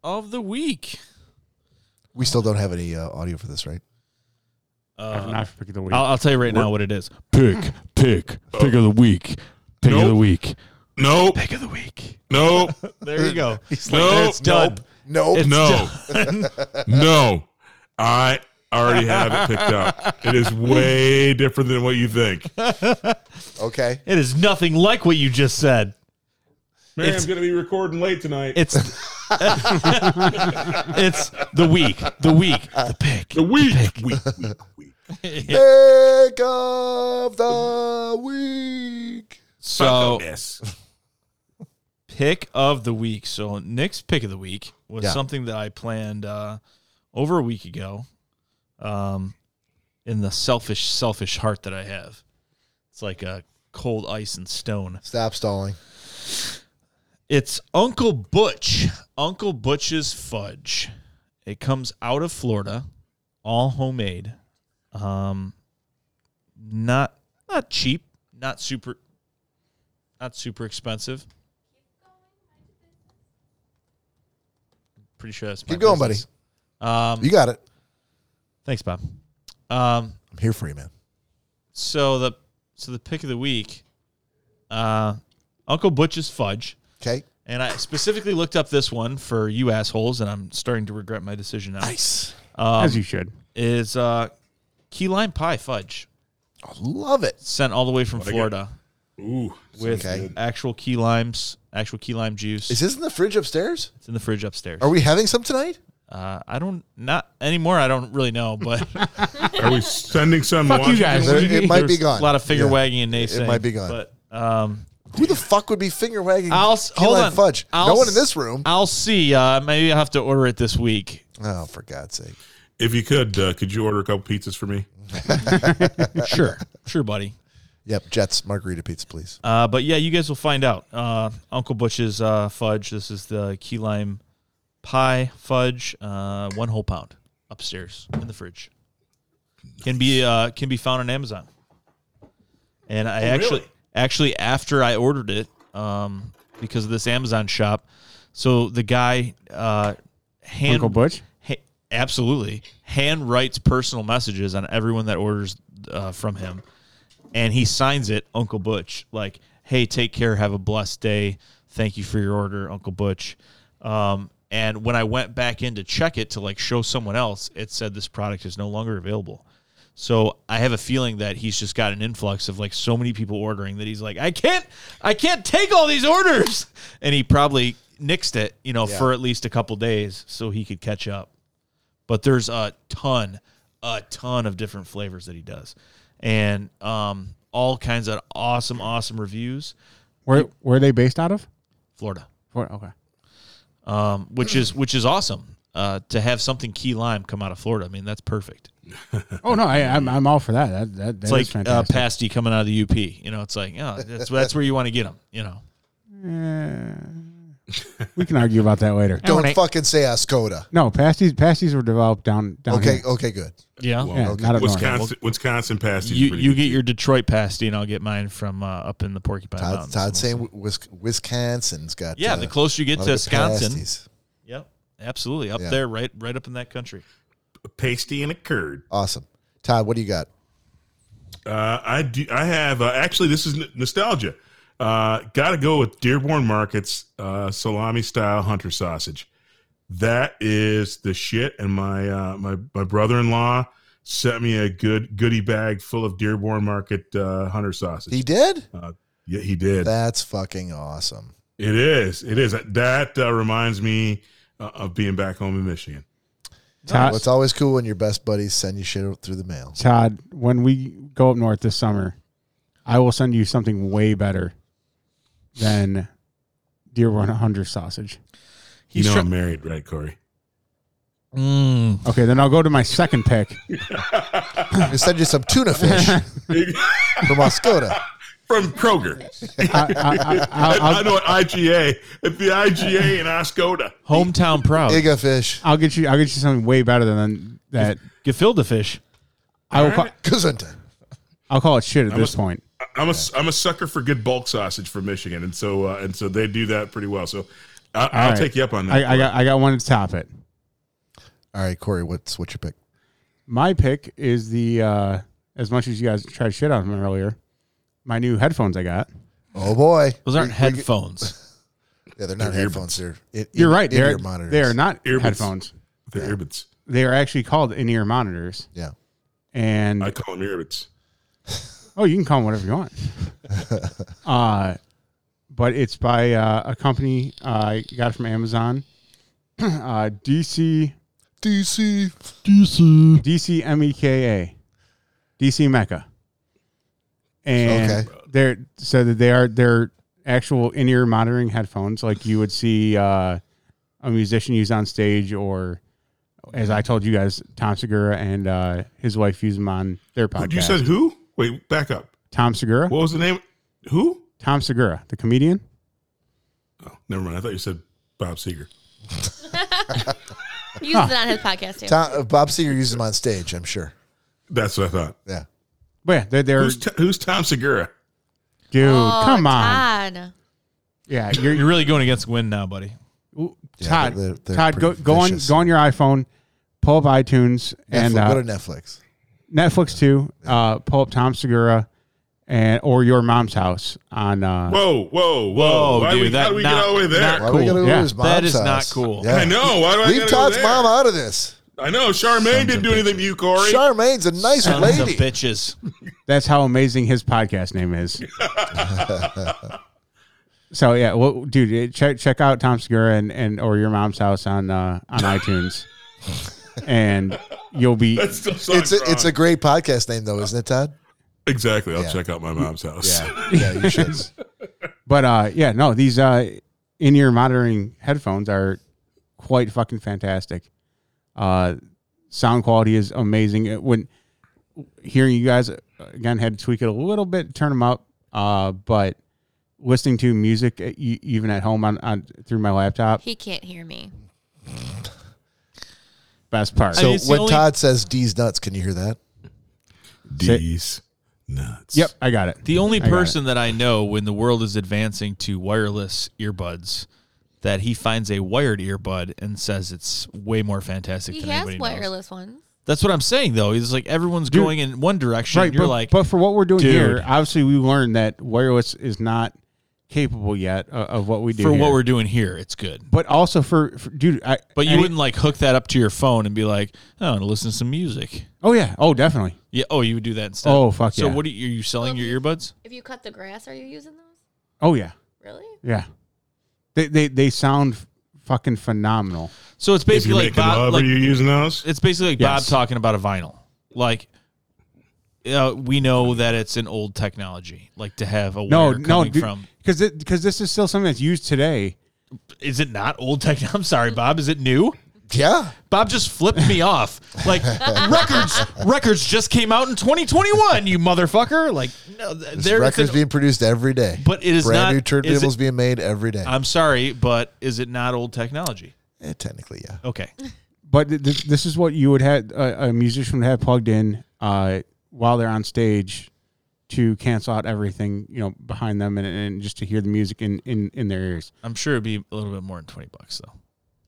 of the week. We still don't have any uh, audio for this, right? I'm Uh, not picking the week. I'll, I'll tell you right now what it is. Pick, pick, pick of the week. Pick of the Nope. week. Nope. Pick of the week. Nope. There you go. nope. It's done. Nope. It's No. no. I already have it picked up. It is way different than what you think. Okay. It is nothing like what you just said. Man, It's- I'm going to be recording late tonight. It's it's the week, the week, the pick. the week. week, week, week. Pick of the week. So Oh. Yes. pick of the week. So Nick's pick of the week was Yeah. something that I planned uh, over a week ago, um, in the selfish, selfish heart that I have. It's like a cold ice and stone. Stop stalling. It's Uncle Butch, Uncle Butch's fudge. It comes out of Florida, all homemade. Um, not not cheap, not super, not super expensive. Pretty sure that's my Keep going, business. Um, You got it. thanks, Bob. Um, I'm here for you, man. so the so the pick of the week, uh, Uncle Butch's fudge. Okay. And I specifically looked up this one for you assholes, and I'm starting to regret my decision now. Nice. as you should. Is uh, key lime pie fudge I love it. sent all the way from Florida Ooh. with Okay. actual key limes, actual key lime juice? Is this in the fridge upstairs? it's in the fridge upstairs. Are we having some tonight? uh, I don't not anymore. I don't really know, but Are we sending some Fuck you Washington? guys. There- it might be there's gone. a lot of finger Yeah. wagging and naysaying. might be gone. But um, Who the fuck would be finger wagging? I'll s- key hold lime on. Fudge. I'll no one in s- this room. I'll see. Uh, maybe I'll have to order it this week. oh, for God's sake! If you could, uh, could you order a couple pizzas for me? sure, sure, buddy. Yep. Jets margarita pizza, please. Uh, but yeah, you guys will find out. Uh, Uncle Butch's uh, fudge. This is the key lime pie fudge. Uh, one whole pound upstairs in the fridge. Can be uh, can be found on Amazon. And Oh, I actually really? actually after I ordered it um, because of this Amazon shop, so the guy uh, hand Uncle Butch. Hey, absolutely. Hand writes personal messages on everyone that orders uh, from him, and he signs it Uncle Butch. Like, hey, take care, have a blessed day. Thank you for your order, Uncle Butch. Um, and when I went back in to check it to like show someone else, it said this product is no longer available. So I have a feeling that he's just got an influx of like so many people ordering that he's like, I can't, I can't take all these orders, and he probably nixed it, you know, for at least a couple days so he could catch up. But there's a ton, a ton of different flavors that he does, and um, all kinds of awesome, awesome reviews. Where where are they based out of? Florida, Where, okay. um, which is which is awesome uh, to have something key lime come out of Florida. I mean, that's perfect. Oh no, I, I'm I'm all for that. That that, that's It's like uh, fantastic. pasty coming out of the UP. You know, it's like, oh, that's that's where you want to get them. You know. Uh, We can argue about that later. Don't fucking say Ascoda. No, pasties pasties were developed down down Okay, here. okay, good. Yeah. Yeah, okay. not at north. Wisconsin, Wisconsin pasties. You you get your Detroit pasty, and I'll get mine from uh, up in the Porcupine Todd, Mountains. Todd saying Wis- Wisconsin's got yeah, uh, the closer you a get lot to of good Wisconsin, pasties. yep, absolutely, up Yeah. there, right, right up in that country. a pasty and a curd. Awesome, Todd. What do you got? Uh, I do. I have uh, actually. This is n- nostalgia. Uh, Got to go with Dearborn Markets uh, salami style hunter sausage. That is the shit. And my uh, my my brother in law sent me a good goodie bag full of Dearborn Market uh, hunter sausage. He did. yeah, he did. That's fucking awesome. It is. It is. That uh, reminds me uh, of being back home in Michigan. Todd, Well, it's always cool when your best buddies send you shit through the mail. Todd, when we go up north this summer, I will send you something way better than Dearborn Hunter sausage. You know, try- I'm married, right, Corey? Mm. Okay, then I'll go to my second pick. I'm gonna send you some tuna fish from Ascoda. From Kroger. I, I, I, I, I'll, I I'll, know at IGA. At the IGA in Oscoda. Hometown proud, Iga fish. I'll get you. I'll get you something way better than that. gefilte fish. I will. Call, Gesundheit. I'll call it shit at this a- point. I'm a I'm a sucker for good bulk sausage from Michigan, and so uh, and so they do that pretty well. So I, I'll right. take you up on that. I, I got. I got one to top it. All right, Corey. What's what's your pick? My pick is the. Uh, as much as you guys tried shit on them earlier, my new headphones I got. Oh boy. Those aren't headphones. Yeah, they're not They're earbuds. headphones. They're in- You're in- right. They're in-ear monitors. they are not Earbuds. headphones. They're earbuds. They are actually called in-ear monitors. Yeah. And I call them earbuds. Oh, you can call them whatever you want. uh, but it's by uh, a company. Uh, I got it from Amazon. uh, DC DC. DC M E K A, DC Mecca, and Okay. they're so that they are they're actual in ear monitoring headphones like you would see uh, a musician use on stage or. As I told you guys, Tom Segura and uh, his wife use them on their podcast. You said who? Wait, back up. Tom Segura, What was the name? Who? Tom Segura, the comedian. Oh, never mind. I thought you said Bob Seger. He uses it on his podcast too. Tom, uh, Bob Seger used them on stage. I'm sure. That's what I thought. Yeah. But yeah, they're, they're Who's, t- who's Tom Segura? dude. Oh, come on, Todd. yeah, you're, You're really going against the wind now, buddy. ooh, Yeah, Todd. they're- they're Todd, go pretty go on vicious. go on your iPhone, pull up iTunes and Netflix, go uh, to Netflix. Netflix too. Uh, pull up Tom Segura and or your mom's house on. Uh, Whoa, whoa, whoa! Whoa, why do we, dude, how that do we not- get all the way there? not- Why we Cool. gotta Yeah. lose mom's That is not house? cool. Yeah. I know. Why do I Leave gotta Todd's go there? mom out of this. I know. Charmaine didn't do anything to you, Corey. Charmaine's a nice Sons of lady. bitches. That's how amazing his podcast name is. so yeah, well, dude, eh, check check out Tom Segura and, and or your mom's house on uh, on iTunes, and you'll be That's still It's a, it's a great podcast name though, isn't it, Todd? exactly. I'll Yeah. check out my mom's house. Yeah, yeah, you should. But uh, yeah, no, these uh, in-ear monitoring headphones are quite fucking fantastic. Uh, sound quality is amazing. It- When hearing you guys uh, again, had to tweak it a little bit, turn them up. Uh, but listening to music uh, e- even at home on, on through my laptop, He can't hear me. best part. So mean, it's the when only- Todd says D's nuts, can you hear that? These nuts. yep, I got it. The only got it. person that I know when the world is advancing to wireless earbuds that he finds a wired earbud and says it's way more fantastic He than has anybody knows. wireless ones. That's what I'm saying though. He's like everyone's Dude. going in one direction. right, and you're but, like but for what we're doing dude. here, obviously we learned that wireless is not capable yet of, of what we do for here. what we're doing here, it's good. but also for, for dude, I, But you any- wouldn't like hook that up to your phone and be like, "Oh, I'm gonna listen to some music." Oh yeah. Oh, definitely. Yeah. Oh, you would do that instead. Oh, fuck So yeah. what are you, are you selling Well, your earbuds? If you cut the grass, are you using those? Oh yeah. Really? Yeah. They they they sound fucking phenomenal. So it's If you're basically like making Bob. love, Like, are you using those? it's basically like Yes. Bob talking about a vinyl. Like, uh, we know that it's an old technology. Like to have a No, wire no, coming from. because because this is still something that's used today. Is it not old technology? I'm sorry, Bob. Is it new? Yeah. Bob just flipped me off. Like records, records just came out in 2021. You motherfucker! Like no, th- There's there. records it's an- being produced every day. But it is brand not- new is turntables it- being made every day. I'm sorry, but is it not old technology? Eh, technically, yeah. Okay, But th- th- this is what you would have uh, a, a musician would have plugged in uh, while they're on stage to cancel out everything you know behind them and, and just to hear the music in, in, in their ears. I'm sure it'd be a little bit more than 20 bucks though.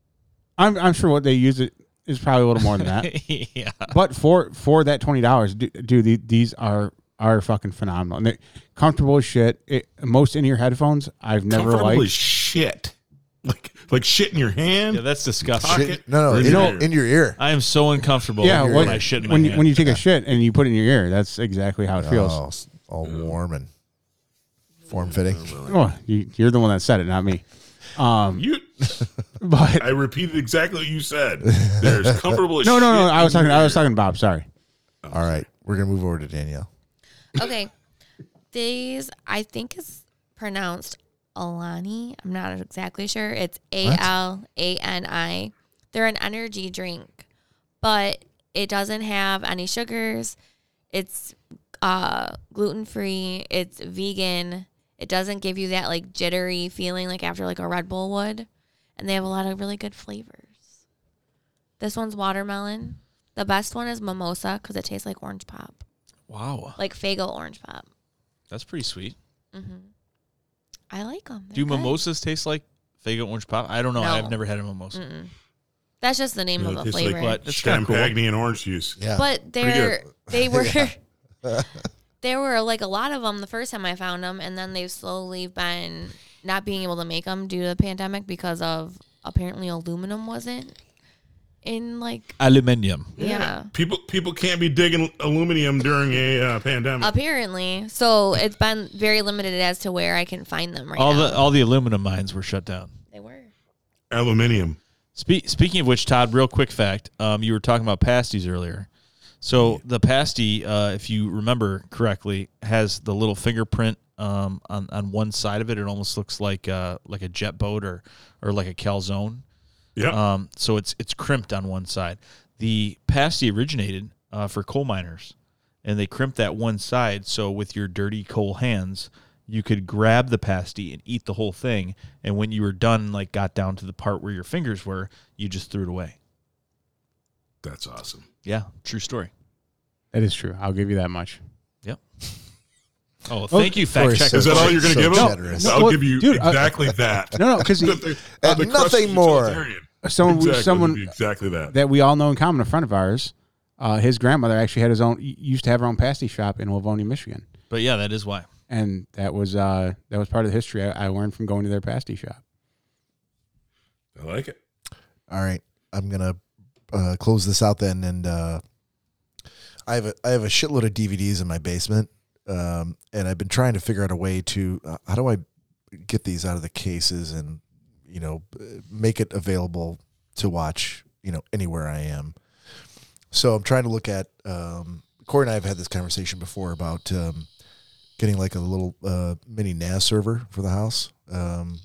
I'm I'm sure what they use it is probably a little more than that. yeah, but for for that twenty dollars, dude, the- these are are fucking phenomenal. And they're comfortable as shit. It, most in ear headphones I've never Comfortable liked. as shit. Like like shit in your hand. yeah, that's disgusting. Fuck Shit, it. no, no, Or in, you your- know- in your ear. I am so uncomfortable. yeah, when, when, I shit in my when you, hand. when you take a shit and you put it in your ear, that's exactly how it feels. Oh, s- all warm and form fitting. Oh, you, you're the one that said it, not me. Um, You, but I repeated exactly what you said. There's comfortable as no, no, shit no. I in was talking. your I was ear. talking to Bob. Sorry. All right, we're gonna move over to Danielle. Okay. These I think is pronounced Alani. I'm not exactly sure. It's A L A N I. They're an energy drink, but it doesn't have any sugars. It's uh gluten free, it's vegan. It doesn't give you that like jittery feeling like after like a Red Bull would. And they have a lot of really good flavors. This one's watermelon. The best one is mimosa because it tastes like orange pop wow, like Fago orange pop. that's pretty sweet. I like them. Do mimosas taste like Fago orange pop? I don't know. No. I've never had a mimosa. That's just the name No, of it a tastes flavor. But it's kind of cool. Champagne and orange juice. Yeah, but they're they were there were like a lot of them the first time I found them, and then they've slowly been not being able to make them due to the pandemic because of apparently aluminum wasn't in like Aluminium. yeah. People people can't be digging aluminum during a uh, Hmm. pandemic. Apparently, so it's been very limited as to where I can find them right All now. the uh all the aluminum mines were shut down. they were. aluminum. Spe- speaking of which, Todd, real quick fact: um, you were talking about pasties earlier. So the pasty, uh, if you remember correctly, has the little fingerprint um, on on one side of it. It almost looks like uh, like a jet boat or or like a calzone. Yep. Uh, Um, so it's it's crimped on one side. The pasty originated uh, for coal miners, and they crimped that one side so with your dirty coal hands you could grab the pasty and eat the whole thing. And when you were done, like got down to the part where your fingers were, you just threw it away. That's awesome. Yeah, true story. That is true. I'll give you that much. Oh, thank you, fact Corey, checker. Is that all you're going to So give him? generous. I'll No, give you dude, I- exactly that. No, no, because That they- And the crust nothing is more. utilitarian. someone Exactly, someone it'd be exactly that. that we all know in common, a friend of ours, uh, his grandmother actually had his own used to have her own pasty shop in Livonia, Michigan, But yeah, that is why. and that was uh, that was part of the history I, I learned from going to their pasty shop. I like it. All right, I'm gonna uh, close this out then, and uh, I have a I have a shitload of DVDs in my basement, um, and I've been trying to figure out a way to uh, how do I get these out of the cases and you know b- make it available to watch you know anywhere I am. So I'm trying to look at um, Corey and I have had this conversation before about um, getting like a little uh, mini NAS server for the house um,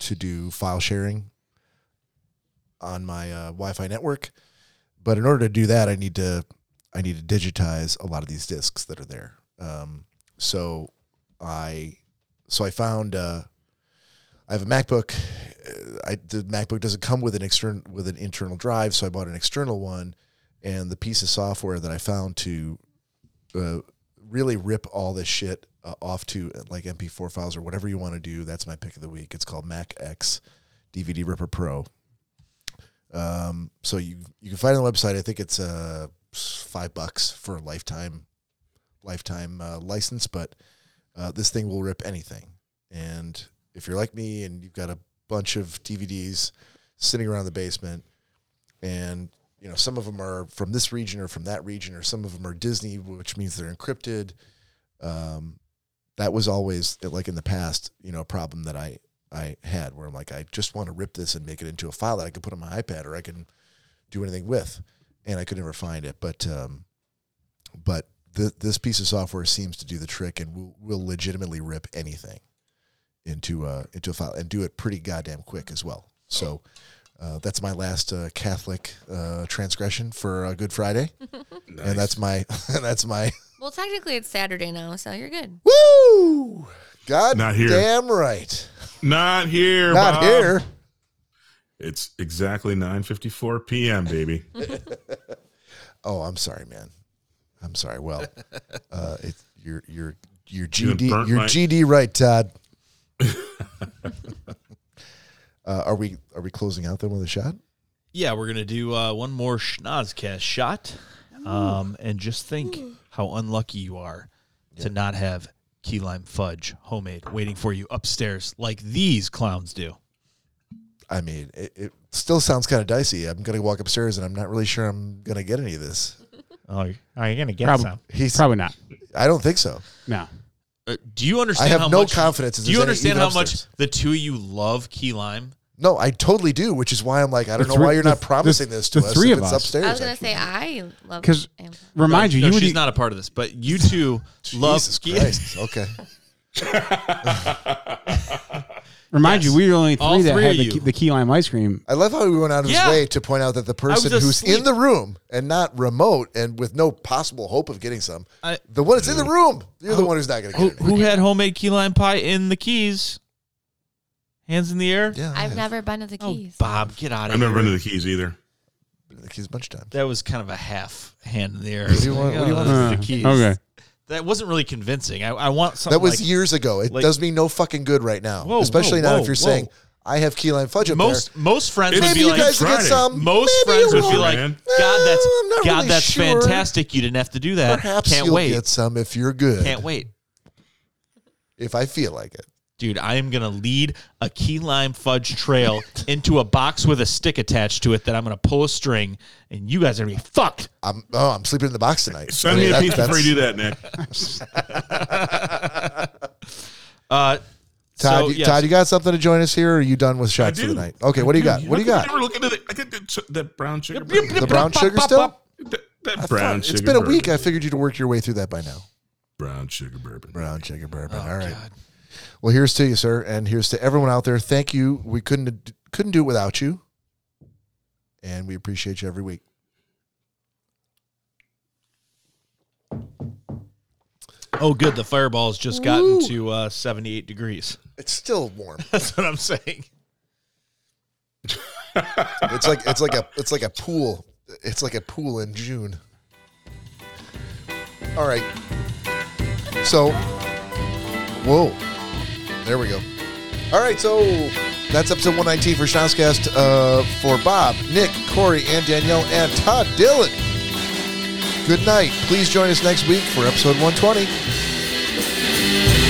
to do file sharing on my uh, Wi-Fi network. But in order to do that, I need to I need to digitize a lot of these discs that are there. Um, so I so I found uh, I have a MacBook. Uh, I the MacBook doesn't come with an external with an internal drive, so I bought an external one. And the piece of software that I found to uh, really rip all this shit uh, off to uh, like MP4 files or whatever you want to do, that's my pick of the week. It's called Mac X DVD Ripper Pro. Um, so you you can find it on the website. I think it's uh five bucks for a lifetime lifetime uh, license, but uh, this thing will rip anything. And if you're like me and you've got a bunch of DVDs sitting around the basement, and you know some of them are from this region or from that region, or some of them are Disney, which means they're encrypted. Um, that was always like in the past, you know, a problem that I I had where I'm like, I just want to rip this and make it into a file that I could put on my iPad or I can do anything with, and I could never find it. But um, but th- this piece of software seems to do the trick and will will legitimately rip anything into uh into a file and do it pretty goddamn quick as well. So Uh, that's my last uh, Catholic uh, transgression for uh, Good Friday, and that's my and that's my Well, technically it's Saturday now, so you're good. woo. God Not here. damn right. Not here. Not Bob. here. It's exactly 9:54 p.m., baby. Oh, I'm sorry, man. I'm sorry. Well, uh, it, you're you're you're You GD burnt you're my- GD right, Todd. uh, are we are we closing out then with a shot? Yeah, we're gonna do uh, one more Schnozcast shot, um, and just think how unlucky you are to not have key lime fudge homemade waiting for you upstairs like these clowns do. I mean, it, it still sounds kind of dicey. I'm gonna walk upstairs, and I'm not really sure I'm gonna get any of this. Oh, you're, gonna get Probably, some. He's. probably not. I don't think so. No. Uh, do you understand? I have how no much, confidence that Do you there's any understand even how upstairs. much the two of you love key lime? No, I totally do, which is why I'm like, I don't The know why three- you're the- not promising the- this to the us. three if of it's us. upstairs. I was gonna actually. say I love 'Cause- Amazon. Remind you, No, you would she's eat- not a part of this, but you two love e- Jesus key. Christ. Okay. remind you, we were the only three All that three had of the you. key, the key lime ice cream. I love how we went out of his Yeah. way to point out that the person who's asleep. in the room and not remote and with no possible hope of getting some, I- the one that's in the room, you're the one who's not going to Who, get it. who had homemade key lime pie in the keys? Hands in the air. Yeah, I I've have. never been to the Oh, Keys. Bob, get out of I've here. never been to the Keys either. He's a bunch of times. That was kind of a half hand in the air. do you want- Like, what do you oh, want? that's Uh, the keys. okay. That wasn't really convincing. I, I want something That was like years ago. It like- does me no fucking good right now, Whoa, especially whoa, now whoa, if you're whoa. saying I have key lime fudge up most most friends It's there. would Maybe you be like guys will get Friday. some. most Maybe you friends would be like, won't. Man. God, that's I'm not God, really that's sure. fantastic. You didn't have to do that. Perhaps Can't you'll wait. get some if you're good. Can't wait. If I feel like it. Dude, I am gonna lead a key lime fudge trail into a box with a stick attached to it that I'm gonna pull a string, and you guys are gonna be fucked. I'm oh, I'm sleeping in the box tonight. Send I mean, me a that- piece before that's- you do that, Nick. Uh, Todd, so, you, yes. Todd, you got something to join us here, or are you done with shots for the do. night? Okay, what do you got? What do you I got? never look into the, I get the, that brown sugar. Brown, The brown sugar still? that, that brown It's sugar. been a week. I bourbon. figured you'd work your way through that by now. Brown sugar bourbon. Brown sugar bourbon. All right. Well, here's to you, sir, and here's to everyone out there. Thank you. We couldn't couldn't do it without you, and we appreciate you every week. Oh, good. The fireball's just gotten to uh, 78 degrees. It's still warm. That's what I'm saying. it's like it's like a it's like a pool. It's like a pool in June. All right. So, whoa, there we go. All right, so that's episode 119 for Shotscast uh, for Bob, Nick, Corey, and Danielle, and Todd Dillon. Good night. Please join us next week for episode 120.